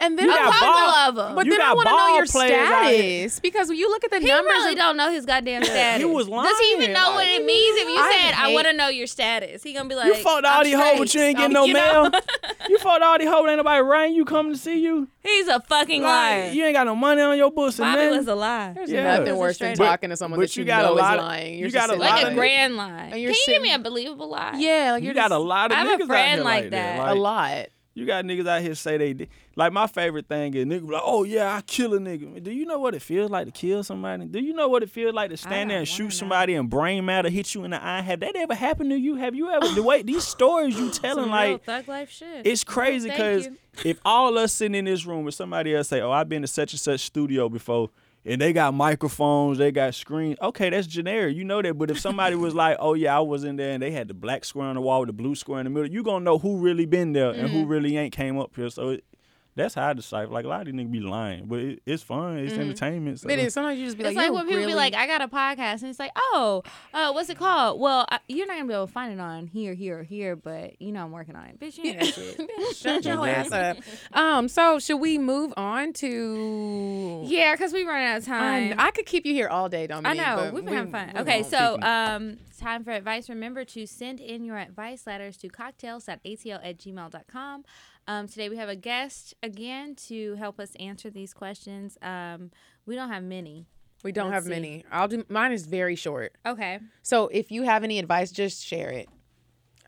Speaker 2: and then
Speaker 6: You got
Speaker 3: couple
Speaker 6: ball-
Speaker 3: of 'em.
Speaker 2: But
Speaker 6: you
Speaker 2: then I
Speaker 6: got
Speaker 2: want to know
Speaker 6: ball
Speaker 2: your
Speaker 6: players out here.
Speaker 2: status because when you look at the
Speaker 3: He
Speaker 2: numbers,
Speaker 3: really
Speaker 2: of-
Speaker 3: don't know his goddamn status.
Speaker 6: He was lying.
Speaker 3: Does he even know what
Speaker 6: like-
Speaker 3: it means if you
Speaker 2: I
Speaker 3: said, "I
Speaker 2: hate-
Speaker 3: want to know your status"? He gonna be like,
Speaker 6: You fought all
Speaker 3: "I'm
Speaker 6: these hoes, but you
Speaker 3: straight."
Speaker 6: ain't getting
Speaker 3: Um,
Speaker 6: no
Speaker 3: you know?
Speaker 6: mail. you fought all these hoes, ain't nobody writing you coming to see you.
Speaker 3: He's a fucking
Speaker 6: Like,
Speaker 3: liar.
Speaker 6: you ain't got no money on your books and
Speaker 3: Bobby
Speaker 6: nothing.
Speaker 3: was a liar.
Speaker 2: There's
Speaker 6: Yeah.
Speaker 2: nothing worse than
Speaker 3: But-
Speaker 2: talking to someone
Speaker 6: but
Speaker 2: that
Speaker 6: you
Speaker 2: you,
Speaker 6: got a
Speaker 2: know
Speaker 6: lot
Speaker 2: is
Speaker 6: of-
Speaker 2: lying.
Speaker 6: you
Speaker 2: You're
Speaker 6: got
Speaker 2: just
Speaker 6: a
Speaker 2: sitting
Speaker 6: lot
Speaker 3: Like
Speaker 2: there
Speaker 3: a
Speaker 6: of-
Speaker 3: grand lie. Can
Speaker 2: you're
Speaker 3: you give
Speaker 2: sitting-
Speaker 3: me a believable lie?
Speaker 2: Yeah, like
Speaker 6: you
Speaker 2: you're
Speaker 6: got
Speaker 2: just-
Speaker 6: a lot of
Speaker 3: I have a
Speaker 6: niggas out
Speaker 3: friend
Speaker 6: here
Speaker 3: like
Speaker 6: like that.
Speaker 3: that.
Speaker 2: a
Speaker 6: Like,
Speaker 2: lot.
Speaker 6: You got niggas out here say they did. Like my favorite thing is niggas be like, oh yeah, I kill a nigga. Do you know what it feels like to kill somebody? Do you know what it feels like to stand there and shoot somebody and brain matter hit you in the eye? Have that ever happened to you? Have you ever? the way these stories you telling,
Speaker 3: Some real
Speaker 6: like
Speaker 3: thug life shit.
Speaker 6: It's crazy
Speaker 3: Thank
Speaker 6: because
Speaker 3: you.
Speaker 6: if all us sitting in this room and somebody else say, "Oh, I've been to such and such studio before," and they got microphones, they got screens. Okay, that's generic, you know that. But if somebody was like, "Oh yeah, I was in there," and they had the black square on the wall with the blue square in the middle, you gonna know who really been there and who really ain't came up here. So it, that's how I decipher. Like a lot of these niggas be lying, but it, it's fun, it's entertainment. So.
Speaker 2: It is. Sometimes you just be like,
Speaker 3: It's like
Speaker 2: "Yo,
Speaker 3: when people
Speaker 2: really?
Speaker 3: be like, "I got a podcast," and it's like, "Oh, uh, what's it called?" Well, I, you're not gonna be able to find it on here, here, or here, but you know I'm working on it, bitch. You ain't got shit.
Speaker 2: shut your ass up. Um, so should we move on to?
Speaker 3: yeah, because we running out of
Speaker 2: I,
Speaker 3: time.
Speaker 2: Um, I could keep you here all day, Dominique.
Speaker 3: I know.
Speaker 2: but
Speaker 3: We've been
Speaker 2: we-
Speaker 3: having fun.
Speaker 2: we
Speaker 3: Okay,
Speaker 2: won't.
Speaker 3: so um, it's time for advice. Remember to send in your advice letters to cocktails.atl at gmail.com. Um, today we have a guest again to help us answer these questions. Um, we don't have many.
Speaker 2: we don't have
Speaker 3: see.
Speaker 2: many. I'll do. Mine is very short.
Speaker 3: Okay.
Speaker 2: So if you have any advice, just share it.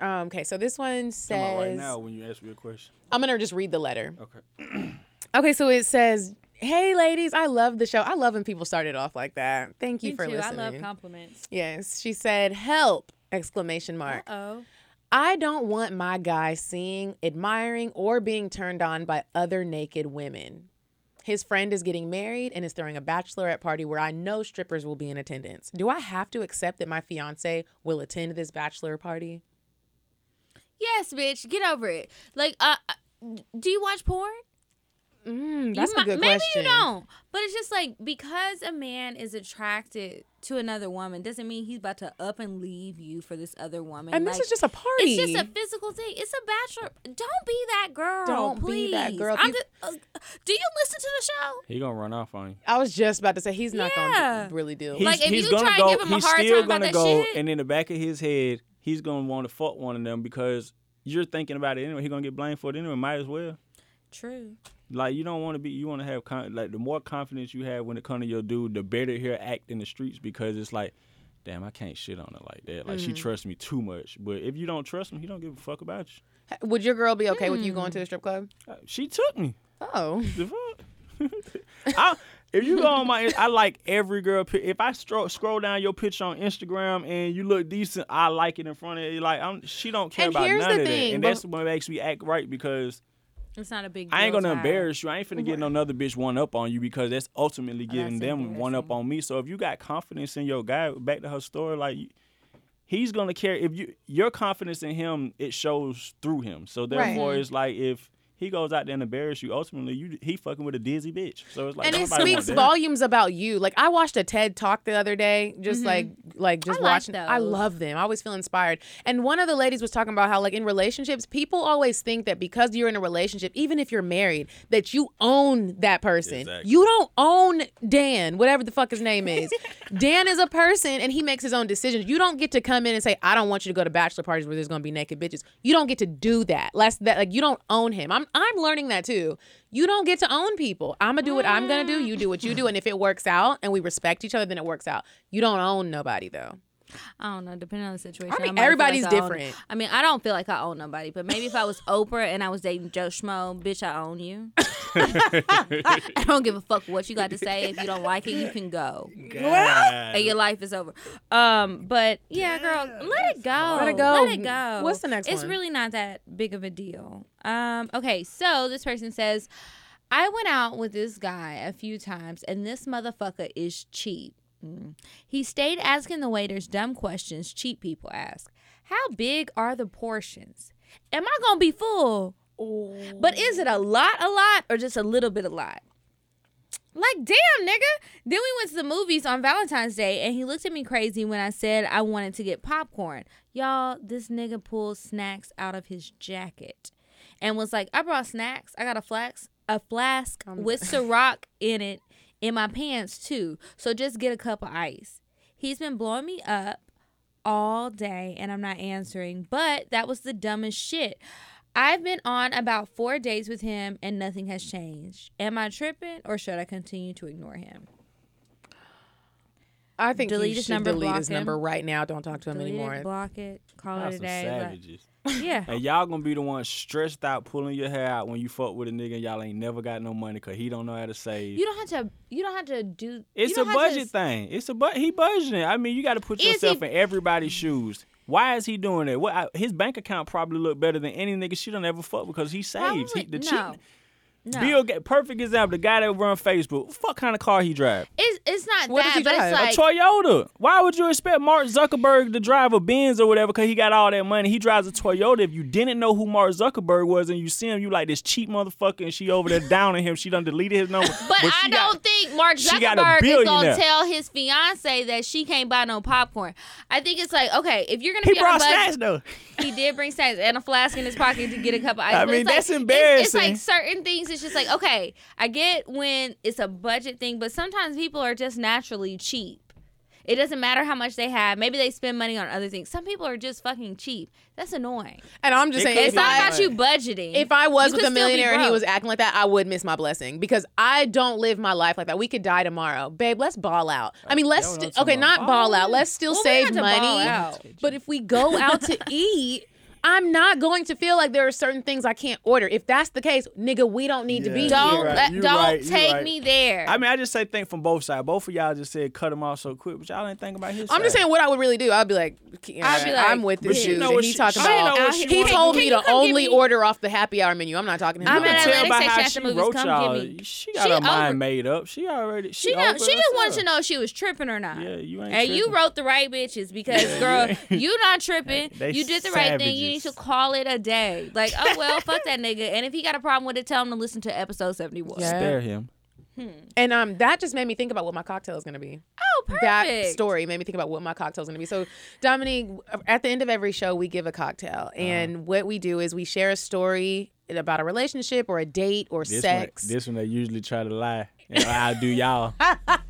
Speaker 2: Um, okay, so this one says,
Speaker 6: right now when you ask me a question.
Speaker 2: I'm gonna just read the letter.
Speaker 6: Okay.
Speaker 2: Okay, so it says, "Hey, ladies, I love the show. I love when people start it off like that. Thank you
Speaker 3: Me
Speaker 2: for
Speaker 3: too.
Speaker 2: listening."
Speaker 3: I love compliments.
Speaker 2: yes, she said, "Help!" Exclamation mark.
Speaker 3: Oh.
Speaker 2: I don't want my guy seeing, admiring, or being turned on by other naked women. His friend is getting married and is throwing a bachelorette party where I know strippers will be in attendance. Do I have to accept that my fiance will attend this bachelor party?
Speaker 3: Yes, bitch. Get over it. Like, uh, uh, do you watch porn?
Speaker 2: Mm,
Speaker 3: You
Speaker 2: that's a
Speaker 3: mi-
Speaker 2: good
Speaker 3: Hmm, maybe
Speaker 2: question.
Speaker 3: you don't. But it's just like because a man is attracted to another woman doesn't mean he's about to up and leave you for this other woman.
Speaker 2: And
Speaker 3: Like,
Speaker 2: this is just a party.
Speaker 3: It's just a physical thing. It's a bachelor. Don't be that girl.
Speaker 2: Don't
Speaker 3: please.
Speaker 2: be that girl.
Speaker 3: I'm
Speaker 2: You-
Speaker 3: just- uh, do you listen to the show?
Speaker 6: He gonna run off on you.
Speaker 2: I was just about to say he's not
Speaker 3: Yeah.
Speaker 2: going to really do. it.
Speaker 6: He's,
Speaker 3: Like, if
Speaker 6: he's
Speaker 3: you
Speaker 6: gonna
Speaker 3: try and
Speaker 6: go,
Speaker 3: give him a
Speaker 6: he's
Speaker 3: hard
Speaker 6: still
Speaker 3: time about
Speaker 6: gonna
Speaker 3: that
Speaker 6: go,
Speaker 3: shit-
Speaker 6: and in the back of his head, he's gonna want to fuck one of them because you're thinking about it anyway. He's gonna get blamed for it anyway. Might as well.
Speaker 3: True.
Speaker 6: Like you don't want to be. You want to have con- like the more confidence you have when it comes to your dude, the better he'll act in the streets because it's like, damn, I can't shit on her like that. Like she
Speaker 3: Mm.
Speaker 6: trusts me too much. But if you don't trust him, he don't give a fuck about you.
Speaker 2: Would your girl be okay with you
Speaker 3: Hmm.
Speaker 2: going to a strip club?
Speaker 6: Uh, She took me.
Speaker 2: Oh,
Speaker 6: The fuck? I, if you go on my, I like every girl. pi- If I stro- scroll down your picture on Instagram and you look decent, I like it in front of you. Like I'm, she don't care
Speaker 2: And
Speaker 6: about
Speaker 2: here's
Speaker 6: none
Speaker 2: the
Speaker 6: of
Speaker 2: thing,
Speaker 6: that, and
Speaker 2: but-
Speaker 6: that's what makes me act right because
Speaker 3: It's not a big.
Speaker 6: I ain't
Speaker 3: deal
Speaker 6: gonna
Speaker 3: to her.
Speaker 6: embarrass you. I ain't finna get another bitch one up on you because that's ultimately giving them one up on me. So if you got confidence in your guy, back to her story, like. You, he's gonna care if you your confidence in him it shows through him. So therefore, it's like if he goes out there and embarrass you, ultimately you he fucking with a dizzy bitch. So it's like
Speaker 2: and it
Speaker 6: nobody want
Speaker 2: speaks
Speaker 6: that.
Speaker 2: volumes about you. Like I watched a TED talk the other day, just like like just
Speaker 3: Mm-hmm. I like
Speaker 2: watching. I
Speaker 3: those.
Speaker 2: love them. I always feel inspired. And one of the ladies was talking about how like in relationships, people always think that because you're in a relationship, even if you're married, that you own that person.
Speaker 6: Exactly.
Speaker 2: You don't own Dan, whatever the fuck his name is. Dan is a person, and he makes his own decisions. You don't get to come in and say, "I don't want you to go to bachelor parties where there's going to be naked bitches." You don't get to do that. Less that like you don't own him. I'm I'm learning that too. You don't get to own people. I'm gonna do what I'm gonna do. You do what you do, and if it works out and we respect each other, then it works out. You don't own nobody though.
Speaker 3: I don't know, depending on the situation.
Speaker 2: I mean,
Speaker 3: might feel
Speaker 2: everybody's
Speaker 3: like I own-
Speaker 2: different.
Speaker 3: I mean, I don't feel like I own nobody, but maybe if I was Oprah and I was dating Joe Schmo, bitch, I own you. I don't give a fuck what you got to say. If you don't like it, you can go.
Speaker 6: God.
Speaker 3: And your life is over. Um, but yeah, girl, let it go.
Speaker 2: Let it go.
Speaker 3: Let it go.
Speaker 2: What's the next
Speaker 3: It's
Speaker 2: one?
Speaker 3: really not that big of a deal. Um, okay, so this person says, I went out with this guy a few times, and this motherfucker is cheap. Mm. He stayed asking the waiters dumb questions cheap people ask. How big are the portions? Am I gonna be full? But is it a lot, a lot, or just a little bit, a lot? Like, damn, nigga. Then we went to the movies on Valentine's Day, and he looked at me crazy when I said I wanted to get popcorn. Y'all, this nigga pulled snacks out of his jacket and was like, I brought snacks. I got a flask, a flask with Ciroc in it in my pants, too. So just get a cup of ice. He's been blowing me up all day and I'm not answering, but that was the dumbest shit. I've been on about four days with him and nothing has changed. Am I tripping or should I continue to ignore him?
Speaker 2: I think
Speaker 3: Delete
Speaker 2: you
Speaker 3: his
Speaker 2: should
Speaker 3: number,
Speaker 2: delete
Speaker 3: block
Speaker 2: his number
Speaker 3: him.
Speaker 2: right now. Don't talk to him
Speaker 3: Delete
Speaker 2: anymore.
Speaker 3: it, block it, call
Speaker 6: Y'all
Speaker 3: it a
Speaker 6: some
Speaker 3: day.
Speaker 6: savages.
Speaker 3: but- yeah.
Speaker 6: And y'all gonna be the ones stressed out, pulling your hair out when you fuck with a nigga and y'all ain't never got no money because he don't know how to save.
Speaker 3: You don't have to you don't have to do you
Speaker 6: it's a
Speaker 3: don't have to-
Speaker 6: budget thing. It's a but he budgeting. I mean, you got to put
Speaker 3: Is he-
Speaker 6: yourself in everybody's shoes. Why is he doing that? What I, his bank account probably look better than any nigga she done ever fuck because he saves. He,
Speaker 3: Probably-
Speaker 6: the
Speaker 3: no.
Speaker 6: cheap,
Speaker 3: No.
Speaker 6: Bill Ga- perfect example. The guy that run Facebook. Fuck kind of car he drive?
Speaker 3: it's, it's not
Speaker 2: What does
Speaker 3: that,
Speaker 2: he
Speaker 3: but
Speaker 2: drive? A
Speaker 3: it's like
Speaker 6: Toyota. Why would you expect Mark Zuckerberg to drive a Benz or whatever? Because he got all that money. He drives a Toyota. If you didn't know who Mark Zuckerberg was and you see him, you like this cheap motherfucker, and she over there downing him. She done deleted his number.
Speaker 3: But,
Speaker 6: she
Speaker 3: I
Speaker 6: got-
Speaker 3: don't think Mark
Speaker 6: she got a
Speaker 3: Zuckerberg is
Speaker 6: billionaire.
Speaker 3: gonna tell his fiance that she can't buy no popcorn. I think it's like, okay, if you're gonna
Speaker 6: He
Speaker 3: be on a
Speaker 6: brought
Speaker 3: budget,
Speaker 6: snacks though.
Speaker 3: he did bring snacks and a flask in his pocket to get a cup of ice.
Speaker 6: I
Speaker 3: But
Speaker 6: mean,
Speaker 3: it's like-
Speaker 6: that's
Speaker 3: It's, it's like
Speaker 6: embarrassing.
Speaker 3: certain things. It's just like okay, I get when it's a budget thing, but sometimes people are just naturally cheap. It doesn't matter how much they have. Maybe they spend money on other things. Some people are just fucking cheap. That's annoying.
Speaker 2: And I'm just
Speaker 6: It
Speaker 2: saying,
Speaker 6: could
Speaker 2: if
Speaker 3: It's not
Speaker 2: I-
Speaker 3: about you budgeting.
Speaker 2: If I was
Speaker 3: You
Speaker 2: with
Speaker 3: could
Speaker 2: a
Speaker 3: still be
Speaker 2: millionaire and he
Speaker 3: broke.
Speaker 2: was acting like that, I would miss my blessing because I don't live my life like that. We could die tomorrow, babe. Let's ball out. I mean, let's
Speaker 6: y'all
Speaker 2: st-
Speaker 6: not
Speaker 2: okay,
Speaker 6: tomorrow.
Speaker 2: not ball out. Let's still
Speaker 3: Well, we
Speaker 2: save
Speaker 3: had to ball out.
Speaker 2: money. But if we go out to eat. I'm not going to feel like there are certain things I can't order. If that's the case, nigga, we don't need to be
Speaker 3: don't
Speaker 2: here.
Speaker 6: right.
Speaker 3: let-
Speaker 6: you
Speaker 3: don't
Speaker 6: right, you
Speaker 3: take
Speaker 6: right.
Speaker 3: me there.
Speaker 6: I mean, I just say think from both sides. Both of y'all just said cut him off so quick, but y'all ain't think about his.
Speaker 2: I'm just
Speaker 6: side.
Speaker 2: saying what I would really do. I'd be like, I'd
Speaker 3: I'd be like-
Speaker 2: I'm with
Speaker 6: But
Speaker 2: this
Speaker 6: she
Speaker 2: dude.
Speaker 6: know
Speaker 2: and
Speaker 6: what
Speaker 2: he
Speaker 6: she-
Speaker 2: talking
Speaker 6: she know
Speaker 2: about,
Speaker 6: what she
Speaker 2: he
Speaker 6: wants.
Speaker 2: told
Speaker 3: Can
Speaker 2: me
Speaker 3: you
Speaker 2: to
Speaker 3: come give
Speaker 2: only
Speaker 3: me-
Speaker 2: order off the happy hour menu. I'm not talking to him.
Speaker 3: I'm
Speaker 6: You
Speaker 3: at
Speaker 2: about
Speaker 6: can
Speaker 2: that.
Speaker 6: tell
Speaker 3: Atlantic
Speaker 6: by
Speaker 3: Station
Speaker 6: how
Speaker 3: after
Speaker 6: she
Speaker 3: movies,
Speaker 6: wrote
Speaker 3: come
Speaker 6: y'all.
Speaker 3: get me.
Speaker 6: She got
Speaker 3: She
Speaker 6: her mind
Speaker 3: over-
Speaker 6: made up. She already. She,
Speaker 3: She know,
Speaker 6: over
Speaker 3: she just wanted
Speaker 6: herself.
Speaker 3: to know if she was tripping or not.
Speaker 6: Yeah, you ain't
Speaker 3: And you
Speaker 6: tripping.
Speaker 3: wrote the right bitches because girl, you not tripping.
Speaker 6: They
Speaker 3: you did the right thing. You need to
Speaker 6: savages.
Speaker 3: call it a day. Like, oh well, fuck that nigga. And if he got a problem with it, tell him to listen to episode seventy one.
Speaker 2: Yeah.
Speaker 6: Spare him.
Speaker 2: And um, that just made me think about what my cocktail is going to be.
Speaker 3: Oh, perfect.
Speaker 2: that story made me think about what my cocktail is going to be. So, Dominique, at the end of every show, we give a cocktail,
Speaker 6: Uh-huh.
Speaker 2: and what we do is we share a story about a relationship or a date or
Speaker 6: This
Speaker 2: sex.
Speaker 6: One, this one they usually try to lie. And I'll do y'all.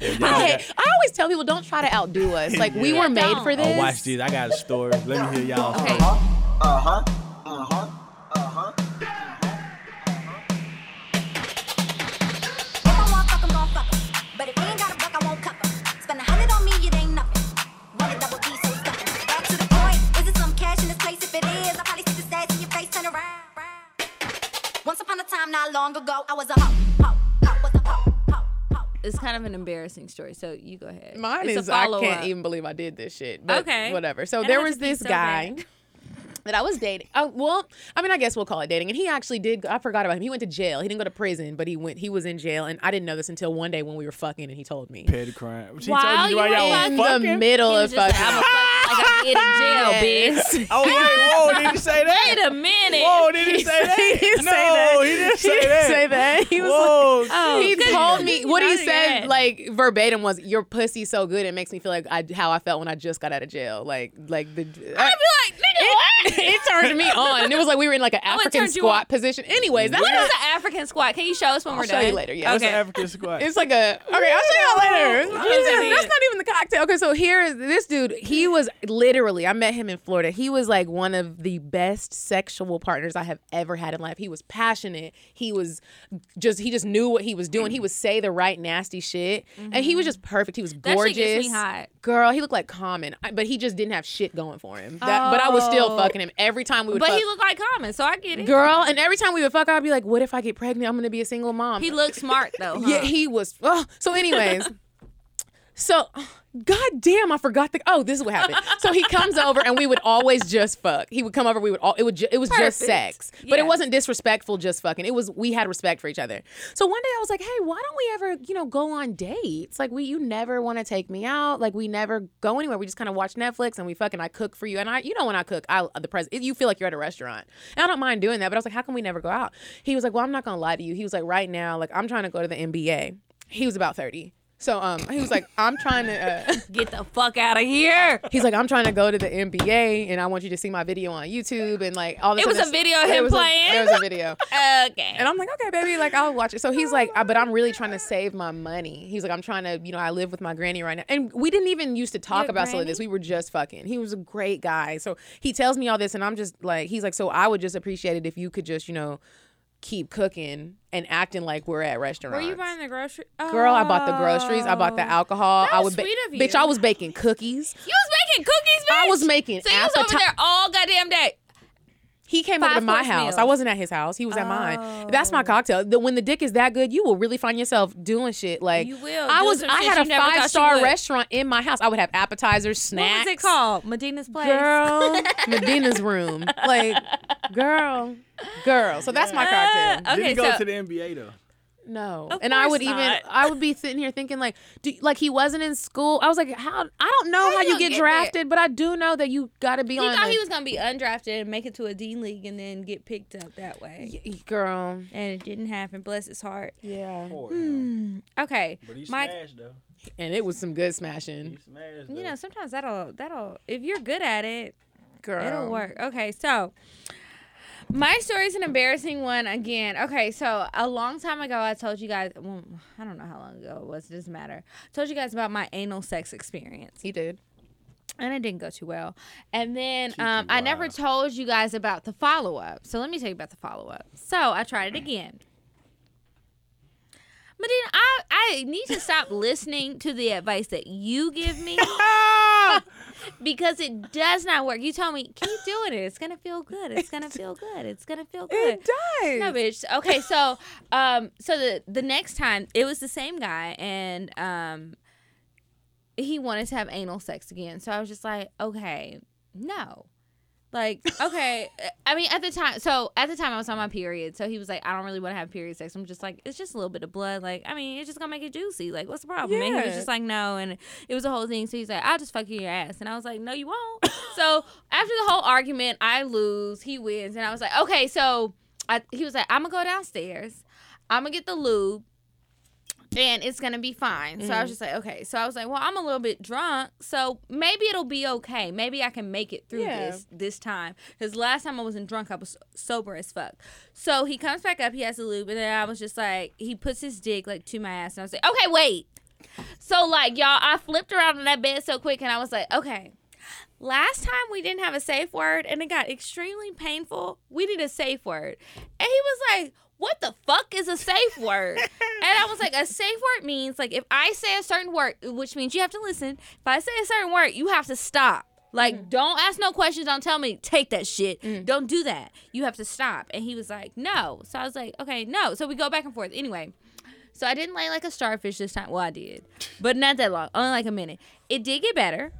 Speaker 2: Okay, I always tell people don't try to outdo us. Like we were made for this.
Speaker 6: Oh, watch this. I got a story. Let me hear y'all.
Speaker 3: Okay.
Speaker 8: If I want, fuck 'em, gon' fuck 'em. But if you ain't got a buck, I won't cuff 'em. Spend a hundred on me, it ain't nothing. Run a double D, so stuck 'em. Back to the point, is it some cash in this place? If it is, I probably see the stash in your face, turn around. Once upon a time, not long ago, I was a hoe, hoe, hoe, was a hoe, hoe, hoe.
Speaker 3: It's kind of an embarrassing story. So you go ahead.
Speaker 2: Mine
Speaker 3: it's
Speaker 2: is
Speaker 3: a
Speaker 2: I
Speaker 3: follow
Speaker 2: can't even believe I did this shit. But
Speaker 3: Okay.
Speaker 2: whatever. So
Speaker 3: And I
Speaker 2: there
Speaker 3: had
Speaker 2: was
Speaker 3: to pee
Speaker 2: this
Speaker 3: so
Speaker 2: guy.
Speaker 3: bad.
Speaker 2: That I was dating. Oh well, I mean, I guess we'll call it dating. And he actually did. I forgot about him. He went to jail. He didn't go to prison, but he went. He was in jail, and I didn't know this until one day when we were fucking, and he told me.
Speaker 6: Petty crime. She
Speaker 3: While
Speaker 6: told you why
Speaker 3: you were
Speaker 6: y'all
Speaker 2: in
Speaker 6: was
Speaker 2: the
Speaker 6: fucking.
Speaker 2: middle
Speaker 3: He
Speaker 2: of
Speaker 3: was just like,
Speaker 2: fucking.
Speaker 3: I'm a fuck, like, in jail, bitch.
Speaker 6: Oh, wait, whoa, did he say that?
Speaker 3: Wait a minute.
Speaker 6: Whoa, did he say that?
Speaker 2: He didn't
Speaker 6: no,
Speaker 2: say that.
Speaker 6: he didn't say
Speaker 2: He didn't
Speaker 6: that.
Speaker 2: say that. He was
Speaker 6: Whoa.
Speaker 3: Oh,
Speaker 2: he
Speaker 3: good
Speaker 2: told
Speaker 3: Lord.
Speaker 2: me what he
Speaker 3: Not
Speaker 2: said,
Speaker 3: yet.
Speaker 2: like verbatim, was "Your pussy's so good, it makes me feel like I, how I felt when I just got out of jail." Like, like the
Speaker 3: I'd be like, nigga, what?
Speaker 2: it turned me on, and it was like we were in like an
Speaker 3: gonna
Speaker 2: African
Speaker 3: turn you on.
Speaker 2: squat position. Anyways, that
Speaker 3: What is
Speaker 2: was
Speaker 3: the African squat? Can you show us when we're
Speaker 2: show
Speaker 3: done?
Speaker 2: you later, yeah.
Speaker 6: That's an
Speaker 3: Okay.
Speaker 6: African squad.
Speaker 2: It's like a okay. I'll show y'all later.
Speaker 3: I'll show you.
Speaker 2: That's not even the cocktail. Okay, so here is this dude.
Speaker 3: Mm-hmm.
Speaker 2: He was literally. I met him in Florida. He was like one of the best sexual partners I have ever had in life. He was passionate. He was just. He just knew what he was doing. He would say the right nasty shit, and he was just perfect. He was
Speaker 3: Mm-hmm. That
Speaker 2: gorgeous.
Speaker 3: shit gets me hot.
Speaker 2: Girl, he looked like Common, I- but he just didn't have shit going for him. That, But I was still
Speaker 3: Oh.
Speaker 2: fucking him every time we would.
Speaker 3: But
Speaker 2: fuck.
Speaker 3: he looked like Common, so I get it.
Speaker 2: girl, and every time we would fuck, I'd be like, "What if I get pregnant? I'm gonna be a single mom."
Speaker 3: He looked smart though.
Speaker 2: Yeah,
Speaker 3: huh?
Speaker 2: he was. Oh, so, anyways, so god damn, I forgot the. Oh, this is what happened. So he comes over, and we would always just fuck. He would come over. We would all. It would. Ju- it was just
Speaker 3: Perfect.
Speaker 2: sex, but it
Speaker 3: Yeah.
Speaker 2: wasn't disrespectful. Just fucking. It was. We had respect for each other. So one day I was like, hey, why don't we ever, you know, go on dates? Like we, you never want to take me out. Like we never go anywhere. We just kind of watch Netflix and we fucking. I cook for you, and I, you know, when I cook, I the president. You feel like you're at a restaurant, and I don't mind doing that. But I was like, how can we never go out? He was like, well, I'm not gonna lie to you. He was like, right now, like I'm trying to go to the NBA. He was about thirty. So um, he was like, I'm trying to. Uh,
Speaker 3: Get the fuck out of here.
Speaker 2: He's like, I'm trying to go to the NBA, and I want you to see my video on YouTube, and like all this.
Speaker 3: It was
Speaker 2: other
Speaker 3: a video
Speaker 2: s-
Speaker 3: of
Speaker 2: It
Speaker 3: him
Speaker 2: was a-
Speaker 3: playing?
Speaker 2: There was a video,
Speaker 3: Okay.
Speaker 2: and I'm like, okay, baby, like I'll watch it. So he's like, I- but I'm really trying to save my money. He's like, I'm trying to, you know, I live with my granny right now, and we didn't even used to talk
Speaker 3: Your
Speaker 2: about some of this. We
Speaker 3: granny?
Speaker 2: were just fucking. He was a great guy, so he tells me all this, and I'm just like, he's like, so I would just appreciate it if you could just, you know, keep cooking and acting like we're at
Speaker 3: Were
Speaker 2: restaurants.
Speaker 3: you buying the grocery?
Speaker 2: Girl, I bought the groceries. I bought the alcohol.
Speaker 3: That
Speaker 2: I
Speaker 3: was
Speaker 2: would, ba-
Speaker 3: sweet of you.
Speaker 2: bitch. I was baking cookies.
Speaker 3: Oh. You was making cookies, bitch.
Speaker 2: I was making
Speaker 3: So you was over
Speaker 2: appeti-
Speaker 3: there all goddamn day.
Speaker 2: He came
Speaker 3: Five
Speaker 2: over to my
Speaker 3: course
Speaker 2: house.
Speaker 3: meals. Oh.
Speaker 2: I wasn't at his house. He was at mine. That's my cocktail. The, when the dick is that good, you will really find yourself doing shit. Like
Speaker 3: You will
Speaker 2: I
Speaker 3: do
Speaker 2: was.
Speaker 3: some
Speaker 2: I
Speaker 3: shit
Speaker 2: had
Speaker 3: you
Speaker 2: a
Speaker 3: never thought you
Speaker 2: five star
Speaker 3: would.
Speaker 2: restaurant in my house. I would have appetizers, snacks.
Speaker 3: What was it called? Medina's place.
Speaker 2: Girl, Medina's room. Like, girl, girl. So that's my cocktail.
Speaker 3: Uh,
Speaker 6: Did he
Speaker 3: okay,
Speaker 6: go
Speaker 3: so
Speaker 6: to the NBA though?
Speaker 2: No.
Speaker 3: Of
Speaker 2: and I
Speaker 3: course
Speaker 2: would even
Speaker 3: not.
Speaker 2: I would be sitting here thinking like do like he wasn't in school. I was like how I don't know how,
Speaker 3: you
Speaker 2: you
Speaker 3: gonna
Speaker 2: get,
Speaker 3: get there?
Speaker 2: drafted, but I do know that you got to be
Speaker 3: he
Speaker 2: on
Speaker 3: thought
Speaker 2: a-
Speaker 3: he was gonna be undrafted and make it to a dean league and then get picked up that way.
Speaker 2: Y- girl.
Speaker 3: And it didn't happen. Bless his heart.
Speaker 2: Yeah.
Speaker 3: Okay, Hmm. Mike.
Speaker 6: though.
Speaker 2: And it was some good smashing.
Speaker 6: smashed.
Speaker 3: You know, sometimes that'll that'll if you're good at it,
Speaker 2: Girl.
Speaker 3: It'll work. Okay, so my story is an embarrassing one again. Okay, so a long time ago, I told you guys. Well, I don't know how long ago it was. It doesn't matter. told you guys about my anal sex experience
Speaker 2: He did.
Speaker 3: and it didn't go too well. And then um, I never told you guys about the follow up. So let me tell you about the follow up. So I tried it again. Medina, I, I need to stop listening to the advice that you give me because it does not work. You tell me, keep doing it. It's going to feel good. It's going to feel good. It's going to feel good.
Speaker 2: does.
Speaker 3: No, bitch. Okay, so um, so the the next time it was the same guy, and um, he wanted to have anal sex again. So I was just like, okay, no. Like okay, I mean at the time. So at the time I was on my period. So he was like, I don't really want to have period sex. I'm just like, it's just a little bit of blood. Like I mean, it's just gonna make it juicy. Like what's the problem? And he was
Speaker 2: Yeah.
Speaker 3: just like, no. And it was a whole thing. So he's like, I'll just fuck you in your ass. And I was like, no, you won't. so after the whole argument, I lose. He wins. And I was like, okay. So I, he was like, I'm gonna go downstairs. I'm gonna get the lube and it's gonna be fine. So I was just like, okay. So I was like, well, I'm a little bit drunk, so maybe it'll be okay. Maybe I can make it through
Speaker 2: Yeah.
Speaker 3: this this time. Because last time I wasn't drunk, I was sober as fuck. So he comes back up, he has a lube, and then I was just like, he puts his dick like to my ass, and I was like, okay, wait. So like y'all, I flipped around in that bed so quick, and I was like, okay. Last time we didn't have a safe word and it got extremely painful. We need a safe word. And he was like, What the fuck is a safe word? and I was like, A safe word means like if I say a certain word, which means you have to listen. If I say a certain word, you have to stop. Like, don't ask no questions. Don't tell me, take that shit. Don't do that. You have to stop. And he was like, No. So I was like, Okay, no. So we go back and forth. Anyway. So I didn't lay like a starfish this time. Well, I did, but not that long, only like a minute. It did get better.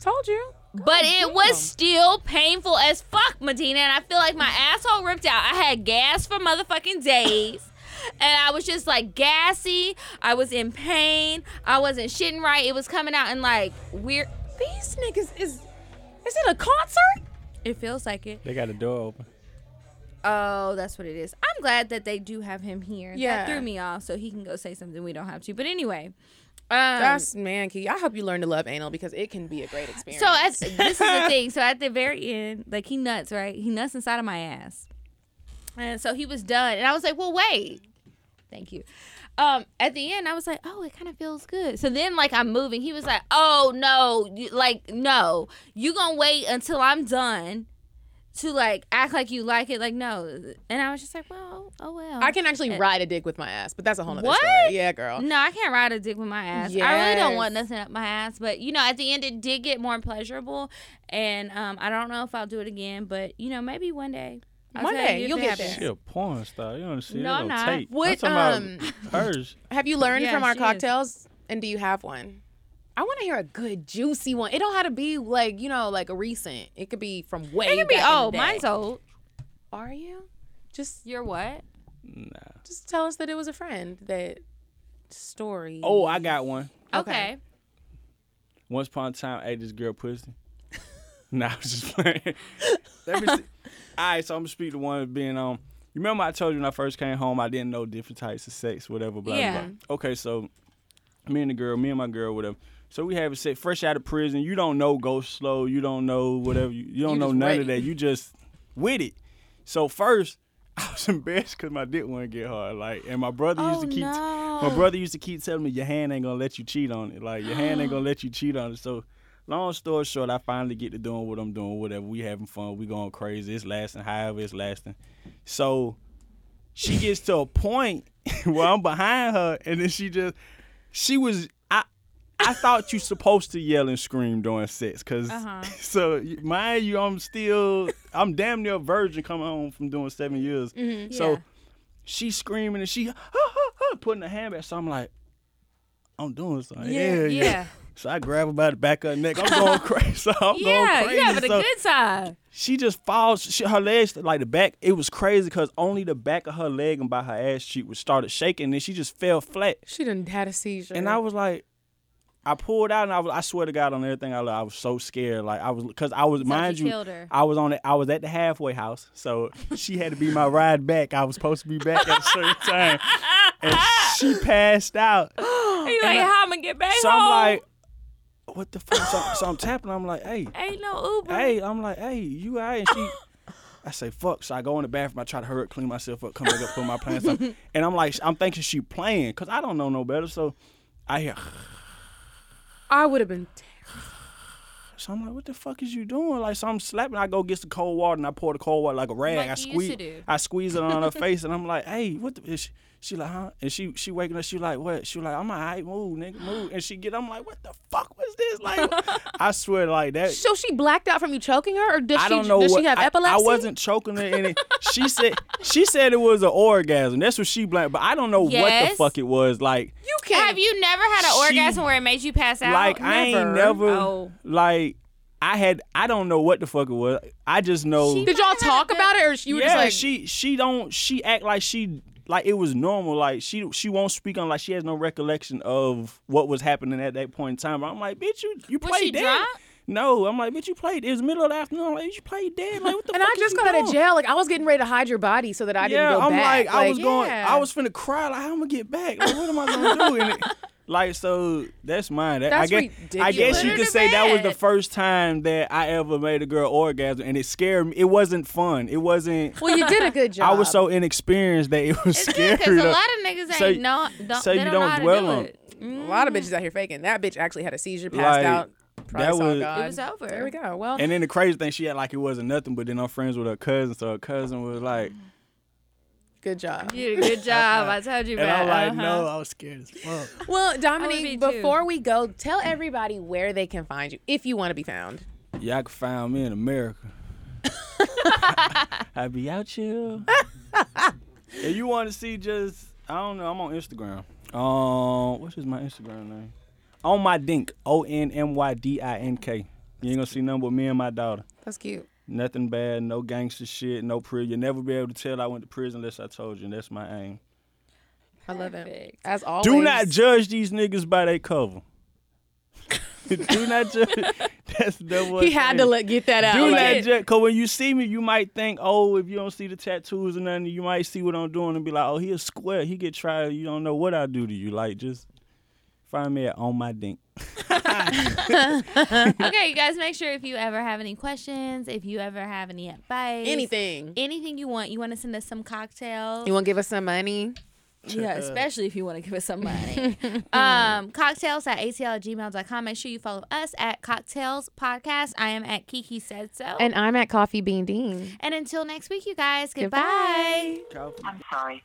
Speaker 2: Told you.
Speaker 3: But it was still painful as fuck, Medina, and I feel like my asshole ripped out. I had gas for motherfucking days. And I was just like gassy. I was in pain. I wasn't shitting right. It was coming out in like weird. Um,
Speaker 2: These niggas is it's
Speaker 9: at a concert?
Speaker 3: It feels like it.
Speaker 6: They got a door open.
Speaker 3: Oh, that's what it is. I'm glad that they do have him here.
Speaker 2: Yeah.
Speaker 3: That threw me off, so he can go say something we don't have to. But anyway, um,
Speaker 2: That's man, Key. I hope you learn to love anal because it can be a great experience.
Speaker 3: so at, this is the thing. So at the very end, like he nuts, right? He nuts inside of my ass, and so he was done. And I was like, well, wait, thank you. Um, at the end, I was like, oh, it kind of feels good. So then, like, I'm moving. He was like, oh no, you, like no, you gonna wait until I'm done to like act like you like it, like no. And I was just like, well, oh well.
Speaker 2: I can actually ride a dick with my ass, but that's a whole nother
Speaker 3: What?
Speaker 2: story. Yeah, girl.
Speaker 3: No, I can't ride a dick with my ass. I really
Speaker 2: Yes.
Speaker 3: don't want nothing up my ass. But you know, at the end, it did get more pleasurable, and um, I don't know if I'll do it again. But you know, maybe one day. I'll
Speaker 2: One
Speaker 3: tell
Speaker 2: day,
Speaker 3: you if
Speaker 2: you'll
Speaker 3: it
Speaker 2: get there.
Speaker 3: happens.
Speaker 6: She a porn star. You don't see
Speaker 3: No,
Speaker 6: that
Speaker 3: I'm
Speaker 6: on
Speaker 3: not. um,
Speaker 6: tape.
Speaker 2: What,
Speaker 6: I'm talking about hers.
Speaker 2: Have you learned
Speaker 3: Mm-hmm. Yeah,
Speaker 2: from our
Speaker 3: she is.
Speaker 2: cocktails? And do you have one? I want to hear a good juicy one. It don't have to be like you know, like a recent. It could be from way.
Speaker 3: It can be
Speaker 2: back in the
Speaker 3: old.
Speaker 2: day.
Speaker 3: Mine's old.
Speaker 2: Are you? Just
Speaker 3: You're what?
Speaker 2: just tell us that it was a friend. That story.
Speaker 6: Oh, I got one.
Speaker 3: Okay.
Speaker 6: Once upon a time, I ate this girl pussy. nah, I was just playing. Let me see. All right, so I'm gonna speak to one being um. You remember I told you when I first came home, I didn't know different types of sex, whatever. Blah
Speaker 3: Yeah.
Speaker 6: blah. Okay, so me and the girl, me and my girl, whatever. So we having sex fresh out of prison. You don't know go slow. You don't know whatever. You, you don't know
Speaker 2: just
Speaker 6: none
Speaker 2: ready.
Speaker 6: of that. You just with it. So first, I was embarrassed because my dick wouldn't get hard. Like, and my brother used to keep my brother used to keep telling me your hand ain't gonna let you cheat on it. Like your hand ain't gonna let you cheat on it. So long story short, I finally get to doing what I'm doing. Whatever, we having fun. We going crazy. It's lasting. However, it's lasting. So she gets to a point where I'm behind her, and then she just she was I. I thought you supposed to yell and scream during sex, cause
Speaker 3: Uh-huh.
Speaker 6: so you- mind you, I'm still I'm damn near a virgin coming home from doing seven years. So
Speaker 3: Mm-hmm. yeah.
Speaker 6: she's screaming and she "Ah, ah, ah," putting her hand back. So I'm like, I'm doing something. Yeah, yeah.
Speaker 3: yeah.
Speaker 6: So I grab her by the back of her neck. I'm going crazy. So I'm
Speaker 3: yeah,
Speaker 6: going crazy.
Speaker 3: you having
Speaker 6: So-
Speaker 3: a good time.
Speaker 6: she just falls. She, her legs, like the back, it was crazy because only the back of her leg and by her ass cheek was started shaking, and she just fell flat.
Speaker 2: she done had a seizure.
Speaker 6: And I was like, I pulled out, and I was, I swear to God on everything I love, I was so scared. Like I was, cause I was, mind
Speaker 3: you
Speaker 6: you,
Speaker 3: killed her.
Speaker 6: I was on it. I was at the halfway house, so she had to be my ride back. I was supposed to be back at a certain time, and she passed out.
Speaker 3: You like, how I'm gonna get back
Speaker 6: So
Speaker 3: home?
Speaker 6: I'm like, what the fuck? So, so I'm tapping. I'm like, hey,
Speaker 3: Ain't no Uber.
Speaker 6: hey, I'm like, hey, you all right? And she, I say, fuck. So I go in the bathroom. I try to hurry up, clean myself up, come back up, put my pants on. And I'm like, I'm thinking she playing because I don't know no better. So I hear,
Speaker 2: I would have been.
Speaker 6: so I'm like, what the fuck is you doing? Like, so I'm slapping. I go get some cold water and I pour the cold water like a rag.
Speaker 3: Like you
Speaker 6: I
Speaker 3: used to
Speaker 6: squeeze,
Speaker 3: do.
Speaker 6: I squeeze it on her face, and I'm like, hey, what the? Is she, she like, huh? And she she waking up. She like, what? She like, I'm alright, move, nigga, move. And she get, I'm like, what the fuck was this? Like, I swear, like that.
Speaker 2: So she blacked out from you choking her, or does
Speaker 6: I
Speaker 2: she?
Speaker 6: don't know
Speaker 2: does
Speaker 6: what
Speaker 2: she have
Speaker 6: I-
Speaker 2: epilepsy?
Speaker 6: I, wasn't choking her in it. She said she said it was an orgasm. That's what she blamed, but I don't know what the
Speaker 3: Yes.
Speaker 6: fuck it was. Like
Speaker 2: You can't.
Speaker 3: Have you never had an
Speaker 6: She-
Speaker 3: orgasm where it made you pass out?
Speaker 6: like I ain't never
Speaker 3: Oh.
Speaker 6: like I had I don't know what the fuck it was. I just know
Speaker 2: Did y'all talk about it, or you were
Speaker 6: Yeah,
Speaker 2: just like?
Speaker 6: she she don't she act like she like it was normal. Like she she won't speak on like she has no recollection of what was happening at that point in time. I'm like, bitch, you you
Speaker 3: Was
Speaker 6: played
Speaker 3: she
Speaker 6: dead.
Speaker 3: drunk?
Speaker 6: No, I'm like, bitch, you played. It was the middle of the afternoon. I'm like, you played dead. Like, what the
Speaker 2: and
Speaker 6: fuck
Speaker 2: I
Speaker 6: is
Speaker 2: just
Speaker 6: you
Speaker 2: got out of
Speaker 6: doing?
Speaker 2: jail. Like I was getting ready to hide your body so that I
Speaker 6: yeah,
Speaker 2: didn't go
Speaker 6: I'm
Speaker 2: back.
Speaker 6: like, I was going,
Speaker 3: yeah.
Speaker 6: I was finna cry. Like, how I'm gonna get back? Like, what am I gonna do? And it, like, so that's mine. That, I
Speaker 2: That's
Speaker 6: guess, I
Speaker 2: ridiculous.
Speaker 6: guess
Speaker 3: Put
Speaker 6: you
Speaker 3: her
Speaker 6: could
Speaker 3: to
Speaker 6: say that was the
Speaker 3: bed.
Speaker 6: first time that I ever made a girl orgasm, and it scared me. It wasn't fun. It wasn't.
Speaker 2: Well, you did a good job.
Speaker 6: I was so inexperienced that it was
Speaker 3: It's
Speaker 6: scary.
Speaker 3: good because a
Speaker 6: though.
Speaker 3: lot of niggas
Speaker 6: So-
Speaker 3: ain't know. Don't,
Speaker 6: so
Speaker 3: they
Speaker 6: you
Speaker 3: don't
Speaker 6: don't
Speaker 3: know how
Speaker 6: dwell
Speaker 3: to do
Speaker 6: on
Speaker 3: it.
Speaker 2: a lot of bitches out here faking. That bitch actually had a seizure, passed
Speaker 6: Like,
Speaker 2: out. Probably
Speaker 6: that
Speaker 2: saw
Speaker 6: was- It
Speaker 2: God.
Speaker 3: It was over.
Speaker 2: There we go. Well,
Speaker 6: And then the crazy thing, she had like it wasn't nothing. But then I'm friends with her cousin, so her cousin was like,
Speaker 2: good job.
Speaker 3: You did a good job. I told you
Speaker 6: and
Speaker 3: about
Speaker 6: I'm
Speaker 3: it.
Speaker 6: like,
Speaker 3: Uh-huh.
Speaker 6: no, I was scared as fuck.
Speaker 2: Well,
Speaker 3: be
Speaker 2: Dominique,
Speaker 3: too.
Speaker 2: before we go, tell everybody where they can find you if you want to be found.
Speaker 6: Y'all can find me in America. I be out here. if you want to see just, I don't know, I'm on Instagram. Um, what is my Instagram name? On my dink, O N M Y D I N K. You ain't gonna see nothing but me and my daughter.
Speaker 2: That's cute.
Speaker 6: Nothing bad, no gangster shit, no prison. You'll never be able to tell I went to prison unless I told you, and that's my aim.
Speaker 2: I love it. As always,
Speaker 6: Do not judge these niggas by their cover. do not judge. That's the one.
Speaker 2: He had to
Speaker 6: thing.
Speaker 2: let get that out.
Speaker 6: Do
Speaker 2: like-
Speaker 6: not judge. Cause when you see me, you might think, oh, if you don't see the tattoos and nothing, you might see what I'm doing and be like, oh, he a square. He get tried. You don't know what I do to you. Like just find me at on my dink.
Speaker 3: okay, you guys, make sure if you ever have any questions, if you ever have any advice,
Speaker 2: Anything.
Speaker 3: anything you want, you want to send us some cocktails.
Speaker 2: You want to give us some money?
Speaker 3: Yeah, especially if you want to give us some money. um, cocktails at atl at gmail.com. Make sure you follow us at Cocktails Podcast. I am at Kiki Said So.
Speaker 2: And
Speaker 3: And,
Speaker 2: I'm at Coffee Bean Dean.
Speaker 3: until next week, you guys,
Speaker 2: Goodbye.
Speaker 3: goodbye.
Speaker 10: I'm sorry,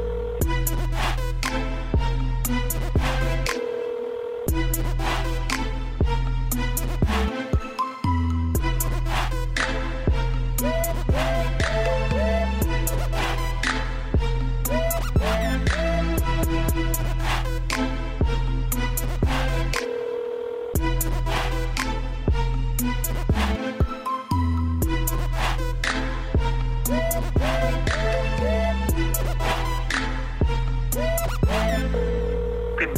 Speaker 10: Bye.